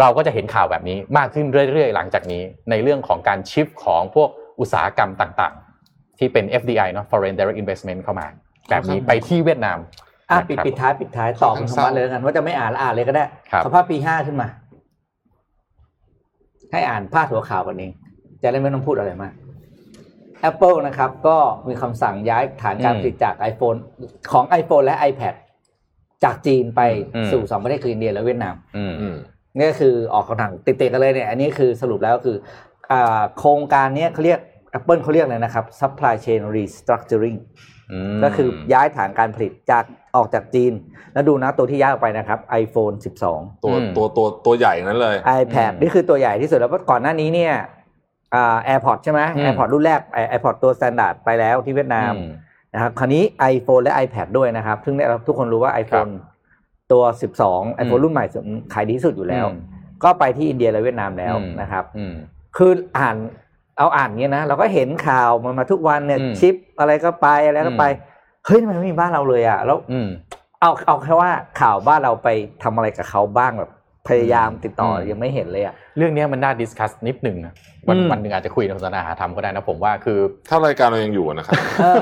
Speaker 4: เราก็จะเห็นข่าวแบบนี้มากขึ้นเรื่อยๆ หลังจากนี้ในเรื่องของการชิฟของพวกอุตสาหกรรมต่างๆ ที่เป็น FDI เนาะ Foreign Direct Investment เข้ามา แบบนี้ไปที่เวียดนาม
Speaker 2: อ่ะ
Speaker 4: นะ
Speaker 2: ปิด
Speaker 4: ครับ
Speaker 2: ปิดท้ายปิดท้ายตอบคุณธรรมะเลยแล้วกันว่าจะไม่อ่านแล้วอ่านเลยก็ได้
Speaker 4: ครับ
Speaker 2: สภาพปีห้าขึ้นมา ให้อ่านพาดหัวข่าวกันเอง จะได้ไม่ต้องพูดอะไรมาก Apple นะครับ ก็มีคำสั่งย้ายฐานการผลิตจาก iPhone ของ iPhone และ iPad จากจีนไป
Speaker 4: อืม
Speaker 2: สู่สองประเทศคืออินเดียและเวียดนาม
Speaker 4: อืม
Speaker 3: อืม
Speaker 2: นี่ก็คือออกคำสั่งติดๆกันเลยเนี่ย อันนี้คือสรุปแล้วคืออ่าโครงการเนี้ยเขาเรียก Apple เขาเรียกเลยนะครับ supply chain restructuring ก็คือย้ายฐานการผลิตจากออกจากจีน แล้วดูนะตัวที่ย้ายออกไปนะครับ iPhone 12
Speaker 3: ตัว
Speaker 4: อืม
Speaker 3: ตัวตัวตัวใหญ่นั้นเลย
Speaker 2: iPad
Speaker 4: อืม
Speaker 2: นี่คือตัวใหญ่ที่สุดแล้วเพราะก่อนหน้านี้เนี่ยอ่า AirPod ใช่ไหม
Speaker 4: อืม
Speaker 2: AirPod รุ่นแรก AirPod ตัว Standard ไปแล้วที่เวียดนาม
Speaker 4: อืม
Speaker 2: นะครับคราวนี้ iPhone และ iPad ด้วยนะครับ ซึ่งเนี่ยเราทุกคนรู้ว่า iPhone ตัว 12 iPhone
Speaker 4: อืม
Speaker 2: รุ่นใหม่สุดขายดีที่สุดอยู่แล้ว
Speaker 4: อืม
Speaker 2: ก็ไปที่อินเดียและเวียดนามแล้ว
Speaker 4: อืม
Speaker 2: นะครับ
Speaker 4: อืม
Speaker 2: คืออ่านเอาอ่านเงี้ยนะ เราก็เห็นข่าวมันมาทุกวันเนี่ย
Speaker 4: อืม
Speaker 2: ชิปอะไรก็ไปอะไรก็ไป
Speaker 4: อื
Speaker 2: เฮ้ยทำไมไม่มีบ้านเราเลยอ่ะแล้ว
Speaker 4: อืม
Speaker 2: เอาเอาแค่ว่าข่าวบ้านเราไปทำอะไรกับเขาบ้างแบบพยายามติดต่ออ
Speaker 4: ม
Speaker 2: ยังไม่เห็นเลยอ่ะ
Speaker 4: เรื่องเนี้ยมันน่าดิสคัสนิดหนึ่งนะวัน
Speaker 2: อืม
Speaker 4: วันหนึ่งอาจจะคุยในสนทนาหาธรรมก็ได้นะผมว่าคือ
Speaker 3: ถ้ารายการเรายังอยู่นะครับ
Speaker 2: เออ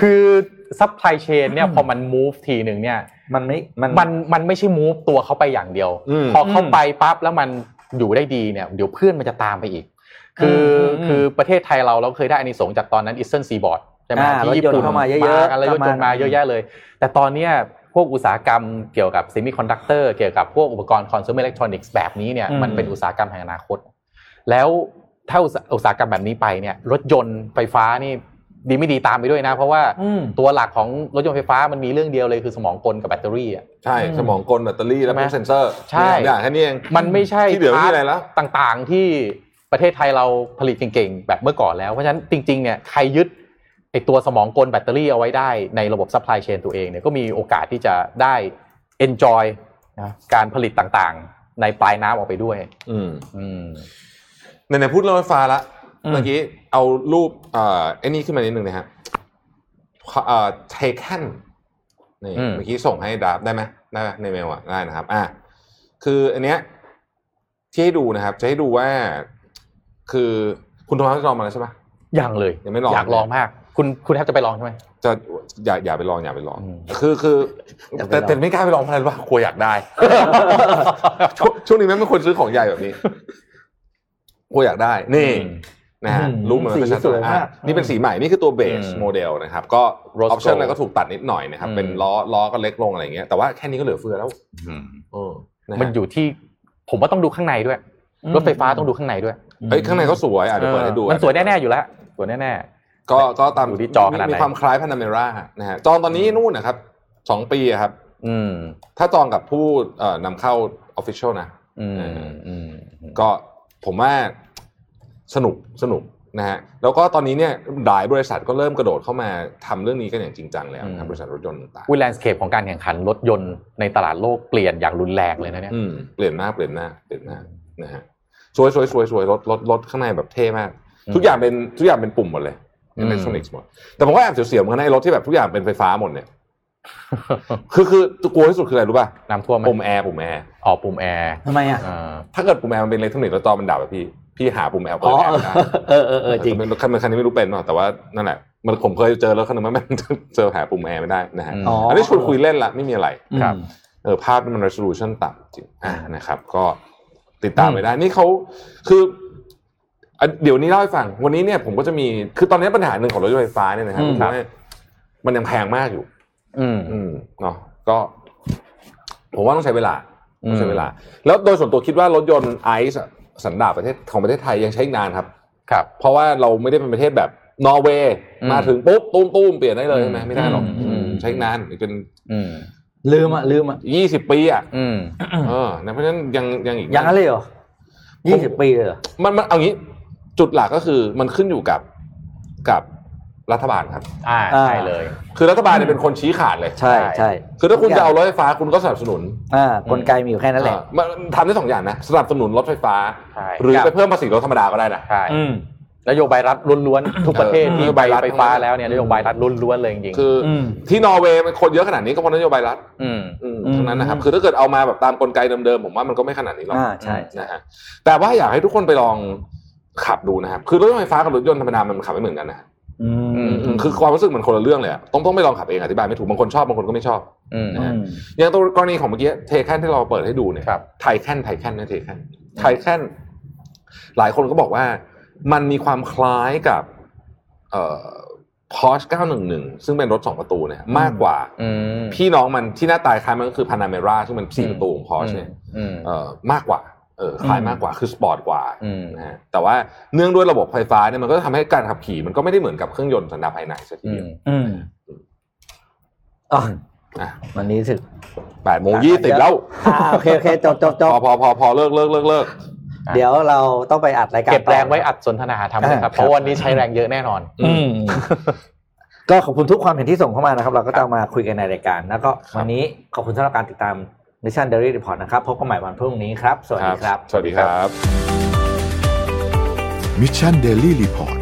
Speaker 4: คือซัพพลายเชนเนี่ยพอมัน move ทีหนึ่งเนี่ย
Speaker 2: มันไม่มัน
Speaker 4: มันมันไม่ใช่ move ตัวเขาไปอย่างเดียว
Speaker 3: อืม
Speaker 4: พอเข้าไปปั๊บแล้วมันอยู่ได้ดีเนี่ยเดี๋ยวเพื่อนมันจะตามไปอีก คืออ
Speaker 2: ม
Speaker 4: คือประเทศไทยเราเราเคยได้อานิสงส์จากตอนนั้น Eastern Seaboard ใช่ไหม
Speaker 2: อ่าร
Speaker 4: ที่ญี่
Speaker 2: ถยน
Speaker 4: ปุ่
Speaker 2: ต์
Speaker 4: น
Speaker 2: เข้ามาเยอะๆ
Speaker 4: กันแล้วรถยนต์มา
Speaker 2: เข้ามา
Speaker 4: เยอะแยะเลย แต่ตอนเนี้ยพวกอุตสาหกรรมเกี่ยวกับซ e มิคอนดักเตอร์เกี่ยวกับพวกอุปกรณ์คอน sumer electronics แบบนี้เนี่ย
Speaker 2: อืม
Speaker 4: มันเป็นอุตสาหกรรมแห่งอนาคต แล้วถ้าอุตสาอุตสาหกรรมแบบนี้ไปเนี่ยรถยนต์ไฟฟ้านี่ดีไม่ดีตามไปด้วยนะ เพราะว่า
Speaker 2: อืม
Speaker 4: ตัวหลักของรถยนต์ไฟฟ้ามันมีเรื่องเดียวเลยคือสมองกลกับแบตเตอรี่อะ
Speaker 3: ใช่ สมองกลแบตเตอรี่และ
Speaker 4: ใช่ไหม
Speaker 3: พวกเซนเซอร์มี
Speaker 4: ใช่
Speaker 3: สามอย่างแค่นี้เอง
Speaker 4: มันไม่ใช่
Speaker 3: ที่เหลือไม่มีอะไรแล้ว
Speaker 4: พาร์ทต่างๆที่ประเทศไทยเราผลิตเก่งๆ แบบเมื่อก่อนแล้ว เพราะฉะนั้นจริงๆเนี่ยใครยึดไอตัวสมองกลแบตเตอรี่เอาไว้ได้ในระบบซัพพลายเชนตัวเองเนี่ยก็มีโอกาสที่จะได้ enjoy นะการผลิตต่างๆ ในปลายน้ำออกไปด้วย
Speaker 3: อืม
Speaker 4: อืม
Speaker 3: ในในๆพูดเรื่องไฟฟ้าละ
Speaker 4: อืม
Speaker 3: เมื่อกี้เอารูปเอ่อไอ้นี่ขึ้นมานิดนึงนะฮะเอ่อ taken นี่เมื่อกี้ส่งให้ดาบได้ไหมได้ไหมในเมลอ่ะได้นะครับ อ่ะคืออันเนี้ยที่ให้ดูนะครับ จะให้ดูว่า คือคุณโทมัสลองมาแล้วใช่ปะ
Speaker 4: ยังเลย
Speaker 3: ยังไม่ลอง
Speaker 4: อยากลองมาก คุณคุณแทบจะไปลองใช่ไหม
Speaker 3: จะอย่าอย่าไปลองอย่าไปลอง
Speaker 4: อืม
Speaker 3: คือคือ
Speaker 2: อย่าไปล
Speaker 3: แต่
Speaker 2: อง
Speaker 3: แต่ไม่กล้าไปลองเพราะอะไรว่ากลัวอยากได้ ช่วงช่วงนี้แม่งไม่ควรซื้อของใหญ่แบบนี้กลัวอยากได้ นี่
Speaker 4: อืม
Speaker 3: นะฮะ
Speaker 5: อืม
Speaker 3: รูปมัน
Speaker 5: สี
Speaker 3: ก็ชัด
Speaker 5: สวยมาก
Speaker 3: อ่ะนี่เป็นสีใหม่นี่คือตัวเบส
Speaker 4: อืม
Speaker 3: โมเดลนะครับ ก็อ
Speaker 4: Rose
Speaker 3: อปชั่น
Speaker 4: Gold
Speaker 3: อะไรก็ถูกตัดนิดหน่อยนะครับ
Speaker 4: อืม
Speaker 3: เป็นล้อล้อก็เล็กลงอะไรอย่างเงี้ยแต่ว่าแค่นี้ก็เหลือเฟือแล้ว
Speaker 1: Hmm.
Speaker 3: เออนะฮะ
Speaker 4: มันอยู่ที่ผมว่าต้องดูข้างในด้วย รถไฟฟ้าต้องดูข้างในด้วย
Speaker 3: เอ้ยข้างในก็สวยอ่ะเดี๋ยวเปิดให้ดู
Speaker 4: มันสวยแน่ๆอยู่แล้วสวยแน่
Speaker 3: ก็ก็ตาม
Speaker 4: อยู่ที่จอขนาดไหน
Speaker 3: มีความคล้ายพ a นาเมรานะฮะจอตอนนี้นู่นนะครับสองปีอะครับ
Speaker 4: ๆอืม
Speaker 3: ถ้าจองกับผู้เอ่อนำเข้าออฟฟิเชียลนะ
Speaker 4: อืมอืม
Speaker 3: ก็ผมว่าสนุกสนุกนะฮะแล้วก็ตอนนี้เนี่ยหลายบริษัทก็เริ่มกระโดดเข้ามาทำเรื่องนี้กันอย่างจริงจังแล้วนะครับบริษัทรถยนต์ต่าง
Speaker 4: วิลแลนด์สเคปของการแข่งขันรถยนต์ในตลาดโลกเปลี่ยนอย่างรุนแรงเลยนะเนี่
Speaker 3: ๆ
Speaker 4: ย
Speaker 3: อืมเปลี่ยนหน้ากเปลี่ยนหน้ากเปลี่ยนหน้ากนะฮะสวยสวยสวยสวยรถรถรถข้างในแบบเท่มาก ทุกอย่างเป็นทุกอย่างเป็นปุ่มหมดเลยอิเล็กทรอนิกส์หมดแต่ผมก็แอบเสียวๆเหมือนกันนะไอ้รถที่แบบทุกอย่างเป็นไฟฟ้าหมดเนี่ยคือคือกลัวที่สุดคืออะไรรู้ป่ะ
Speaker 4: น้ำท่วมไหม
Speaker 3: ปุ่มแอร์ปุ่มแอร์
Speaker 4: ออกปุ่มแอร์
Speaker 5: ทำไมอ่ะ
Speaker 4: อ่า
Speaker 3: ถ้าเกิดปุ่มแอร์มันเป็นอิเล็กทรอนิกส์แล้วจอมันดับอะพี่พี่หาปุ่มแอร์เปิ
Speaker 5: อ๋
Speaker 3: ด
Speaker 5: อ
Speaker 3: แอร์ไม่ได้
Speaker 5: เออเออเออจริง
Speaker 3: แต่เป็นคันเป็นคันนี้ไม่รู้เป็นหรอกแต่ว่านั่นแหละมันผมเคยเจอแล้วคันนึงมันมัน เจอหาปุ่มแอร์ไม่ได้นะฮะ
Speaker 4: อืม
Speaker 5: อ๋ออั
Speaker 3: อันนี้ชวนคุยเล่นละไม่มีอะไร
Speaker 4: ครับ
Speaker 3: เออภาพมัน resolution ต่ำจริงอ่านะครับ ก็ติดตามไปได้นี่เขาคืออ่ะเดี๋ยวนี้เล่าให้ฟัง วันนี้เนี่ยผมก็จะมีคือตอนนี้ปัญหาหนึ่งของรถยนต์ไฟฟ้าเนี่ยนะครับ
Speaker 4: อืม
Speaker 3: ผมว่ามันยังแพงมากอยู่
Speaker 4: อืม
Speaker 3: อืมเนาะก็ ผมว่าต้องใช้เวลา
Speaker 4: อืม
Speaker 3: ต้องใช้เวลา แล้วโดยส่วนตัวคิดว่ารถยนต์ไอซ์อะสันดาปประเทศของประเทศไทยยังใช้อีกนานครับ
Speaker 4: ครับ
Speaker 3: เพราะว่าเราไม่ได้เป็นประเทศแบบนอร์เวย์
Speaker 4: อืม
Speaker 3: มาถึงปุ๊บตุ้มตุ้มเปลี่ยนได้เลยใช่ไหม
Speaker 4: อืม
Speaker 3: ไม่ได้หรอก
Speaker 4: อืม
Speaker 3: ใช้อีกนานอีกเป็น
Speaker 4: อืม
Speaker 5: ลืมอ่ะลืมอ่ะ
Speaker 3: ยี่สิบปีอ่ะ
Speaker 4: อืม
Speaker 3: เออนะเพราะฉะนั้นยังยังอีก
Speaker 5: อย่างนั้นเลยเหรอยี่สิบปีเลยเหรอ
Speaker 3: มันมันเอางี้จุดหลักก็คือมันขึ้นอยู่กับกับรัฐบาลครับ
Speaker 4: อ่า
Speaker 5: อ่า
Speaker 4: ใช่เลย
Speaker 3: คือรัฐบาลเนี่ยเป็นคนชี้ขาดเลย
Speaker 5: ใช่ใช่
Speaker 3: คือถ้าคุณจะเอารถไฟฟ้าคุณก็สนับสนุน
Speaker 5: อ่ากลไกมีอยู่แค่นั้นแหละ
Speaker 3: เออมันมันทำได้สองอย่างนะสนับสนุนรถไฟฟ้า
Speaker 4: ใช่
Speaker 3: หรือไปเพิ่มภาษีรถธรรมดาก็ได้นะ
Speaker 4: ใช่นโยบายรัฐล้วนๆทุกประเทศ
Speaker 3: เออน
Speaker 4: ที่
Speaker 3: โยบายรัฐ
Speaker 4: ไฟฟ้าแล้วเนี่ยนโยบายรัฐล้วนๆเลยจริงๆ
Speaker 3: คืออ
Speaker 5: ม
Speaker 3: ที่นอร์เวย์มันคนเยอะขนาดนี้ก็เพราะนโยบายรัฐ
Speaker 4: ม
Speaker 3: อืม
Speaker 5: อืม
Speaker 3: ทั้งนั้นนะครับ คือถ้าเกิดเอามาแบบตามกลไกเดิมๆ ผมว่ามันก็ไม่ขนาดนี้หรอก
Speaker 5: อ่าใช่
Speaker 3: นะฮะแต่ว่าอยากให้ทุกคนไปลองขับดูนะครับ คือรถยนต์ไฟฟ้ากับรถยนต์ธรรมดามันขับไม่เหมือนกันนะ
Speaker 5: อืม
Speaker 3: อืมคือความรู้สึกมันคนละเรื่องเลยอะต้องต้องไปลองขับเองอธิบายไม่ถูกบางคนชอบบางคนก็ไม่ชอบ
Speaker 4: อืม
Speaker 5: อืม
Speaker 3: อย่างตัวกรณีของเมื่อกี้เทคันที่เราเปิดให้ดูเนี่ย
Speaker 4: ครับ
Speaker 3: ไทแคนไทแคนนะเทคันไทแคนหลายคนก็บอกว่ามันมีความคล้ายกับเอ่อพอช911 ซึ่งเป็นรถสองประตูเนี่ยมากกว่า
Speaker 4: อืม
Speaker 3: พี่น้องมันที่หน้าตายคล้ายมันก็คือพานาเมราซึ่งมันสี่ประตูของพอชเนี่ย
Speaker 4: อืม
Speaker 3: เอ่อมากกว่าเออคล้ายมากกว่าคือสปอร์ตกว่า
Speaker 4: อืม
Speaker 3: นะฮะแต่ว่าเนื่องด้วยระบบไฟฟ้าเนี่ยมันก็ทำให้การขับขี่มันก็ไม่ได้เหมือนกับเครื่องยนต์สันดาปภายในซะที
Speaker 4: อื
Speaker 3: เดีย
Speaker 4: ม
Speaker 3: ว
Speaker 5: อืมอ๋อ
Speaker 3: อ่ะ
Speaker 5: วันนี้ถึง
Speaker 3: แปดโมงยี่สิบแล้ว
Speaker 5: อ่าโอเคโอเคจบจบจ
Speaker 3: พ
Speaker 5: บ
Speaker 3: อพอพอพอเลิกเลิกเลิกเลิก
Speaker 5: เดี๋ยวเราต้องไปอัดรายการ
Speaker 4: เก็บ
Speaker 5: ต่อ
Speaker 4: แรงไว้อัดสนทนาทำนะครับ
Speaker 5: อ่าครับ
Speaker 4: เพราะวันนี้ใช้แรงเยอะแน่นอน
Speaker 5: อืมก็ขอบคุณทุกความเห็นที่ส่งเข้ามานะครับ เราก็จะเอามาคุยกันในรายการ แล้วก็วันนี้ขอบคุณสำหรับการติดตาม Mission Daily Report นะครับ พบกันใหม่วันพรุ่งนี้ครับ สวัสดีครับ
Speaker 3: สวัสดีครับ
Speaker 1: มิชชันเดลี่รีพอร์ต